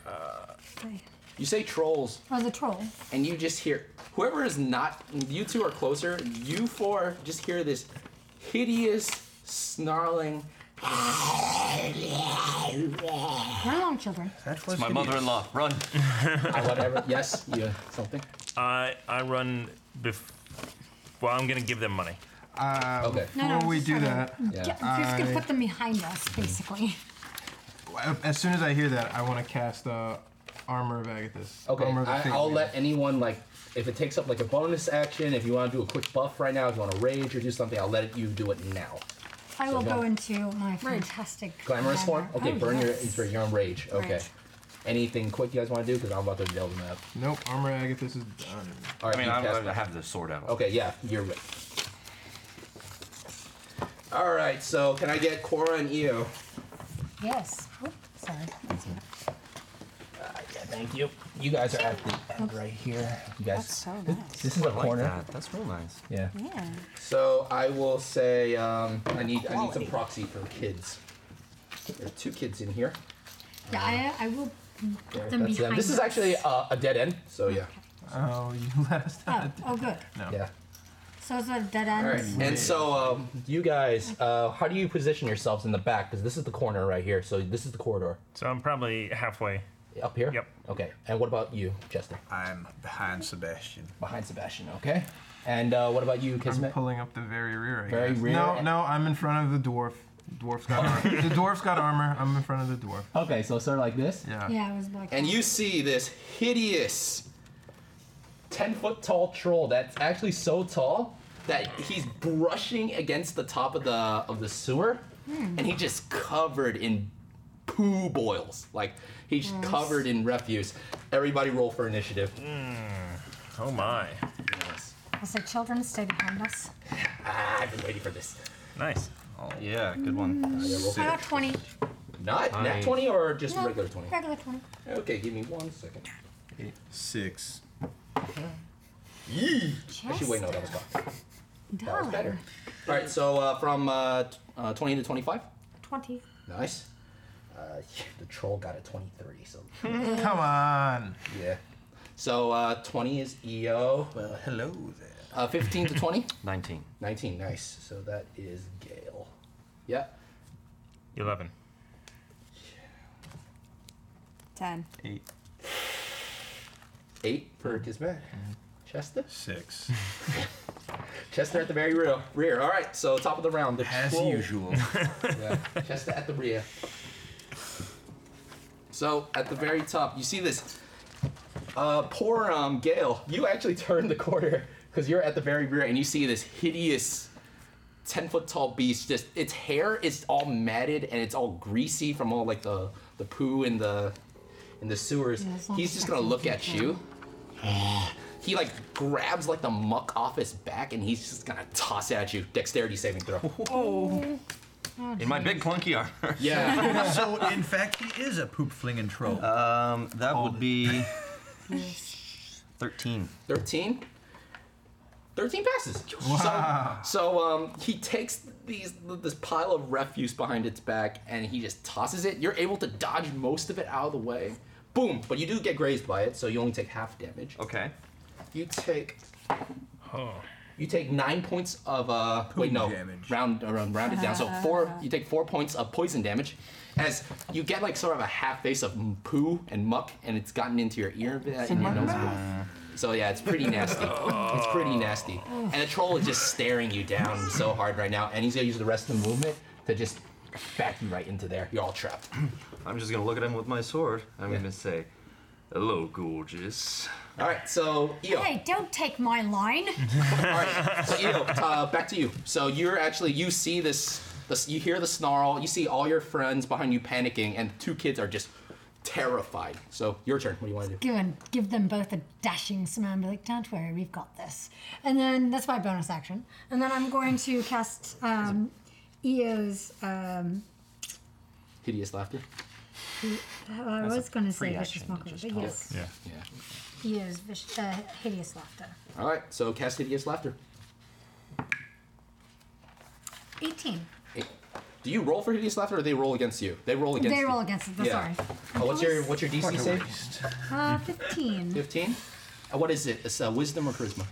Speaker 3: uh,
Speaker 7: Okay.
Speaker 3: You say trolls,
Speaker 7: Or Oh, the troll.
Speaker 3: and you just hear whoever is not. You two are closer. You four just hear this hideous snarling.
Speaker 7: Run along, children.
Speaker 6: That
Speaker 10: It's my mother-in-law. Run.
Speaker 3: whatever. Yes. Yeah. Something.
Speaker 4: I I run. Bef- well, I'm gonna give them money.
Speaker 8: Uh,
Speaker 3: Okay.
Speaker 7: No, no,
Speaker 8: Before we
Speaker 7: just
Speaker 8: do
Speaker 7: have a-
Speaker 8: that,
Speaker 7: Get, we're just gonna put them behind us, basically.
Speaker 8: I- as soon as I hear that, I want to cast uh, Armor of Agathis.
Speaker 3: Okay,
Speaker 8: Armor of the
Speaker 3: I,
Speaker 8: Fate
Speaker 3: I'll
Speaker 8: Maiden.
Speaker 3: let anyone like if it takes up like a bonus action. If you want to do a quick buff right now, if you want to rage or do something, I'll let you do it now.
Speaker 7: I will
Speaker 3: So
Speaker 7: go
Speaker 3: don't-
Speaker 7: into my fantastic
Speaker 3: Glamorous form.
Speaker 7: glamour.
Speaker 3: Okay,
Speaker 7: Oh,
Speaker 3: burn your
Speaker 7: yes.
Speaker 3: into your own rage. Okay.
Speaker 7: Rage.
Speaker 3: Anything quick you guys want to do? Because I'm about to delve in that.
Speaker 8: Nope, Armor of Agathis is done.
Speaker 3: All right, you cast that.
Speaker 10: the sword out.
Speaker 3: Okay, yeah, you're right. All right, so can I get Cora and Io?
Speaker 7: Yes. Oop, sorry.
Speaker 3: Yeah, thank you. You guys are at the end right here. You guys,
Speaker 11: That's so nice.
Speaker 3: This is a
Speaker 10: I like
Speaker 3: corner.
Speaker 10: that. That's real nice.
Speaker 3: Yeah.
Speaker 11: Yeah.
Speaker 3: So I will say um, I need I need some proxy for kids. There are two kids in here.
Speaker 7: Yeah, I, I will
Speaker 3: There,
Speaker 7: put
Speaker 3: that's
Speaker 7: them
Speaker 3: them.
Speaker 7: behind
Speaker 3: This is
Speaker 7: us.
Speaker 3: actually uh, a dead end. So yeah.
Speaker 8: Oh, you let us
Speaker 7: Oh, oh, good.
Speaker 8: No.
Speaker 3: Yeah.
Speaker 7: So it's a dead
Speaker 3: uh, All
Speaker 7: end.
Speaker 3: right. And so um, you guys, uh, how do you position yourselves in the back? Because this is the corner right here. So this is the corridor.
Speaker 4: So I'm probably halfway.
Speaker 3: Up here? Yep. Okay. And what about you, Chester?
Speaker 6: I'm behind Sebastian.
Speaker 3: Behind Sebastian. Okay. And uh, what about you, Kismet?
Speaker 8: I'm pulling up the very rear. I
Speaker 3: Very
Speaker 8: guess.
Speaker 3: rear
Speaker 8: No,
Speaker 3: end.
Speaker 8: no, I'm in front of the dwarf. Dwarf's got armor. The dwarf's got armor. I'm in front of the dwarf.
Speaker 3: Okay, so sort of like this.
Speaker 7: Oh, Yeah, I was like.
Speaker 3: And you see this hideous 10 foot tall troll that's actually so tall that he's brushing against the top of the of the sewer
Speaker 13: Hmm.
Speaker 3: and he just covered in poo boils. Like he's
Speaker 13: Gross.
Speaker 3: covered in refuse. Everybody roll for initiative.
Speaker 4: Oh my.
Speaker 7: I said, children, stay behind us.
Speaker 3: Ah, I've been waiting for this.
Speaker 4: Nice.
Speaker 10: Oh, yeah, good one.
Speaker 7: I got 20.
Speaker 3: Not nat
Speaker 10: Nice.
Speaker 3: 20 or just
Speaker 7: No,
Speaker 3: regular 20?
Speaker 7: Regular 20.
Speaker 3: Okay, give me one second.
Speaker 6: Six.
Speaker 3: Yee! Actually, wait, no, that was fine. That
Speaker 7: Oh.
Speaker 3: was better. All right, so uh, from uh, t- uh, 20 to 25.
Speaker 7: 20.
Speaker 3: Nice. Uh, the troll got a 23, so.
Speaker 8: Come on.
Speaker 3: Yeah. So uh, 20 is EO.
Speaker 6: Well, hello there.
Speaker 3: Uh, 15 to 20?
Speaker 10: 19.
Speaker 3: 19, nice. So that is Gale. Yeah.
Speaker 4: 11.
Speaker 11: 10.
Speaker 8: Eight.
Speaker 3: Eight for Kismet. Chester?
Speaker 6: Six.
Speaker 3: Chester at the very rear. rear. All right, so top of the round. The
Speaker 6: As
Speaker 3: troll.
Speaker 6: usual.
Speaker 3: yeah. Chester at the rear. So at the very top, you see this. Uh, poor um, Gale, you actually turn the corner because you're at the very rear and you see this hideous 10 foot tall beast. Just its hair is all matted and it's all greasy from all like the, the poo in the in the sewers.
Speaker 13: Yeah, it's not
Speaker 3: He's just gonna look at you. He like grabs like the muck off his back and he's just gonna toss it at you. Dexterity saving throw.
Speaker 11: Oh.
Speaker 10: In my big clunky armor.
Speaker 3: Yeah.
Speaker 6: so in fact, he is a poop flinging troll.
Speaker 10: Um, that
Speaker 6: Oh.
Speaker 10: would be 13.
Speaker 3: 13? 13 passes.
Speaker 10: Wow.
Speaker 3: So, so um, he takes these this pile of refuse behind its back and he just tosses it. You're able to dodge most of it out of the way. Boom! But you do get grazed by it, so you only take half damage.
Speaker 10: Okay.
Speaker 3: You take. You take nine points of uh wait no damage. round around round it down so four you take four points of poison damage as you get like sort of a half face of m- poo and muck and it's gotten into your ear uh, in your nose. So yeah, it's pretty nasty. it's pretty nasty. And the troll is just staring you down so hard right now, and he's gonna use the rest of the movement to just back you right into there. You're all trapped.
Speaker 10: I'm just gonna look at him with my sword. I'm gonna say, hello, gorgeous.
Speaker 3: Alright, so
Speaker 7: Hey, don't take my line.
Speaker 3: So Ito, uh, back to you. So you're actually you see this, this, you hear the snarl, you see all your friends behind you panicking, and two kids are just terrified. So your turn. What do you want to do?
Speaker 7: Go and give them both a dashing slam. and Be like, don't worry, we've got this. And then that's my bonus action. And then I'm going to cast um, Eo's. Um,
Speaker 3: Hideous laughter.
Speaker 7: well, I
Speaker 3: That's a
Speaker 7: was going to say
Speaker 3: free
Speaker 7: vicious
Speaker 3: action,
Speaker 7: mockery, but yes,
Speaker 3: Yeah. Yeah.
Speaker 7: Eo's vic- uh, hideous laughter.
Speaker 3: All right. So cast hideous laughter.
Speaker 7: 18.
Speaker 3: Eight. Do you roll for hideous laughter, or they roll against you? They roll against.
Speaker 7: they
Speaker 3: you.
Speaker 7: roll against it.
Speaker 3: Yeah.
Speaker 7: Sorry.
Speaker 3: Uh, what's your what's your
Speaker 7: What
Speaker 3: DC
Speaker 7: a
Speaker 3: save?
Speaker 7: Uh, 15.
Speaker 3: Fifteen. Uh, what is it? It's uh, wisdom or charisma?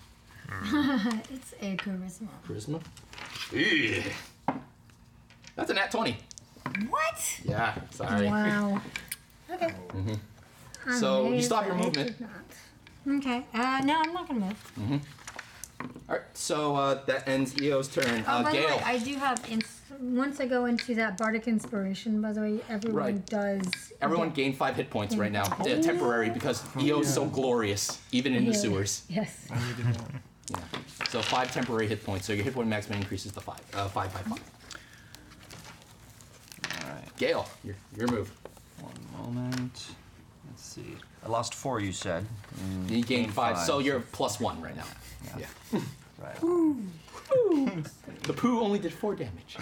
Speaker 7: it's a charisma.
Speaker 3: Charisma. Ugh. That's a nat twenty.
Speaker 7: What?
Speaker 3: Yeah. Sorry.
Speaker 7: Wow. Okay.
Speaker 3: hmm So you stop your
Speaker 7: Amazing.
Speaker 3: movement.
Speaker 7: Okay. Uh, no, I'm not going to move.
Speaker 3: Mm-hmm. All right. So uh, that ends Eo's turn.
Speaker 7: Oh,
Speaker 3: uh,
Speaker 7: by the
Speaker 3: Gale.
Speaker 7: way, I do have ins- Once I go into that bardic inspiration, by the way, everyone
Speaker 3: Right.
Speaker 7: does.
Speaker 3: Everyone
Speaker 7: get-
Speaker 3: gained five hit points right now,
Speaker 6: Mm-hmm.
Speaker 7: Oh.
Speaker 3: uh, temporary, because Eo's so glorious, even in the
Speaker 7: Yeah.
Speaker 3: sewers.
Speaker 7: Yes.
Speaker 3: Yeah. So five temporary hit points. So your hit point maximum increases to five. Uh, five by five.
Speaker 10: All right.
Speaker 3: Gail, your, your move.
Speaker 10: One moment. Let's see. I lost four, you said. Mm,
Speaker 3: You gained
Speaker 10: gained
Speaker 3: five, so
Speaker 10: five.
Speaker 3: you're plus one right now. Yeah.
Speaker 10: Right.
Speaker 3: the poo only did four damage.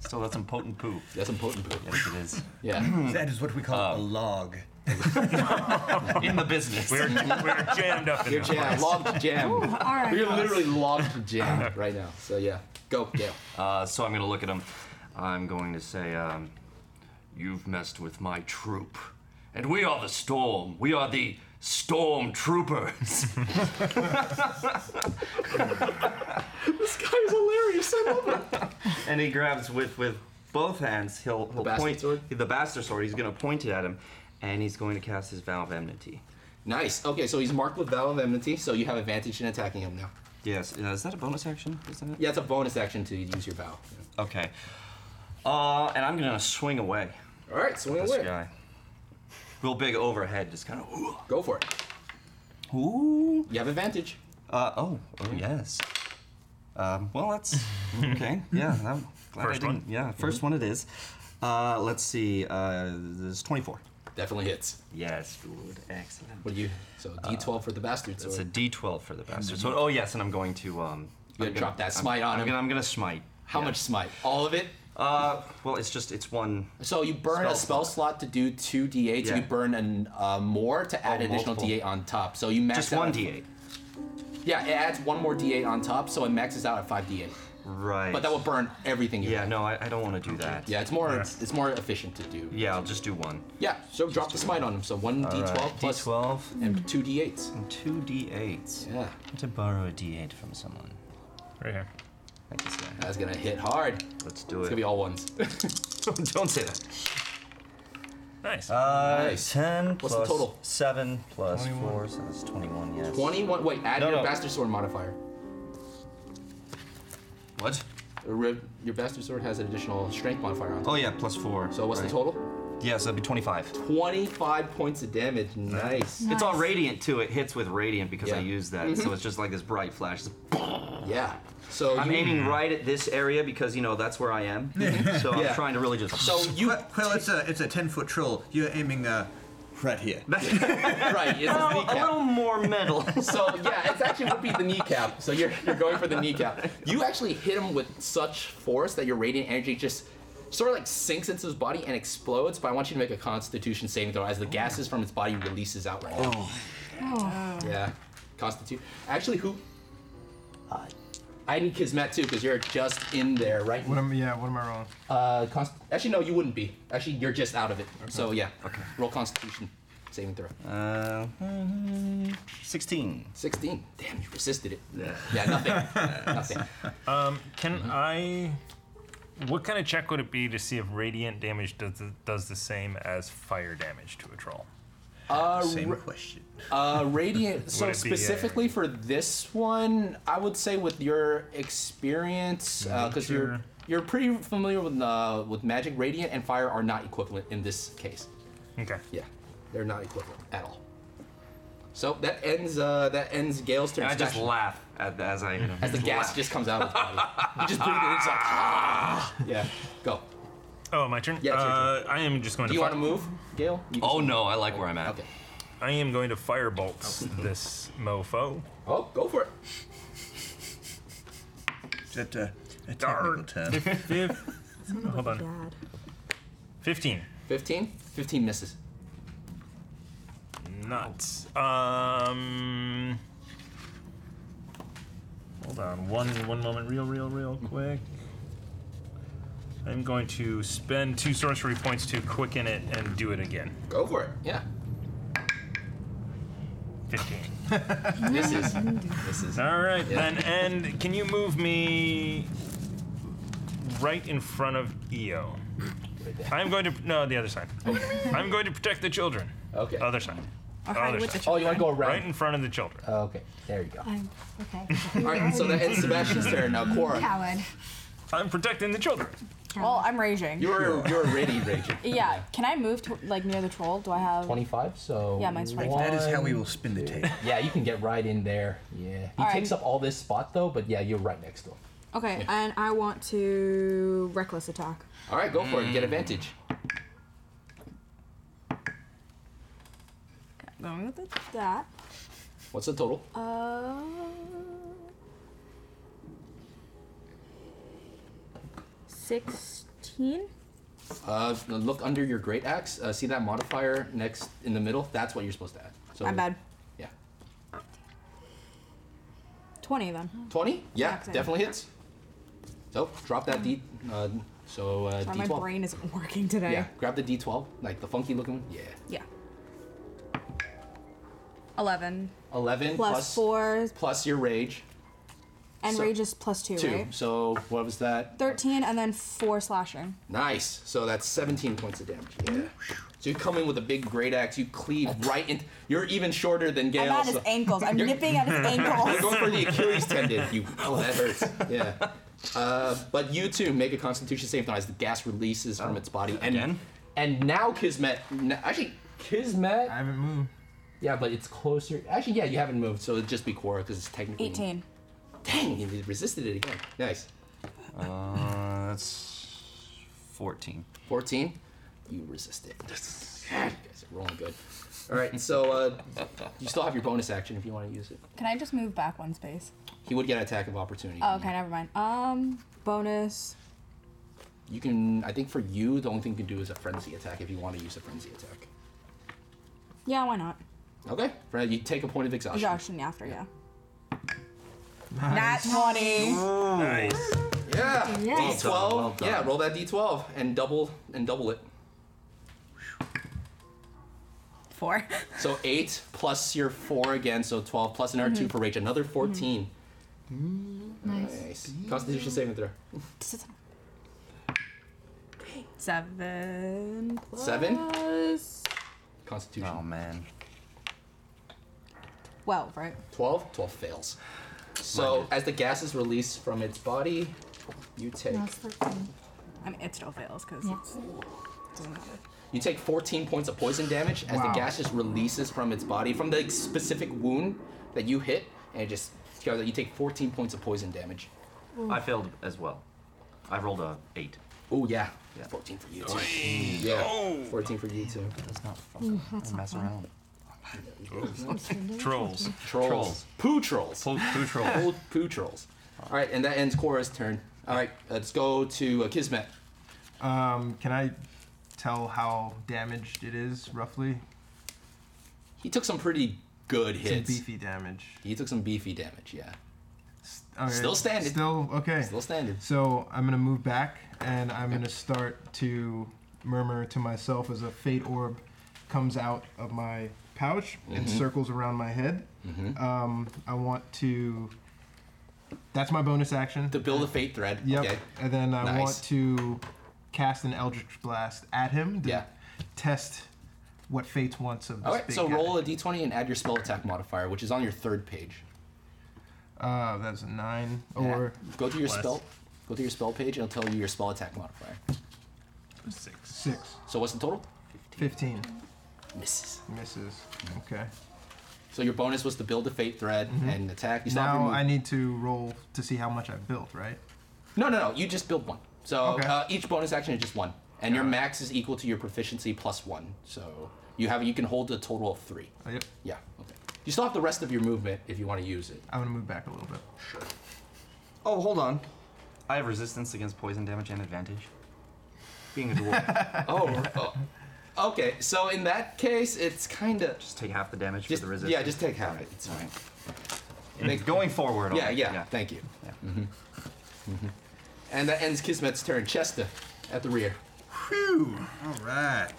Speaker 10: Still, that's some potent poo.
Speaker 3: That's some potent poo.
Speaker 10: Yes, it is. Mm.
Speaker 3: Yeah.
Speaker 6: That is what we call a log.
Speaker 10: In the business.
Speaker 6: We're- we're jammed up in
Speaker 3: You're
Speaker 6: this
Speaker 3: jammed.
Speaker 6: place.
Speaker 3: Logged jammed.
Speaker 6: Ooh, all right,
Speaker 3: You're
Speaker 10: guys.
Speaker 3: literally logged jammed right now. So yeah. Go, Gail.
Speaker 9: Uh, so I'm going to look at him. I'm going to say, um, You've messed with my troop. And we are the storm. We are the storm troopers.
Speaker 10: this guy is hilarious. I love it. and he grabs with with both hands. He'll he'll
Speaker 3: bastard
Speaker 10: point the bastard sword. He's gonna point it at him, and he's going to cast his vow of enmity.
Speaker 3: Nice. Okay, so he's marked with Vow of Enmity, so you have advantage in attacking him now.
Speaker 10: Yes. Uh, is that a bonus action? Isn't it?
Speaker 3: Yeah, it's a bonus action to use your Vow.
Speaker 10: Okay. Uh, and I'm gonna swing away.
Speaker 3: All right, swing
Speaker 10: this
Speaker 3: away.
Speaker 10: guy. Real big overhead, just kind of.
Speaker 3: Go for it.
Speaker 10: Ooh.
Speaker 3: You have advantage.
Speaker 10: Uh oh. Oh yes. Um, well, that's okay. Yeah. That, glad I
Speaker 9: First one.
Speaker 10: didn't- Yeah, 1st one Mm-hmm. it is. Uh, let's see. Uh, this is 24.
Speaker 3: Definitely hits.
Speaker 10: Yes, good. Excellent.
Speaker 3: What do you? So D12 for the bastard
Speaker 10: It's Uh, a
Speaker 3: sword.
Speaker 10: D12 for the bastard. So oh yes, and I'm going to
Speaker 3: You're
Speaker 10: um. I'm
Speaker 3: gonna drop that smite
Speaker 10: I'm,
Speaker 3: on
Speaker 10: I'm
Speaker 3: him.
Speaker 10: Gonna, I'm gonna smite.
Speaker 3: How much smite? All of it?
Speaker 10: Uh, well, it's just it's one.
Speaker 3: So you burn a spell slot to do two d8.
Speaker 10: Yeah. Oh,
Speaker 3: You burn an, uh, more to add additional
Speaker 10: multiple.
Speaker 3: d8 on top. So you max
Speaker 10: Just
Speaker 3: out
Speaker 10: one
Speaker 3: at-
Speaker 10: D8.
Speaker 3: Yeah, it adds one more d8 on top, so it maxes out at five d8.
Speaker 10: Right.
Speaker 3: But that will burn everything. You
Speaker 10: Yeah.
Speaker 3: have.
Speaker 10: No, I, I don't want to do that.
Speaker 3: Yeah, it's more it's, it's more efficient to do.
Speaker 10: Yeah, I'll just do one.
Speaker 3: Yeah, so drop the smite on him. So one d12
Speaker 10: Alright,
Speaker 3: plus
Speaker 10: D12
Speaker 3: and two d8s.
Speaker 10: and two D8s.
Speaker 3: Yeah.
Speaker 10: I need to borrow a D8 from someone.
Speaker 4: Right here.
Speaker 10: Thank you, sir.
Speaker 3: That's gonna hit hard.
Speaker 10: Let's do it.
Speaker 3: Uh, It's gonna be all ones.
Speaker 10: Don't say that.
Speaker 4: Nice.
Speaker 10: Uh,
Speaker 3: Nice.
Speaker 10: 10
Speaker 3: What's the
Speaker 10: plus
Speaker 3: total?
Speaker 10: 7 plus 4, so that's 21, yes.
Speaker 3: 21. Wait, add
Speaker 10: No,
Speaker 3: your
Speaker 10: no.
Speaker 3: bastard sword modifier.
Speaker 10: What?
Speaker 3: A Uh, rib- Your bastard sword has an additional strength modifier on top.
Speaker 10: Oh, yeah, plus 4.
Speaker 3: So what's
Speaker 10: right.
Speaker 3: the total?
Speaker 10: Yeah, so that'd be 25.
Speaker 3: 25 points of damage. Nice.
Speaker 10: It's all radiant, too. It hits with radiant because I
Speaker 3: Yeah.
Speaker 10: use that, so
Speaker 3: Mhm.
Speaker 10: it's just like this bright flash. It's-
Speaker 3: Yeah. So
Speaker 10: I'm
Speaker 3: you-
Speaker 10: aiming right at this area because, you know, that's where I am. so I'm
Speaker 3: Mm-hmm. Yeah.
Speaker 10: trying to really just.
Speaker 3: you
Speaker 6: well, well, it's a it's a ten foot troll. You're aiming uh, right here.
Speaker 3: right. It's
Speaker 10: Well,
Speaker 3: his
Speaker 10: a
Speaker 3: kneecap.
Speaker 10: little more metal.
Speaker 3: so yeah, it's actually would be the kneecap. So you're you're going for the kneecap. You actually hit him with such force that your radiant energy just sort of like sinks into his body and explodes. But I want you to make a Constitution saving throw as the gases from his body releases out right now.
Speaker 11: Oh.
Speaker 3: Yeah, Constitution. Actually, who? I need Kismet too because you're just in there, right?
Speaker 8: What am, yeah, what am I wrong?
Speaker 3: Uh, const- actually, no, you wouldn't be. Actually, you're just out of it. So yeah. Okay. Roll Constitution saving throw.
Speaker 10: Uh, 16.
Speaker 3: 16. Damn, you resisted it.
Speaker 10: Yeah.
Speaker 3: Yeah, nothing. nothing.
Speaker 4: Um, can
Speaker 3: mm-hmm.
Speaker 4: I? What kind of check would it be to see if radiant damage does the, does the same as fire damage to a troll?
Speaker 3: Uh,
Speaker 4: Same
Speaker 3: ra-
Speaker 6: question.
Speaker 3: Uh, radiant. so
Speaker 4: Would it be, uh,
Speaker 3: specifically for this one, I would say with your experience, because you're
Speaker 4: Nature.
Speaker 3: you're pretty familiar with uh, with magic, radiant and fire are not equivalent in this case.
Speaker 4: Okay.
Speaker 3: Yeah, they're not equivalent at all. So that ends uh, that ends Gale's turn.
Speaker 10: And I just
Speaker 3: Sebastian.
Speaker 10: laugh at, as I. You know,
Speaker 3: as the
Speaker 10: just
Speaker 3: gas
Speaker 10: laugh.
Speaker 3: just comes out of his body. You just breathe it in. It's like ah! yeah. Go.
Speaker 4: Oh, my turn.
Speaker 3: Yeah, it's your
Speaker 4: uh, I am just going to.
Speaker 3: Do you
Speaker 4: fi-
Speaker 3: want to move, Gale? You can
Speaker 9: oh
Speaker 3: still-
Speaker 9: no, I like where I'm at.
Speaker 3: Okay.
Speaker 4: I am going to firebolt
Speaker 3: mm-hmm.
Speaker 4: this mofo.
Speaker 3: Oh, go for it.
Speaker 6: Is that uh, a technical term?
Speaker 4: Hold on. 15.
Speaker 3: 15? 15 misses.
Speaker 4: Nuts. Um. Hold on. One one moment. Real, real, real quick. I'm going to spend two sorcery points to quicken it and do it again.
Speaker 3: Go for it. Yeah.
Speaker 4: 15.
Speaker 3: This is. This is.
Speaker 4: All right,
Speaker 3: Yeah.
Speaker 4: then. And can you move me right in front of Eo? I'm going to. No, the other side. I'm going to protect the children.
Speaker 3: Oh. Okay.
Speaker 4: Other side.
Speaker 11: All right,
Speaker 4: Other
Speaker 11: with the
Speaker 4: side.
Speaker 3: Oh, you want to go around? Oh,
Speaker 4: Right in front of the children.
Speaker 3: Okay, there you go.
Speaker 5: I'm okay.
Speaker 3: All right, so that ends Sebastian's turn. Now, Cora.
Speaker 5: Coward.
Speaker 1: I'm protecting the children.
Speaker 11: Well, I'm raging.
Speaker 3: You're you're already raging.
Speaker 11: Yeah. Can I move to like near the troll? Do I have?
Speaker 3: Twenty-five. So
Speaker 11: Yeah, mine's
Speaker 3: one,
Speaker 11: 25. That is how we
Speaker 6: will spin the tape.
Speaker 3: Yeah, you can get right in there. Yeah, he
Speaker 11: All right.
Speaker 3: takes up all this spot though, but yeah, you're right next to him.
Speaker 11: Okay, and I want to reckless attack.
Speaker 3: All right, go for it. Get advantage.
Speaker 11: Going with that.
Speaker 3: What's the total?
Speaker 11: Uh, sixteen.
Speaker 3: Uh, look under your great axe. Uh, see that modifier next in the middle? That's what you're supposed to add. So
Speaker 11: My bad.
Speaker 3: Yeah.
Speaker 11: Twenty then.
Speaker 3: Twenty. Yeah,
Speaker 11: Exactly.
Speaker 3: definitely hits. So drop that d. Uh, so uh,
Speaker 11: Sorry,
Speaker 3: d12.
Speaker 11: my brain isn't working today.
Speaker 3: Yeah, grab the d12, like the funky looking one. Yeah.
Speaker 11: Yeah. Eleven.
Speaker 3: 11
Speaker 11: Plus
Speaker 3: plus
Speaker 11: four.
Speaker 3: plus your rage.
Speaker 11: And
Speaker 3: So-
Speaker 11: rage is plus two, right?
Speaker 3: So what was that?
Speaker 11: Thirteen and then four slashing.
Speaker 3: Nice. So that's 17 points of damage. Yeah. So you come in with a big great axe. You cleave right in. You're even shorter than Gale.
Speaker 11: I'm at his
Speaker 3: so-
Speaker 11: ankles. I'm
Speaker 3: You're-
Speaker 11: nipping at his ankles.
Speaker 3: You're going for the Achilles tendon. You. Oh, that hurts. Yeah. Uh, but you too make a Constitution save throw as the gas releases
Speaker 11: Oh.
Speaker 3: from its body. And, Again. And now Kismet. n- Actually, Kismet. I haven't moved. Yeah, but it's closer. Actually, yeah, you haven't moved, so it'd just be Quora because it's technically.
Speaker 11: 18.
Speaker 3: Dang, you resisted it again. Nice.
Speaker 10: Uh, that's 14.
Speaker 3: 14. You resist it. God, you guys are rolling good. All right, so uh, you still have your bonus action if you want to use it.
Speaker 11: Can I just move back one space?
Speaker 3: He would get an attack of opportunity.
Speaker 11: Oh, okay, never mind. Um, bonus.
Speaker 3: You can, I think for you, the only thing you can do is a frenzy attack if you want to use a frenzy attack.
Speaker 11: Yeah, why not?
Speaker 3: Okay, Fred, you take a point of exhaustion.
Speaker 11: Exhaustion after, yeah. Nat 20.
Speaker 3: Nice. Yeah. D12.
Speaker 11: Yes. Well done, well
Speaker 3: yeah,
Speaker 11: done.
Speaker 3: roll that D12 and double and double it.
Speaker 11: Four.
Speaker 3: So eight plus your four again, so 12 plus another two
Speaker 11: Mhm.
Speaker 3: for rage, another 14.
Speaker 11: Nice.
Speaker 3: Nice. Constitution saving throw.
Speaker 11: Seven plus.
Speaker 3: Seven? Constitution. Oh man.
Speaker 11: Twelve, right?
Speaker 3: 12? 12 fails. So, as the gas is released from its body, you take
Speaker 11: I mean, it still fails because it's. doesn't matter.
Speaker 3: you take 14 points of poison damage as
Speaker 11: Wow.
Speaker 3: the gas just releases from its body from the specific wound that you hit, and it just you take 14 points of poison damage.
Speaker 10: I failed as well. I rolled a 8.
Speaker 3: Oh, yeah. 14 for you too. Yeah. 14 for you too. That's not
Speaker 10: Ooh, that's not mess fun. around.
Speaker 4: Trolls.
Speaker 3: Trolls.
Speaker 4: Trolls.
Speaker 3: Poo trolls. Poo,
Speaker 4: trolls.
Speaker 3: poo, trolls. All right, and that ends Cora's turn. All right, let's go to uh, Kismet.
Speaker 8: Um, can I tell how damaged it is roughly?
Speaker 3: He took some pretty good
Speaker 8: Some
Speaker 3: hits.
Speaker 8: beefy damage.
Speaker 3: He took some beefy damage, yeah.
Speaker 8: Okay,
Speaker 3: Still standing.
Speaker 8: Still okay.
Speaker 3: Still standing.
Speaker 8: So I'm gonna move back, and I'm gonna start to murmur to myself as a fate orb comes out of my pouch and
Speaker 3: Mm-hmm.
Speaker 13: Mhm.
Speaker 8: circles around my head. Um, I want to. That's my bonus action.
Speaker 3: To build a fate thread.
Speaker 8: Yep.
Speaker 3: Okay.
Speaker 8: And then I want
Speaker 3: Nice.
Speaker 8: to cast an eldritch blast at him. To yeah. Test what fate wants of this
Speaker 3: All right,
Speaker 8: big
Speaker 3: so
Speaker 8: guy.
Speaker 3: roll a d20 and add your spell attack modifier, which is on your third page.
Speaker 8: Uh, that's a nine
Speaker 3: Yeah.
Speaker 8: or
Speaker 3: go to your
Speaker 8: Bless.
Speaker 3: spell, go to your spell page, and it'll tell you your spell attack modifier.
Speaker 8: Six. Six.
Speaker 3: So what's the total?
Speaker 8: 15.
Speaker 3: Misses.
Speaker 8: Misses. Okay.
Speaker 3: So your bonus was to build a fate thread
Speaker 8: Mhm.
Speaker 3: and attack. You still have your
Speaker 8: now
Speaker 3: move-
Speaker 8: I need to roll to see how much I've built, right?
Speaker 3: No, no, no. You just build one. So
Speaker 8: Okay.
Speaker 3: uh, each bonus action is just one, and your max is equal to your proficiency plus one. So you have you can hold a total of three.
Speaker 8: Oh, Yep.
Speaker 3: Yeah. Okay. You still have the rest of your movement if you want to use it.
Speaker 8: I'm gonna move back a little bit.
Speaker 3: Sure.
Speaker 10: Oh, hold on. I have resistance against poison damage and advantage. Being a dwarf.
Speaker 3: oh, Okay. So in that case, it's kind of
Speaker 10: just take half the damage for the resistance.
Speaker 3: yeah. Just take half it. It's fine.
Speaker 10: And going forward.
Speaker 3: Yeah,
Speaker 10: I'll-
Speaker 3: yeah, Thank you. Mm-hmm. And that ends Kismet's turn. Chester at the rear.
Speaker 6: Phew. All right.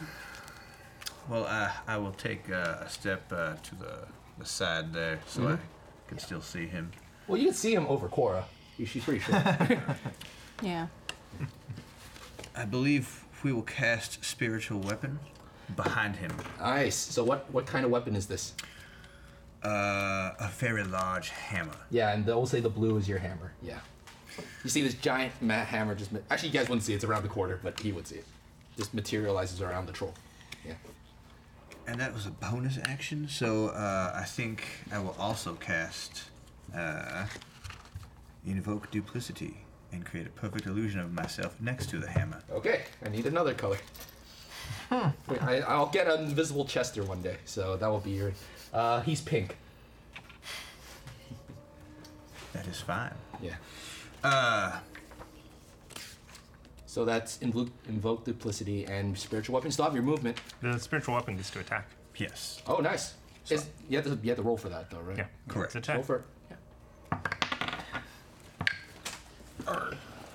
Speaker 6: Well, I, I will take uh, a step uh, to the, the side there so
Speaker 3: Mhm.
Speaker 6: I can still see him.
Speaker 3: Well, you can see him over Cora. She's pretty sure.
Speaker 11: Yeah.
Speaker 6: I believe we will cast spiritual weapon behind him.
Speaker 3: Nice. So what what kind of weapon is this?
Speaker 6: Uh, a very large hammer.
Speaker 3: yeah, and they'll say the blue is your hammer. Yeah. You see this giant ma hammer just. ma- Actually, you guys wouldn't see it. It's around the corner, but he would see it. Just materializes around the troll. Yeah.
Speaker 6: And that was a bonus action, so uh, I think I will also cast uh, Invoke Duplicity and create a perfect illusion of myself next to the hammer.
Speaker 3: Okay, I need another color. Wait, I, I'll get an invisible Chester one day, so that will be your. Uh, he's pink.
Speaker 6: That is fine.
Speaker 3: Yeah. Uh. So that's invoke, invoke duplicity and spiritual weapon. Still have your movement.
Speaker 4: The spiritual weapon is to attack.
Speaker 6: Yes.
Speaker 3: Oh, nice. Is, you, have to, you have to roll for that, though, right? Yeah,
Speaker 6: correct.
Speaker 4: It's attack.
Speaker 3: Roll for it.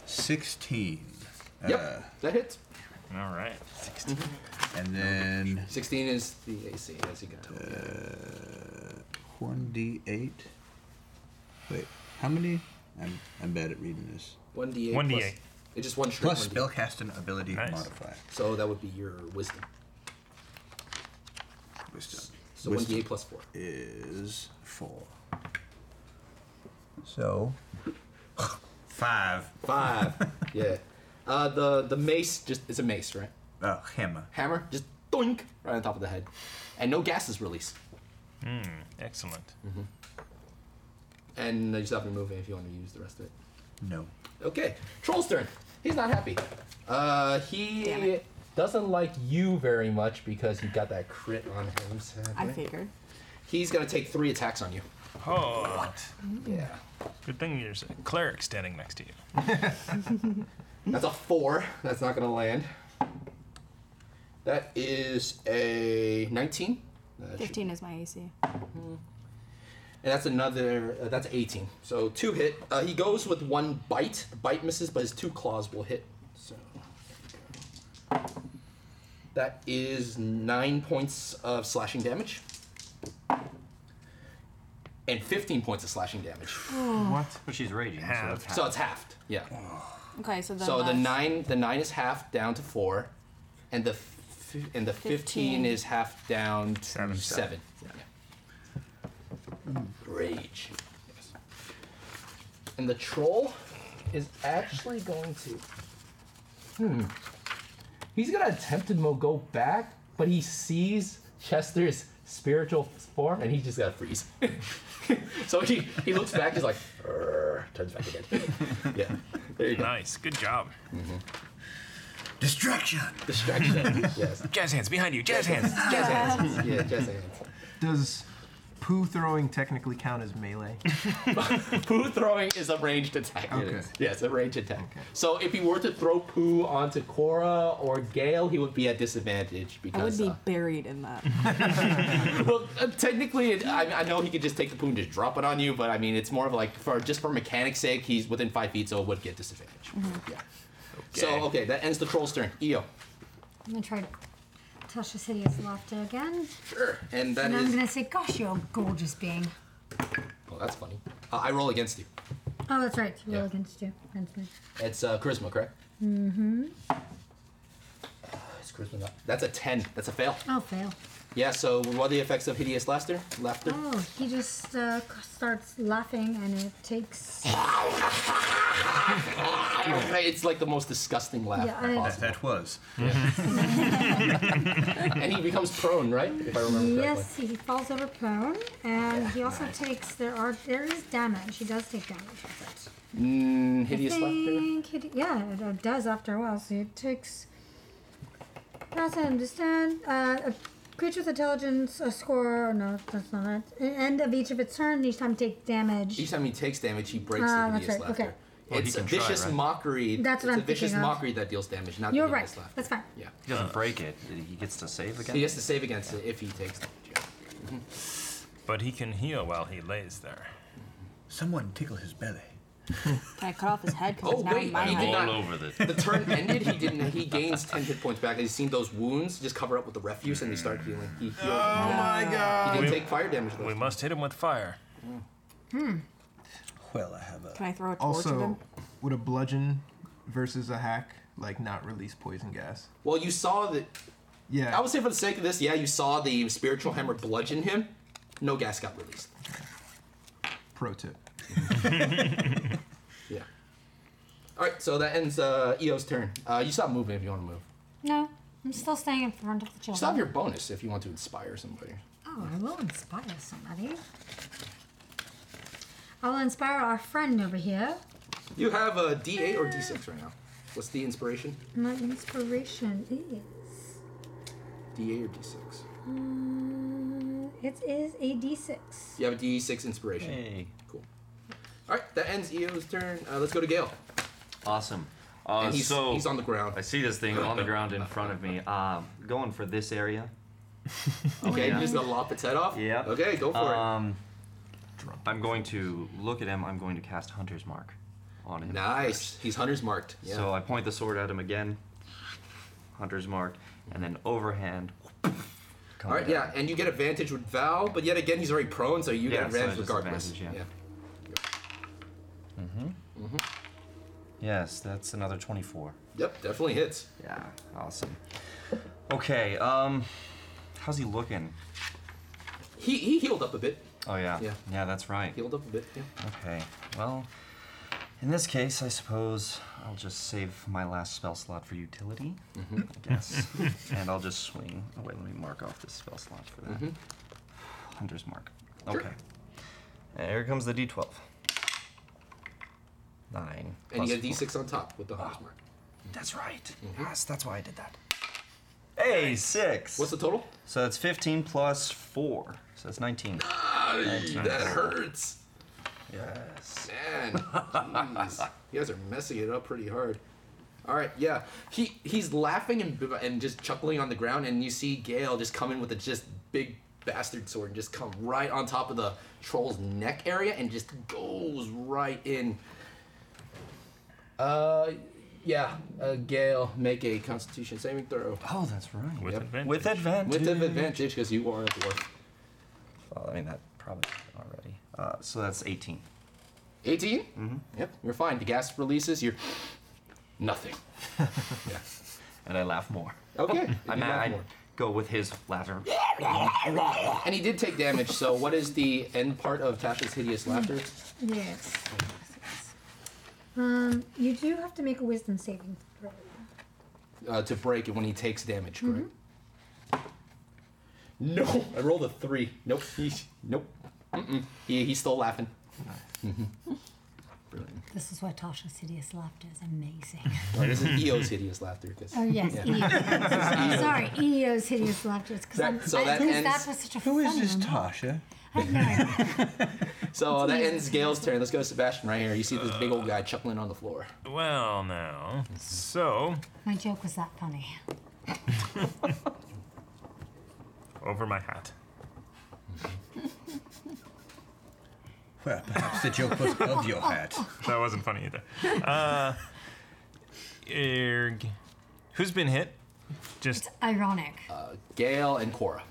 Speaker 6: 16.
Speaker 3: Yep,
Speaker 6: Uh,
Speaker 3: that hits.
Speaker 4: All right.
Speaker 3: 16.
Speaker 6: And then
Speaker 3: 16 is the AC, as you can tell.
Speaker 6: one d eight. Wait, how many? I'm I'm bad at reading this.
Speaker 3: 1d8. Plus, it's just one straight
Speaker 6: Plus
Speaker 3: 1d8.
Speaker 6: spellcasting ability modifier.
Speaker 3: So that would be your wisdom.
Speaker 6: Wisdom.
Speaker 3: So
Speaker 6: Wisdom
Speaker 3: 1d8 plus 4.
Speaker 6: Is four. So five.
Speaker 3: Five. yeah. Uh, the the mace just it's a mace, right?
Speaker 6: Oh, hammer.
Speaker 3: Hammer, just doink right on top of the head, and no gases released.
Speaker 4: Mm, excellent.
Speaker 3: And you just have to remove it if you want to use the rest of it.
Speaker 6: No.
Speaker 3: Okay, Troll's turn. He's not happy. Uh, he doesn't like you very much because you got that crit on him.
Speaker 11: I
Speaker 3: sadly.
Speaker 11: figured.
Speaker 3: He's gonna take three attacks on you.
Speaker 4: Oh.
Speaker 3: Yeah.
Speaker 4: Good thing there's a cleric standing next to you.
Speaker 3: That's a four. That's not gonna land. That is a 19. That should-
Speaker 11: 15 is my AC.
Speaker 3: And that's another, uh, that's 18. So two hit. Uh, he goes with one bite. Bite misses, but his two claws will hit. So there we go. that is nine points of slashing damage. And 15 points of slashing damage.
Speaker 11: What?
Speaker 10: But she's raging, so it's half.
Speaker 3: So it's halved. Yeah.
Speaker 11: Okay, so then.
Speaker 3: so the
Speaker 11: last-
Speaker 3: nine, the nine is half down to four, and the f- and the 15,
Speaker 11: Fifteen.
Speaker 3: is half down to seven.
Speaker 10: Seven.
Speaker 3: Yeah. Rage. Yes. And the troll is actually going to. Hmm. He's gonna attempt to mo- go back, but he sees Chester's spiritual form, and he's just gonna freeze. so he, he looks back, he's like, "Arr," turns back again. yeah. There you go.
Speaker 4: Nice. Good job.
Speaker 6: Distraction.
Speaker 3: Distraction. yes.
Speaker 4: Jazz hands behind you. Jazz hands. Jazz
Speaker 3: hands. yeah, jazz hands.
Speaker 8: Does poo throwing technically count as melee?
Speaker 3: poo throwing is a ranged attack.
Speaker 8: Okay.
Speaker 3: Yes, yeah, it's a ranged attack. So if he were to throw poo onto Cora or Gale, he would be at disadvantage
Speaker 11: I would
Speaker 3: because.
Speaker 11: be
Speaker 3: uh,
Speaker 11: buried in that.
Speaker 3: well, uh, technically, it, I, I know he could just take the poo and just drop it on you, but I mean, it's more of like for just for mechanic's sake, he's within five feet, so it would get disadvantage. Yeah. So okay, that ends the troll's turn. Eo,
Speaker 7: I'm gonna try Tasha City's laughter again.
Speaker 3: Sure. and that
Speaker 7: and
Speaker 3: is.
Speaker 7: I'm gonna say, "Gosh, you're a gorgeous being."
Speaker 3: Oh, that's funny. Uh, I roll against you.
Speaker 7: Oh, that's right. Roll against you. Against me.
Speaker 3: It's uh, charisma, correct?
Speaker 7: Mm-hmm.
Speaker 3: It's charisma. not- That's a ten. That's a fail.
Speaker 7: Oh, fail.
Speaker 3: Yeah, so what are the effects of hideous laughter? Laughter?
Speaker 7: Oh, he just uh, starts laughing, and it takes.
Speaker 3: it's like the most disgusting laugh
Speaker 7: Ah. Yeah, I-
Speaker 6: That,
Speaker 3: possible.
Speaker 6: that was.
Speaker 3: and he becomes prone, right? If I remember correctly.
Speaker 7: Yes, he falls over prone, and he also takes. There are there is damage. He does take damage. But
Speaker 3: Mm, hideous
Speaker 7: I
Speaker 3: laughter?
Speaker 7: think hide- yeah, it, it does after a while. So it takes. That's I understand. Uh, a creature with intelligence, a score. No, that's not it. A- End of each of its turn. Each time take damage.
Speaker 3: Each time he takes damage, he breaks
Speaker 7: Ah,
Speaker 3: the
Speaker 7: that's
Speaker 3: hideous
Speaker 7: right,
Speaker 3: laughter.
Speaker 7: okay.
Speaker 10: Well, Oh, he
Speaker 3: it's a
Speaker 10: can try,
Speaker 3: vicious
Speaker 10: right?
Speaker 3: mockery.
Speaker 7: That's what
Speaker 3: it's
Speaker 7: I'm
Speaker 3: a vicious
Speaker 7: thinking of.
Speaker 3: mockery that deals damage, not
Speaker 7: You're
Speaker 3: the
Speaker 7: right.
Speaker 3: hideous laughter.
Speaker 7: That's fine.
Speaker 3: Yeah.
Speaker 10: He doesn't break it. He gets to save again.
Speaker 3: He has to save against it if he takes damage.
Speaker 4: But he can heal while he lays there.
Speaker 6: Someone tickle his belly.
Speaker 11: Can I cut off his head? Because
Speaker 3: Oh
Speaker 11: it's now
Speaker 3: wait,
Speaker 11: my
Speaker 3: he
Speaker 11: head.
Speaker 3: did not. The turn ended. He didn't. He gains ten hit points back. And he's seen those wounds just cover up with the refuse, and they start healing. He healed.
Speaker 4: Oh my
Speaker 3: He
Speaker 4: God.
Speaker 3: didn't
Speaker 4: We-
Speaker 3: take fire damage. Though.
Speaker 4: We must hit him with fire.
Speaker 11: Hmm.
Speaker 6: Well, I have a.
Speaker 11: Can I throw a torch at him?
Speaker 8: Also, would a bludgeon versus a hack like not release poison gas?
Speaker 3: Well, you saw that.
Speaker 8: Yeah.
Speaker 3: I would say for the sake of this, yeah, you saw the spiritual hammer bludgeon him. No gas got released.
Speaker 8: Pro tip.
Speaker 3: Yeah. All right, so that ends uh, Eo's turn. Uh, you stop moving if you want to move.
Speaker 7: No, I'm still staying in front of the children.
Speaker 3: You still have your bonus if you want to inspire somebody.
Speaker 7: Oh, I will inspire somebody. I will inspire our friend over here.
Speaker 3: You have a D8 or D6 right now. What's the inspiration?
Speaker 7: My inspiration is.
Speaker 3: D8 or D6?
Speaker 7: Uh, it is a d6.
Speaker 3: You have a D6 inspiration. Cool. All right, that ends Eo's turn. Uh, let's go to Gale.
Speaker 10: Awesome. Uh,
Speaker 3: And he's-
Speaker 10: so
Speaker 3: he's on the ground.
Speaker 10: I see this thing on the ground in front of me. Uh, going for this area.
Speaker 3: Okay, you're just gonna lop its head off?
Speaker 10: Yeah.
Speaker 3: Okay, go for it.
Speaker 10: um, it. I'm going to look at him. I'm going to cast Hunter's Mark on him.
Speaker 3: Nice. He's Hunter's Marked. yeah.
Speaker 10: So I point the sword at him again. Hunter's Mark, and then overhand.
Speaker 3: All right, yeah, and you get advantage with Val, but yet again he's already prone, so you
Speaker 10: Yeah,
Speaker 3: get
Speaker 10: so
Speaker 3: advantage
Speaker 10: it's
Speaker 3: regardless.
Speaker 10: disadvantage,
Speaker 3: yeah.
Speaker 10: Mm-hmm.
Speaker 3: Mhm.
Speaker 10: Yes, that's another 24.
Speaker 3: Yep, definitely hits.
Speaker 10: Yeah, awesome. Okay, um, how's he looking?
Speaker 3: He he healed up a bit.
Speaker 10: Oh yeah.
Speaker 3: Yeah.
Speaker 10: that's right.
Speaker 3: Healed up a bit. Yeah.
Speaker 10: Okay. Well, in this case, I suppose I'll just save my last spell slot for utility.
Speaker 3: Mm-hmm.
Speaker 9: Mhm.
Speaker 10: I guess. and I'll just swing. Oh wait, let me mark off this spell slot for
Speaker 3: Mm-hmm.
Speaker 10: that.
Speaker 9: Mhm.
Speaker 10: Hunter's mark.
Speaker 9: Sure.
Speaker 10: Okay. And here comes the D12. Nine.
Speaker 3: And you
Speaker 10: plus
Speaker 3: get a Mm-hmm. D6 on top with the Hunter's Mark.
Speaker 10: That's right. Yes, that's why I did that. Hey, six. What's
Speaker 3: the total?
Speaker 10: So that's 15 plus four. So that's 19.
Speaker 3: that hurts.
Speaker 10: Yes.
Speaker 3: Man, jeez. you guys are messing it up pretty hard. All right, yeah. He he's laughing and and just chuckling on the ground, and you see Gale just come in with a just big bastard sword and just come right on top of the troll's neck area and just goes right in. Uh, yeah. Uh, Gale, make a Constitution saving throw.
Speaker 10: Oh, that's right.
Speaker 3: With
Speaker 10: advantage. With advantage.
Speaker 3: With advantage, because you are a dwarf.
Speaker 10: Well, I mean, that probably already. Uh, so that's 18.
Speaker 3: 18? Mm-hmm. Yep, you're fine. The gas releases, you're nothing. yeah.
Speaker 10: And I laugh more.
Speaker 3: Okay.
Speaker 10: I,
Speaker 3: you
Speaker 10: ma-
Speaker 3: laugh
Speaker 10: I
Speaker 3: more.
Speaker 10: go with his laughter.
Speaker 3: And he did take damage, so what is the end part of Tasha's hideous laughter?
Speaker 7: Yes. Um, you do have to make a wisdom saving throw.
Speaker 3: Uh, to break it when he takes damage, correct? No, I rolled a three. Nope. He, nope. Mm-mm. He, he's still laughing. Brilliant.
Speaker 7: This is why Tasha's hideous laughter is amazing.
Speaker 3: Well, this is Eo's hideous laughter. 'cause-
Speaker 7: Oh yes,
Speaker 3: Yeah.
Speaker 7: EO's. Sorry, EO's hideous laughter. It's
Speaker 3: That-
Speaker 7: because
Speaker 3: so
Speaker 7: I
Speaker 3: that
Speaker 7: think
Speaker 3: ends-
Speaker 7: that was such a Who is this
Speaker 6: Tasha?
Speaker 3: So that ends Gail's turn. Let's go to Sebastian right here. You see this big old guy chuckling on the floor.
Speaker 4: Well, now, so
Speaker 7: My joke was that funny.
Speaker 4: over my hat.
Speaker 6: Well, perhaps the joke was of your hat.
Speaker 4: That wasn't funny either. Uh, erg. Who's been hit? Just
Speaker 7: Ironic.
Speaker 3: Uh, Gail and Cora.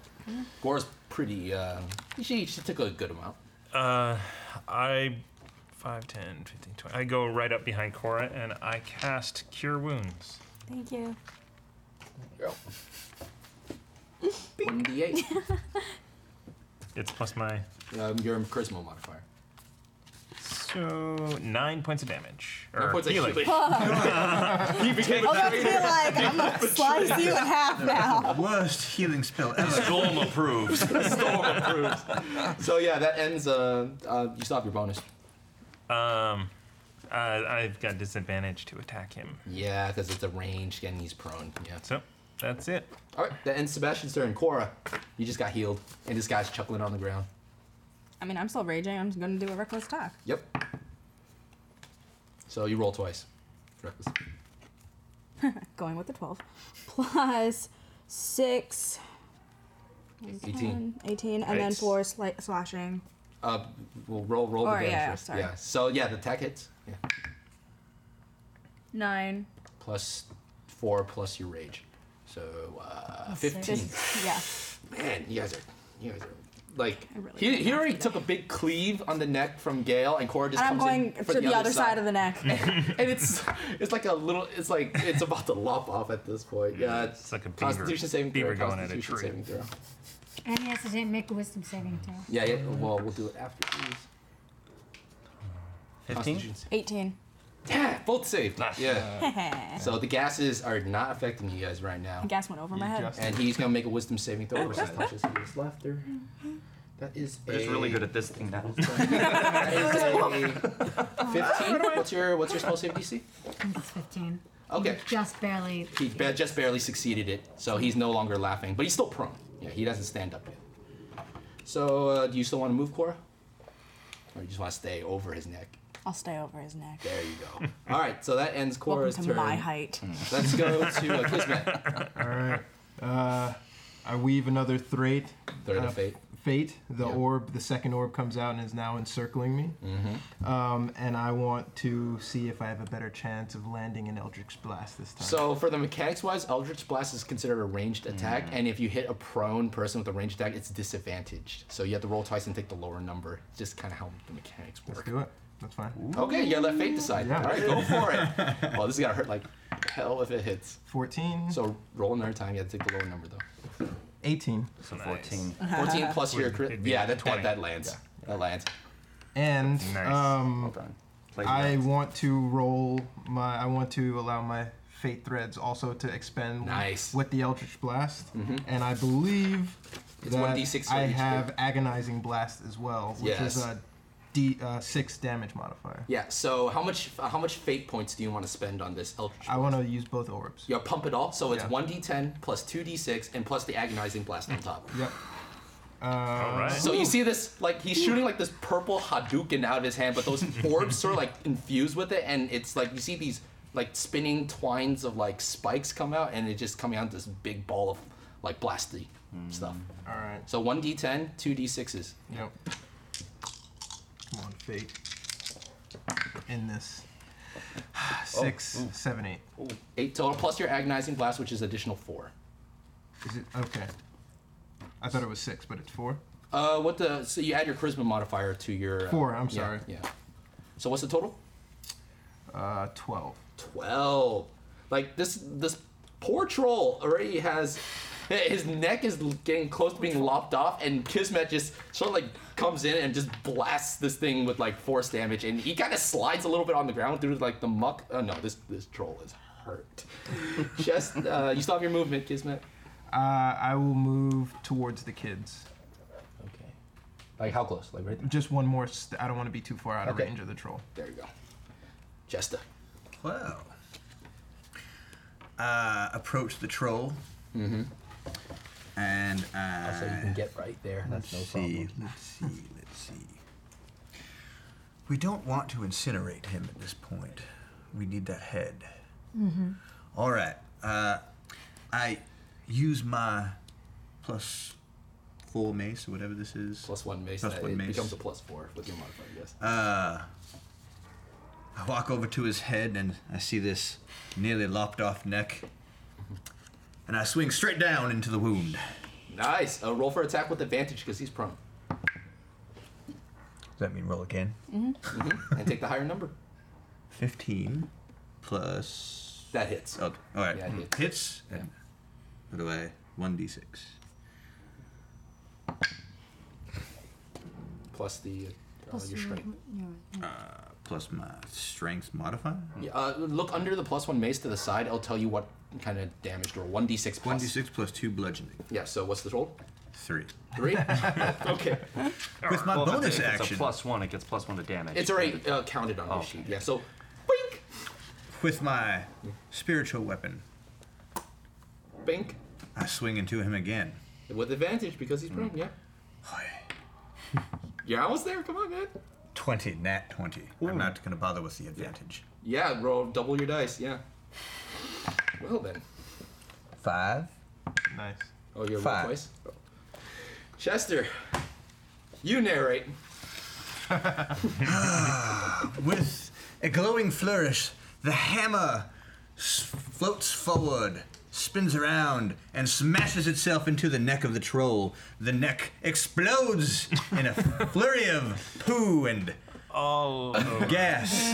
Speaker 3: Cora's pretty. Uh, she she took a good amount.
Speaker 4: Uh, I 5, 10, 15, 20. I go right up behind Cora and I cast Cure Wounds.
Speaker 11: Thank you.
Speaker 3: One d eight.
Speaker 4: It's plus my
Speaker 3: Um, your charisma modifier.
Speaker 4: so nine points of damage.
Speaker 3: Nine points of
Speaker 4: healing.
Speaker 3: healing.
Speaker 11: You
Speaker 3: became a
Speaker 11: Although I feel like I'm gonna slice you in half now.
Speaker 6: Worst healing spell ever.
Speaker 10: Storm approves.
Speaker 3: Storm approves. So yeah, that ends. Uh, uh, you still have your bonus.
Speaker 4: Um, uh, I've got disadvantage to attack him.
Speaker 3: Yeah, because it's a range and he's prone. Yeah.
Speaker 4: So that's it.
Speaker 3: All right, that ends Sebastian's turn. Cora, you just got healed, and this guy's chuckling on the ground.
Speaker 11: I mean, I'm still raging. I'm just gonna do a reckless attack.
Speaker 3: Yep. So you roll twice. Reckless.
Speaker 11: Going with the 12. Plus 6.
Speaker 3: Eighteen.
Speaker 11: 18, and then
Speaker 3: Nice.
Speaker 11: 4 sli- slashing.
Speaker 3: Uh, we'll roll roll the
Speaker 11: Or,
Speaker 3: damage
Speaker 11: yeah,
Speaker 3: first.
Speaker 11: sorry.
Speaker 3: Yeah. So yeah, the attack hits. Yeah.
Speaker 11: 9.
Speaker 3: Plus four plus your rage, so uh, fifteen.
Speaker 11: Just- yeah.
Speaker 3: Man, you guys are you guys are like
Speaker 11: really
Speaker 3: he,
Speaker 11: don't
Speaker 3: he already took a big cleave on the neck from Gale and Cora just
Speaker 11: and I'm
Speaker 3: comes in
Speaker 11: going to
Speaker 3: for
Speaker 11: the, other side. of the neck.
Speaker 3: and it's it's like a little it's like it's about to lop off at this point. Yeah, it's,
Speaker 4: like a beaver-
Speaker 3: Constitution saving throw.
Speaker 4: beaver going at a
Speaker 3: Constitution
Speaker 4: tree.
Speaker 3: saving throw.
Speaker 7: And yes, I didn't make a wisdom saving throw.
Speaker 3: Yeah, yeah. Well, we'll do it after these.
Speaker 10: 15?
Speaker 3: Constitution-
Speaker 11: 18.
Speaker 3: Yeah, both saved. Yeah. so the gases are not affecting you guys right now.
Speaker 11: Gas went over my head.
Speaker 3: And he's gonna make a wisdom saving throw versus Tasha's hideous laughter.
Speaker 11: Mm-hmm.
Speaker 3: That is
Speaker 10: We're just
Speaker 3: a-
Speaker 10: really good at this thing now.
Speaker 3: That is a 15. What's your what's your spell save DC?
Speaker 7: It's 15.
Speaker 3: Okay.
Speaker 7: Just barely.
Speaker 3: He ba- just barely succeeded it, so he's no longer laughing, but he's still prone. Yeah, he doesn't stand up yet. So, uh, do you still want to move, Cora? Or you just want to stay over his neck?
Speaker 11: I'll stay over his neck.
Speaker 3: There you go. All right, so that ends Cora's
Speaker 11: Welcome to
Speaker 3: turn. Mm.
Speaker 11: my height.
Speaker 3: Let's go to uh, Kismet.
Speaker 8: All right. Uh, I weave another threat.
Speaker 3: Thread of
Speaker 8: uh,
Speaker 3: fate.
Speaker 8: Fate. The orb, the second orb comes out and is now encircling me.
Speaker 3: Mm-hmm.
Speaker 8: Um, and I want to see if I have a better chance of landing an Eldritch Blast this time.
Speaker 3: So, for the mechanics wise, Eldritch Blast is considered a ranged attack,
Speaker 11: Mm.
Speaker 3: and if you hit a prone person with a ranged attack, it's disadvantaged. So, you have to roll twice and take the lower number. It's just kind of how the mechanics work.
Speaker 8: Let's do it. That's fine.
Speaker 3: Okay, yeah, let fate decide.
Speaker 8: Yeah.
Speaker 3: All right, go for it. well, this is gonna hurt like hell if it hits.
Speaker 8: 14.
Speaker 3: So roll another time. You have to take the lower number though.
Speaker 8: 18.
Speaker 10: So 14.
Speaker 3: 14 plus your
Speaker 10: Would-
Speaker 3: crit.
Speaker 10: it'd be
Speaker 3: Yeah, that, that
Speaker 10: 20.
Speaker 3: that lands. That lands.
Speaker 8: And
Speaker 3: Nice.
Speaker 8: um,
Speaker 3: Play
Speaker 8: I want to roll my. I want to allow my fate threads also to expend
Speaker 3: Nice. Mm-hmm.
Speaker 8: with the Eldritch Blast, and I believe
Speaker 3: It's
Speaker 8: that
Speaker 3: 1d6 for
Speaker 8: I
Speaker 3: each
Speaker 8: have
Speaker 3: thing.
Speaker 8: Agonizing Blast as well, which
Speaker 3: Yes.
Speaker 8: is a D uh, six damage modifier.
Speaker 3: Yeah. So how much how much fate points do you want to spend on this eldritch?
Speaker 8: I want to use both orbs.
Speaker 3: You pump it all. So it's
Speaker 8: Yeah.
Speaker 3: 1d10 plus 2d6 and plus the agonizing blast on top.
Speaker 8: Yep. Uh, all
Speaker 3: So you see this, like he's shooting like this purple Hadouken out of his hand, but those orbs sort of like infuse with it, and it's like you see these like spinning twines of like spikes come out, and it just coming out this big ball of like blasty
Speaker 8: Hmm.
Speaker 3: stuff.
Speaker 8: All right.
Speaker 3: So one d10, two d6s.
Speaker 8: Yep. Come on, fate. In this. Six,
Speaker 3: ooh.
Speaker 8: seven, eight.
Speaker 3: Eight total plus your agonizing blast, which is additional four.
Speaker 8: Is it okay? I thought it was six, but it's four.
Speaker 3: Uh, what the? So you add your charisma modifier to your uh,
Speaker 8: Four, I'm
Speaker 3: yeah,
Speaker 8: sorry.
Speaker 3: Yeah. So what's the total?
Speaker 8: Uh, twelve.
Speaker 3: Twelve. Like this, this poor troll already has his neck is getting close to being lopped off, and Kismet just sort of like comes in and just blasts this thing with like force damage, and he kind of slides a little bit on the ground through like the muck. Oh no, this this troll is hurt. just uh, you still have your movement, Kismet.
Speaker 8: Uh, I will move towards the kids.
Speaker 3: Okay. Like how close? Like right there?
Speaker 8: Just one more. St- I don't want to be too far out of
Speaker 3: Okay.
Speaker 8: range of the troll.
Speaker 3: There you go. Jesta.
Speaker 6: Wow. Uh, approach the troll. Mm-hmm. And uh, I.
Speaker 3: Also, you can get right there.
Speaker 6: Let's
Speaker 3: That's no
Speaker 6: see. Let's see. Let's see. We don't want to incinerate him at this point. We need that head.
Speaker 13: Mm-hmm.
Speaker 6: All right. Uh, I use my plus four mace or whatever this is.
Speaker 3: Plus one mace.
Speaker 6: Plus
Speaker 3: that
Speaker 6: one
Speaker 3: it
Speaker 6: mace.
Speaker 3: becomes a plus four with your modifier. Yes.
Speaker 6: Uh, I walk over to his head and I see this nearly lopped off neck. Mm-hmm. And I swing straight down into the wound.
Speaker 3: Nice. Uh, roll for attack with advantage because he's prone.
Speaker 6: Does that mean roll again?
Speaker 3: Mm-hmm. And take the higher number.
Speaker 6: 15 plus.
Speaker 3: That hits.
Speaker 6: Oh, all right.
Speaker 3: Yeah, it
Speaker 6: hits.
Speaker 3: hits.
Speaker 6: And what do I? 1d6.
Speaker 3: Plus the uh,
Speaker 7: Plus
Speaker 3: your strength.
Speaker 6: Uh, plus my strength modifier?
Speaker 3: Yeah, uh, look under the plus one mace to the side. It'll tell you what kind of damage roll. One d six plus.
Speaker 6: 1d6 plus 2 bludgeoning.
Speaker 3: Yeah. So what's the roll?
Speaker 6: 3.
Speaker 3: Three. okay.
Speaker 6: With my
Speaker 10: Well, if
Speaker 6: bonus
Speaker 10: it's a
Speaker 6: action.
Speaker 10: plus one, it gets plus one to damage.
Speaker 3: It's already uh, counted on your
Speaker 10: Oh,
Speaker 3: sheet. Yeah. So
Speaker 6: With my spiritual weapon,
Speaker 3: bink
Speaker 6: I swing into him again.
Speaker 3: with advantage because he's prone. Yeah. You're almost there. Come on, man.
Speaker 6: 20, nat 20. I'm not going to bother with the advantage.
Speaker 3: Yeah. Roll double your dice. Yeah. Well then.
Speaker 6: 5.
Speaker 8: Nice.
Speaker 3: Oh, you're
Speaker 6: Five.
Speaker 3: roll twice. Chester, you narrate.
Speaker 6: With a glowing flourish, the hammer s- floats forward, spins around, and smashes itself into the neck of the troll. The neck explodes in a flurry of poo and
Speaker 4: all
Speaker 6: gas.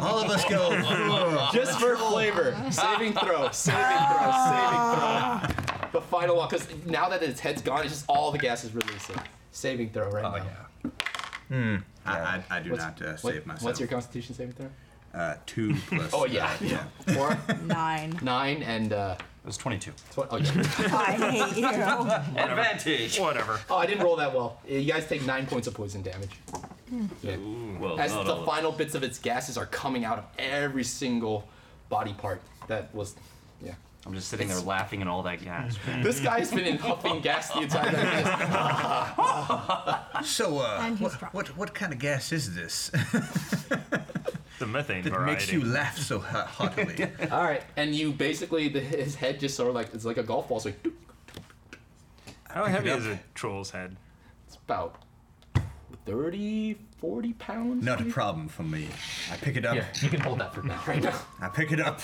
Speaker 6: All of us go. "Ugh."
Speaker 3: Just for flavor, saving throw, saving throw, saving throw. The final one, because now that its head's gone, it's just all the gas is releasing. Saving throw right now.
Speaker 6: Hmm. I, I, I do
Speaker 3: What's-
Speaker 6: Oh, not uh,
Speaker 3: what-
Speaker 6: save myself.
Speaker 3: What's your Constitution saving throw?
Speaker 6: uh, two plus.
Speaker 3: Oh yeah,
Speaker 6: uh,
Speaker 3: yeah. Four,
Speaker 11: Nine.
Speaker 3: nine, and uh,
Speaker 10: it was twenty-two.
Speaker 3: oh yeah.
Speaker 11: I hate you.
Speaker 10: Advantage.
Speaker 4: Whatever.
Speaker 3: Oh, I didn't roll that well. You guys take nine points of poison damage. Yeah.
Speaker 10: well,
Speaker 3: As
Speaker 10: not
Speaker 3: the
Speaker 10: all of
Speaker 3: final bits of its gases are coming out of every single body part. That was, yeah.
Speaker 10: I'm just sitting there laughing and all that gas.
Speaker 3: This guy's been in huffing gas the entire time.
Speaker 6: So, uh, what, what what kind of gas is this
Speaker 4: The methane
Speaker 6: that
Speaker 4: variety.
Speaker 6: makes you laugh so ha- heartily?
Speaker 3: All right, and you basically the, his head just sort of like it's like a golf ball. So like,
Speaker 4: How heavy is a troll's head?
Speaker 3: It's about 30, 40 pounds.
Speaker 6: Not a problem for me. I pick it up.
Speaker 3: Yeah, you can hold that for now, right now.
Speaker 6: I pick it up.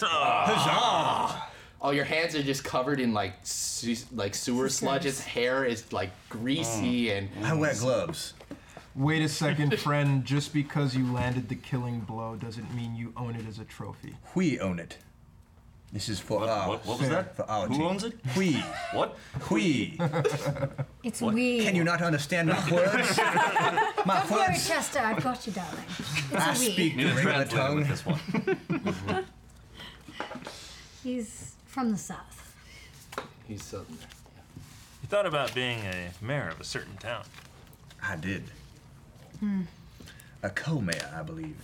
Speaker 3: Huzzah! Oh, your hands are just covered in like su- like sewer sludge. His hair is like greasy
Speaker 8: Mm.
Speaker 3: and.
Speaker 6: I wear gloves.
Speaker 8: Wait a second, friend. Just because you landed the killing blow doesn't mean you own it as a trophy.
Speaker 6: We own it. This is for our.
Speaker 8: what- what was that?
Speaker 6: For our
Speaker 8: Who
Speaker 6: team.
Speaker 8: owns
Speaker 6: it? We.
Speaker 10: What?
Speaker 6: We.
Speaker 7: It's we.
Speaker 6: Can you not understand my words? my
Speaker 7: Don't worry,
Speaker 6: words.
Speaker 7: Chester. I've got you, darling.
Speaker 6: I
Speaker 7: It's a we.
Speaker 6: speak the regular tongue. With this one.
Speaker 7: He's from the south.
Speaker 3: He's southern.
Speaker 4: You thought about being a mayor of a certain town.
Speaker 6: I did. A co-mayor, I believe.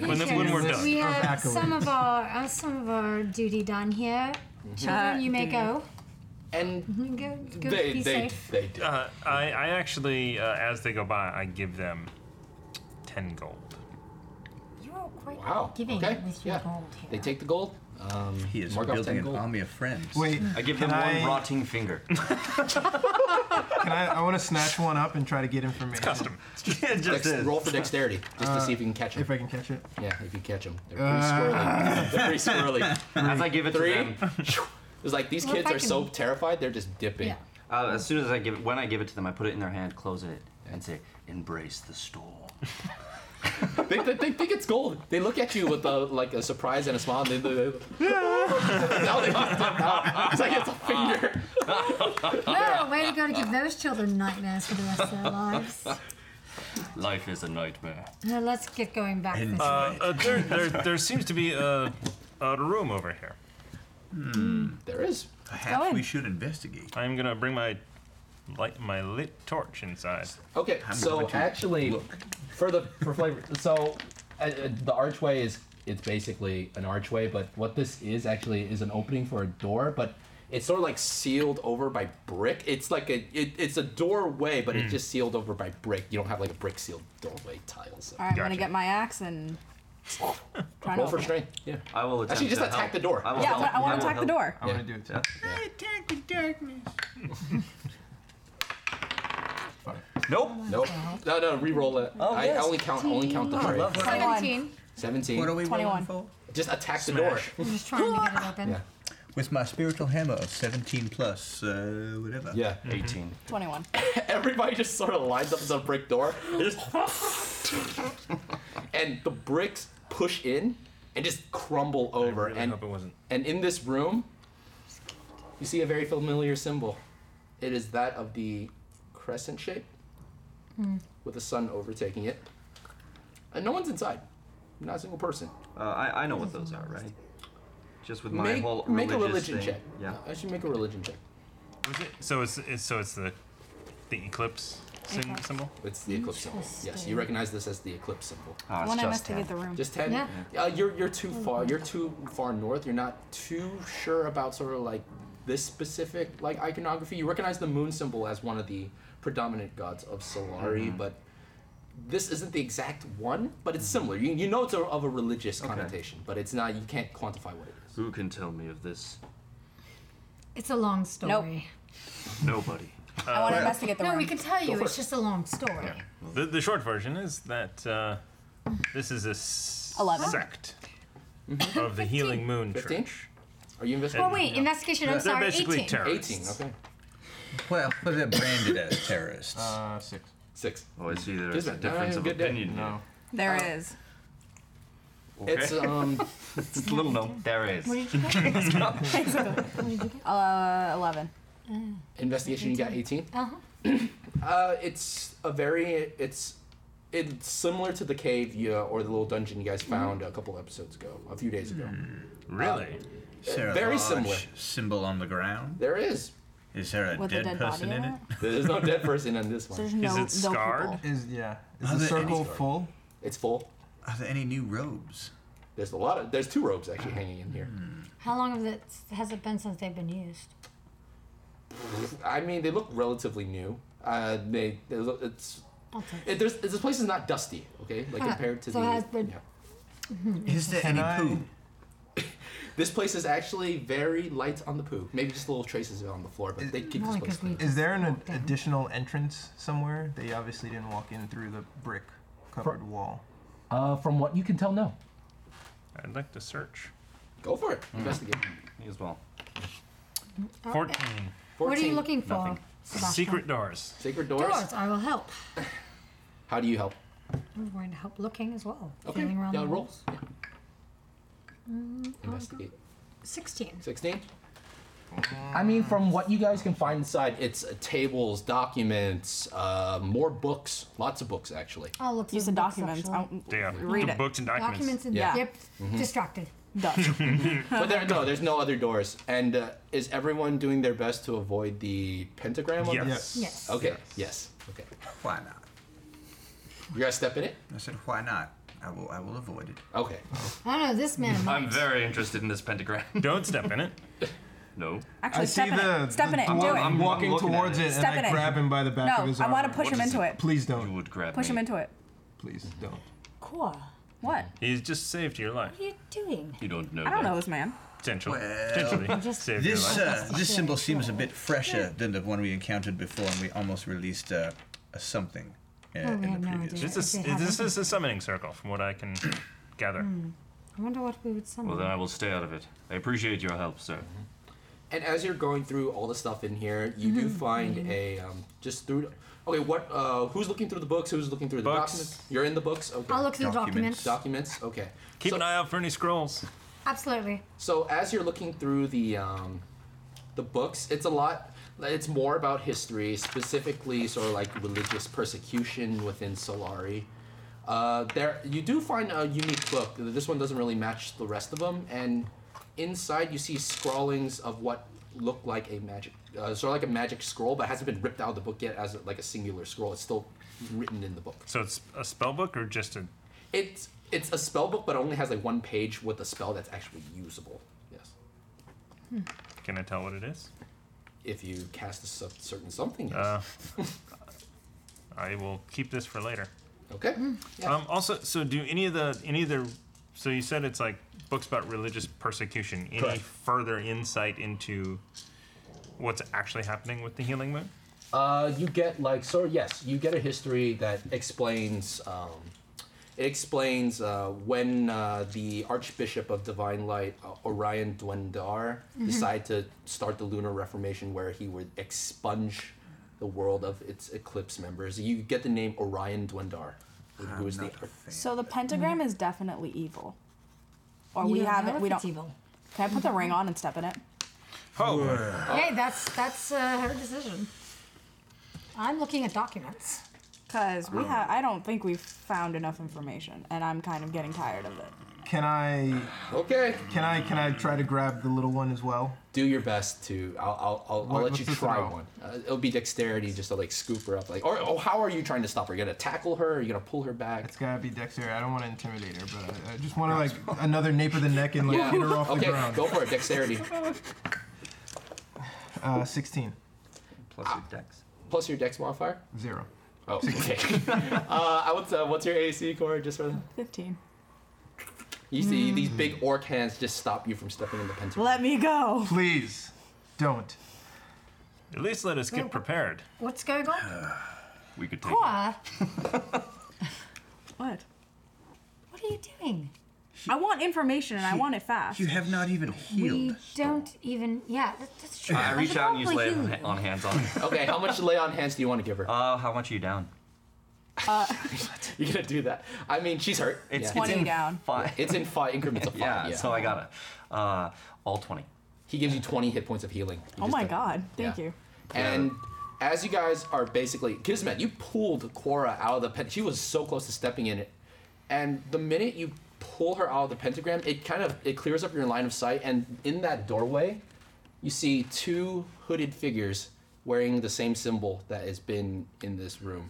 Speaker 4: When the- when we're done.
Speaker 7: We have some of our uh, some of our duty done here. Children, you may go.
Speaker 3: And
Speaker 7: go, go be safe.
Speaker 3: they do.
Speaker 4: Uh, I, I actually, uh, as they go by, I give them 10 gold.
Speaker 7: You're quite
Speaker 4: Wow,
Speaker 7: giving
Speaker 3: okay,
Speaker 7: with your gold here.
Speaker 3: They take the gold. Um,
Speaker 6: he is
Speaker 3: mark off
Speaker 6: building
Speaker 3: 10
Speaker 6: an
Speaker 3: gold.
Speaker 6: army of friends.
Speaker 8: Wait,
Speaker 10: I give them
Speaker 8: can
Speaker 10: one
Speaker 8: I-
Speaker 10: rotting finger.
Speaker 8: Can I? I want to snatch one up and try to get information.
Speaker 4: custom.
Speaker 3: Dex- roll for dexterity, just to
Speaker 8: Uh,
Speaker 3: see if you can catch him.
Speaker 8: If I can catch it.
Speaker 3: Yeah, if you catch them, they're pretty
Speaker 8: Uh,
Speaker 3: squirrely. they're pretty squirrely.
Speaker 10: As I give it to
Speaker 3: Three.
Speaker 10: them.
Speaker 3: It's like these
Speaker 10: Well, if
Speaker 3: kids
Speaker 10: I
Speaker 3: are so
Speaker 10: can-
Speaker 3: terrified they're just dipping.
Speaker 10: Uh, as soon as I give it, when I give it to them, I put it in their hand, close it, and say, "Embrace the storm."
Speaker 3: they, they, they think it's gold. They look at you with a, like a surprise and a smile. And they, they, now they just dip out. It's like it's a finger.
Speaker 7: No, way to go to give those children nightmares for the rest of their lives.
Speaker 10: Life is a nightmare.
Speaker 7: Now let's get going back.
Speaker 4: Uh,
Speaker 7: This
Speaker 4: uh, there, there, there seems to be a, a room over here.
Speaker 3: There is.
Speaker 6: Perhaps
Speaker 3: go in.
Speaker 6: we should investigate.
Speaker 4: I'm gonna bring my light, my lit torch inside.
Speaker 3: Okay,
Speaker 4: I'm
Speaker 3: so
Speaker 4: going to
Speaker 3: actually, for the for flavor, so uh, uh, the archway is it's basically an archway, but what this is actually is an opening for a door, but it's sort of like sealed over by brick. It's like a it, it's a doorway, but it's just sealed over by brick. You don't have like a brick sealed doorway tiles.
Speaker 11: All right, I'm gonna get my axe and try to
Speaker 3: Roll
Speaker 11: open
Speaker 3: for
Speaker 11: it.
Speaker 3: strength. Yeah.
Speaker 10: I will
Speaker 3: attempt Actually, just to attack help. the door. I will
Speaker 11: yeah,
Speaker 3: help.
Speaker 11: I
Speaker 3: I
Speaker 11: want
Speaker 3: will
Speaker 11: to attack the
Speaker 3: help.
Speaker 11: door.
Speaker 3: I wanna do it too.
Speaker 11: I attack the darkness.
Speaker 10: Nope.
Speaker 3: Nope. No, no. Re-roll it.
Speaker 11: Oh,
Speaker 3: I, I
Speaker 11: yes.
Speaker 3: only count. I only count the
Speaker 11: Oh,
Speaker 3: three.
Speaker 11: love that. Seventeen.
Speaker 3: Seventeen.
Speaker 6: What are we rolling
Speaker 11: 21.
Speaker 6: for?
Speaker 3: Just attack the door.
Speaker 6: Smash.
Speaker 7: I'm just trying to get it open.
Speaker 3: Yeah.
Speaker 6: With my spiritual hammer of 17 plus, uh, whatever.
Speaker 3: Yeah.
Speaker 10: 18.
Speaker 11: 21.
Speaker 3: Everybody just sort of lines up at the brick door, Just- and the bricks push in and just crumble over. and and in this room, you see a very familiar symbol. It is that of the crescent shape
Speaker 7: Hmm.
Speaker 3: with the sun overtaking it, and no one's inside. Not a single person.
Speaker 10: Uh, I, I know what those are, right? Just with my
Speaker 3: make
Speaker 10: whole
Speaker 3: make a
Speaker 10: religious
Speaker 3: religion
Speaker 10: thing.
Speaker 3: check.
Speaker 10: Yeah.
Speaker 3: I should make a religion check.
Speaker 4: So it's, it's so it's the the eclipse sym-
Speaker 3: Eclipse.
Speaker 4: symbol.
Speaker 3: It's the eclipse symbol. Yes, you recognize this as the eclipse symbol.
Speaker 4: Ah, it's When I just investigate 10. the room.
Speaker 3: Just ten.
Speaker 4: Yeah.
Speaker 3: Uh, you're you're too far. You're too far north. You're not too sure about sort of like this specific like iconography. You recognize the moon symbol as one of the predominant gods of Solari,
Speaker 10: Mhm.
Speaker 3: but this isn't the exact one. But it's similar. You, you know it's a, of a religious connotation, but it's not. You can't quantify what it is.
Speaker 10: Who can tell me of this?
Speaker 7: It's a long story.
Speaker 10: Nobody.
Speaker 11: I
Speaker 3: Uh,
Speaker 11: want to investigate the
Speaker 7: no,
Speaker 11: room.
Speaker 7: we can tell
Speaker 11: Go
Speaker 7: you.
Speaker 11: for
Speaker 7: It's
Speaker 11: it.
Speaker 7: just a long story.
Speaker 4: The, the short version is that uh, this is a s-
Speaker 7: Eleven.
Speaker 4: sect of the Healing Moon Church.
Speaker 3: Are you
Speaker 7: Oh wait, investigation. I'm
Speaker 4: They're
Speaker 7: sorry.
Speaker 4: basically
Speaker 7: 18.
Speaker 4: terrorists.
Speaker 3: Okay.
Speaker 6: Well, but they're branded as terrorists.
Speaker 8: Uh, six.
Speaker 3: Six.
Speaker 10: Oh, I see
Speaker 3: Just
Speaker 10: there's a
Speaker 3: a- no,
Speaker 10: difference
Speaker 3: no,
Speaker 10: of
Speaker 3: good day.
Speaker 10: opinion
Speaker 8: No.
Speaker 11: There is.
Speaker 3: It's um.
Speaker 10: it's little no. There is.
Speaker 11: What did you get? uh, 11.
Speaker 3: Investigation. You got eighteen.
Speaker 7: Uh-huh.
Speaker 3: Uh, it's a very it's it's similar to the cave you, or the little dungeon you guys
Speaker 7: Mm-hmm.
Speaker 3: found a couple episodes ago, a few days ago.
Speaker 6: Hmm, Really?
Speaker 3: Uh, very
Speaker 6: Lodge
Speaker 3: similar.
Speaker 6: Symbol on the ground.
Speaker 3: There is.
Speaker 6: Is there a
Speaker 11: With a
Speaker 6: dead,
Speaker 11: dead
Speaker 6: person
Speaker 11: body
Speaker 6: in
Speaker 11: on
Speaker 6: it?
Speaker 3: There's no dead person in this one.
Speaker 11: There's no- no people.
Speaker 8: Is yeah. Is
Speaker 6: Are
Speaker 8: the
Speaker 6: there any-
Speaker 8: circle full?
Speaker 3: It's full.
Speaker 6: Are there any new robes?
Speaker 3: There's a lot of. There's two robes actually
Speaker 6: Ah.
Speaker 3: hanging in here.
Speaker 6: Hmm.
Speaker 7: How long have it, has it been since they've been used?
Speaker 3: I mean, they look relatively new. Uh, they, they look- it's.
Speaker 7: I'll take
Speaker 3: It, there's, this place is not dusty, okay? Like
Speaker 7: Huh.
Speaker 3: compared to
Speaker 7: Ah, So
Speaker 3: the.
Speaker 7: it has been-
Speaker 3: yeah.
Speaker 6: Is there any poo?
Speaker 3: This place is actually very light on the poo. Maybe just little traces of it on the floor, but they keep this place clean.
Speaker 8: Is there an ad- additional entrance somewhere? They obviously didn't walk in through the brick covered wall.
Speaker 3: Uh, from what you can tell, no.
Speaker 4: I'd like to search.
Speaker 3: Go for it. Investigate.
Speaker 10: Me as well.
Speaker 7: Oh,
Speaker 4: Fourteen.
Speaker 7: What are you looking for? Sebastian?
Speaker 4: Secret doors.
Speaker 3: Secret
Speaker 7: doors. I will help.
Speaker 3: How do you help?
Speaker 7: I'm going to help looking as well.
Speaker 3: Okay.
Speaker 7: Feeling around
Speaker 3: Yeah,
Speaker 7: the
Speaker 3: roll.
Speaker 7: walls. Mm, I'll go-
Speaker 3: Investigate.
Speaker 7: 16.
Speaker 3: 16? I mean, from what you guys can find inside, it's uh, tables, documents, uh, more books, lots of books actually.
Speaker 7: I'll look through
Speaker 11: Use
Speaker 7: the
Speaker 11: the
Speaker 7: books,
Speaker 11: documents.
Speaker 7: actually.
Speaker 11: I'll- Yeah, read the it. books and documents.
Speaker 7: Documents and
Speaker 3: Yeah.
Speaker 7: yep.
Speaker 3: Mhm.
Speaker 7: Distracted.
Speaker 3: but there, no, there's no other doors. And uh, is everyone doing their best to avoid the pentagram? on
Speaker 6: Yes.
Speaker 3: this?
Speaker 6: Yes.
Speaker 3: Okay. Yes. Okay.
Speaker 6: Why not?
Speaker 3: You guys step in it?
Speaker 6: I said, why not? I will. I will avoid it.
Speaker 3: Okay.
Speaker 7: I don't know, this
Speaker 3: Mm-hmm.
Speaker 7: man.
Speaker 9: I'm very interested in this pentagram.
Speaker 4: Don't step in it.
Speaker 9: No.
Speaker 11: Actually, step in it. Step in it. Do it.
Speaker 8: I'm walking
Speaker 9: looking at
Speaker 8: towards it,
Speaker 11: Step in
Speaker 8: and I
Speaker 11: it.
Speaker 8: grab him by the back
Speaker 11: No,
Speaker 8: of his
Speaker 11: I
Speaker 8: arm.
Speaker 11: wanna push What him is into it? it.
Speaker 8: Please don't.
Speaker 9: You would grab
Speaker 11: Push him into it.
Speaker 8: Please don't.
Speaker 11: Cool. What?
Speaker 4: He's just saved your life.
Speaker 7: What are you doing?
Speaker 9: You don't know.
Speaker 11: I don't know this man.
Speaker 4: Potentially.
Speaker 6: Well,
Speaker 4: Potentially. saved
Speaker 6: this
Speaker 4: your
Speaker 6: uh,
Speaker 4: life.
Speaker 6: this symbol seems a bit fresher than the one we encountered before, and we almost released uh, a something uh,
Speaker 7: Oh,
Speaker 6: in
Speaker 7: we had
Speaker 6: the
Speaker 7: no
Speaker 6: previous.
Speaker 7: idea.
Speaker 4: This is,
Speaker 7: If it
Speaker 4: this is a summoning circle, from what I can gather.
Speaker 7: Hmm. I wonder what we would summon.
Speaker 9: Well, then I will stay out of it. I appreciate your help, sir.
Speaker 3: And as you're going through all the stuff in here, you do
Speaker 7: Mm-hmm.
Speaker 3: find a um, just through. Okay, what? Uh, who's looking through the books? Who's looking through the
Speaker 4: Books.
Speaker 3: documents? You're in the books. Okay.
Speaker 7: I'll look through the Documents.
Speaker 3: Documents. Okay.
Speaker 4: Keep an eye out for any scrolls.
Speaker 7: Absolutely.
Speaker 3: So as you're looking through the um, the books, it's a lot. It's more about history, specifically sort of like religious persecution within Solari. Uh, there, you do find a unique book. This one doesn't really match the rest of them, and inside you see scrawlings of what look like a magic, uh, sort of like a magic scroll, but hasn't been ripped out of the book yet as like a singular scroll. It's still written in the book.
Speaker 4: So it's a spell book or just a.
Speaker 3: It's it's a spell book, but it only has like one page with a spell that's actually usable. Yes.
Speaker 4: Can I tell what it is?
Speaker 3: if you cast a sub- certain something. yes.
Speaker 4: Uh, I will keep this for later.
Speaker 3: okay.
Speaker 4: Um, also, so do any of the any of the so you said it's like books about religious persecution. Any
Speaker 3: Correct.
Speaker 4: further insight into what's actually happening with the healing moon?
Speaker 3: Uh, you get like so. Yes, you get a history that explains. Um, it explains uh, when uh, the Archbishop of Divine Light, uh, Orion Dwendar,
Speaker 13: Mhm.
Speaker 3: decided to start the Lunar Reformation, where he would expunge the world of its Eclipse members. You get the name Orion Dwendar, who is the
Speaker 11: So the pentagram is definitely evil. Or
Speaker 7: You
Speaker 11: we
Speaker 7: don't
Speaker 11: have
Speaker 7: know
Speaker 11: it.
Speaker 7: if
Speaker 11: We
Speaker 7: it's
Speaker 11: don't.
Speaker 7: evil.
Speaker 11: Can I put the ring on and step in it?
Speaker 7: Hey, that's that's uh, her decision. I'm looking at documents.
Speaker 11: Because we
Speaker 8: Um.
Speaker 11: have. I don't think we've found enough information, and I'm kind of getting tired of it.
Speaker 8: Can I?
Speaker 3: Okay.
Speaker 8: Can I? Can I try to grab the little one as well?
Speaker 3: do your best to. I'll I'll, I'll, I'll
Speaker 8: What-
Speaker 3: let
Speaker 8: what's
Speaker 3: you
Speaker 8: the
Speaker 3: try
Speaker 8: throw?
Speaker 3: one. Uh, it'll be dexterity just to like scoop her up, like or oh, how are you trying to stop her? You gonna tackle her? Or you gonna pull her back?
Speaker 8: It's gotta be Dexter. I don't want to intimidate her, but I, I just want to like another nape of the neck and like get her off
Speaker 3: okay,
Speaker 8: the ground.
Speaker 3: go for it. Dexterity
Speaker 8: Uh, Sixteen.
Speaker 10: Plus your dex.
Speaker 3: plus your dex modifier.
Speaker 8: Zero.
Speaker 3: Oh, okay. uh, I would, uh, what's your AC, Corey? Just for
Speaker 11: Fifteen.
Speaker 3: you see
Speaker 10: Hmm.
Speaker 3: these big orc hands just stop you from stepping in the pentagram.
Speaker 11: Let me go.
Speaker 8: Please, don't.
Speaker 4: At least let us get prepared.
Speaker 7: What's going on?
Speaker 9: We could
Speaker 7: Cora,
Speaker 11: What?
Speaker 7: what are you doing?
Speaker 11: I want information, and I want it fast.
Speaker 6: You have not even healed.
Speaker 7: We don't even. Yeah, that, that's true.
Speaker 10: I reach
Speaker 7: should
Speaker 10: out and use
Speaker 7: probably
Speaker 10: lay on,
Speaker 7: heal
Speaker 10: on hands on. her.
Speaker 3: Okay, how much lay on hands do you want to give her?
Speaker 10: Uh, how much are you down?
Speaker 11: Uh,
Speaker 3: You're gonna do that. I mean, she's hurt.
Speaker 10: It's-
Speaker 3: Yeah.
Speaker 10: Twenty
Speaker 3: in
Speaker 11: down.
Speaker 10: Five.
Speaker 3: It's in five increments of five.
Speaker 10: Yeah,
Speaker 3: Yeah,
Speaker 10: so I got it. Uh, all twenty.
Speaker 3: He gives you twenty hit points of healing. You
Speaker 11: oh
Speaker 3: just
Speaker 11: my
Speaker 3: don't-
Speaker 11: god! Thank
Speaker 3: Yeah.
Speaker 11: you.
Speaker 3: And as you guys are basically Kismet, you pulled Cora out of the pen. She was so close to stepping in it, and the minute you pull her out of the pentagram, it kind of it clears up your line of sight, and in that doorway, you see two hooded figures wearing the same symbol that has been in this room.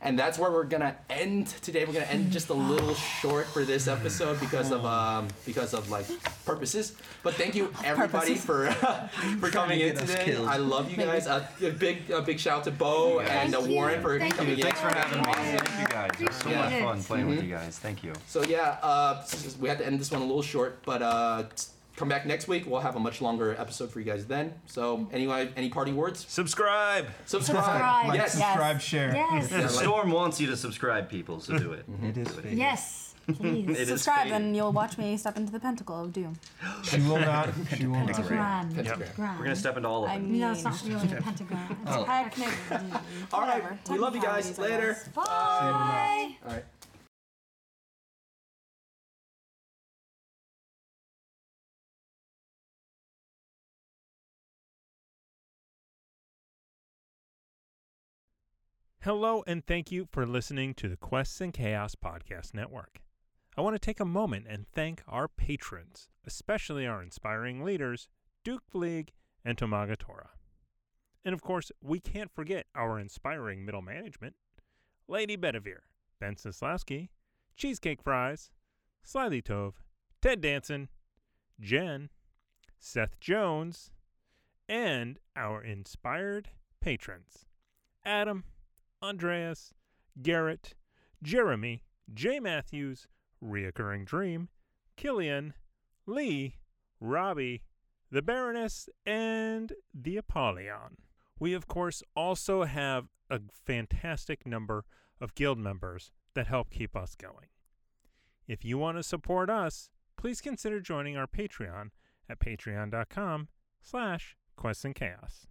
Speaker 3: And that's where we're gonna end today. We're gonna end just a little short for this episode because of um, because of like purposes. But thank you everybody
Speaker 10: Purposes.
Speaker 3: for for coming in
Speaker 10: get us
Speaker 3: today.
Speaker 10: killed.
Speaker 3: I love you
Speaker 10: Maybe.
Speaker 3: guys. A, a big a big shout out to Bo and uh, Warren for coming in.
Speaker 10: Thanks for having me. Thank you guys. It was so much
Speaker 3: Yeah.
Speaker 10: fun playing with
Speaker 3: Mhm.
Speaker 10: you guys. Thank you.
Speaker 3: So yeah, uh, s- s- we had to end this one a little short, but uh, s- come back next week. We'll have a much longer episode for you guys then. So anyway, any party words?
Speaker 14: Subscribe.
Speaker 3: Subscribe.
Speaker 10: Subscribe.
Speaker 3: Yes.
Speaker 10: Subscribe,
Speaker 8: share.
Speaker 11: Yes.
Speaker 10: The storm wants you to subscribe, people, so do it. It is.
Speaker 11: Yes.
Speaker 10: It
Speaker 11: Please
Speaker 10: is
Speaker 11: subscribe,
Speaker 10: faded.
Speaker 11: and you'll watch me step into the pentacle of doom.
Speaker 8: She will not. She will not.
Speaker 11: Pentagram.
Speaker 10: We're gonna step into all of
Speaker 11: I
Speaker 10: it.
Speaker 11: mean,
Speaker 10: No, it's not
Speaker 11: really a pentagram. It's
Speaker 10: Oh.
Speaker 11: a technic-
Speaker 3: All right. We love you guys.
Speaker 11: Technicalities, I
Speaker 3: Later.
Speaker 11: guess.
Speaker 3: Bye. All right.
Speaker 4: Hello, and thank you for listening to the Quests and Chaos Podcast Network. I want to take a moment and thank our patrons, especially our inspiring leaders, Duke League and Tomaga Tora. And of course, we can't forget our inspiring middle management Lady Bedivere, Ben Sislowski, Cheesecake Fries, Slyly Tove, Ted Danson, Jen, Seth Jones, and our inspired patrons. Adam, Andreas, Garrett, Jeremy, Jay Matthews, Reoccurring Dream, Killian, Lee, Robbie, the Baroness, and the Apollyon. We, of course, also have a fantastic number of guild members that help keep us going. If you want to support us, please consider joining our Patreon at patreon.com slash quests and chaos.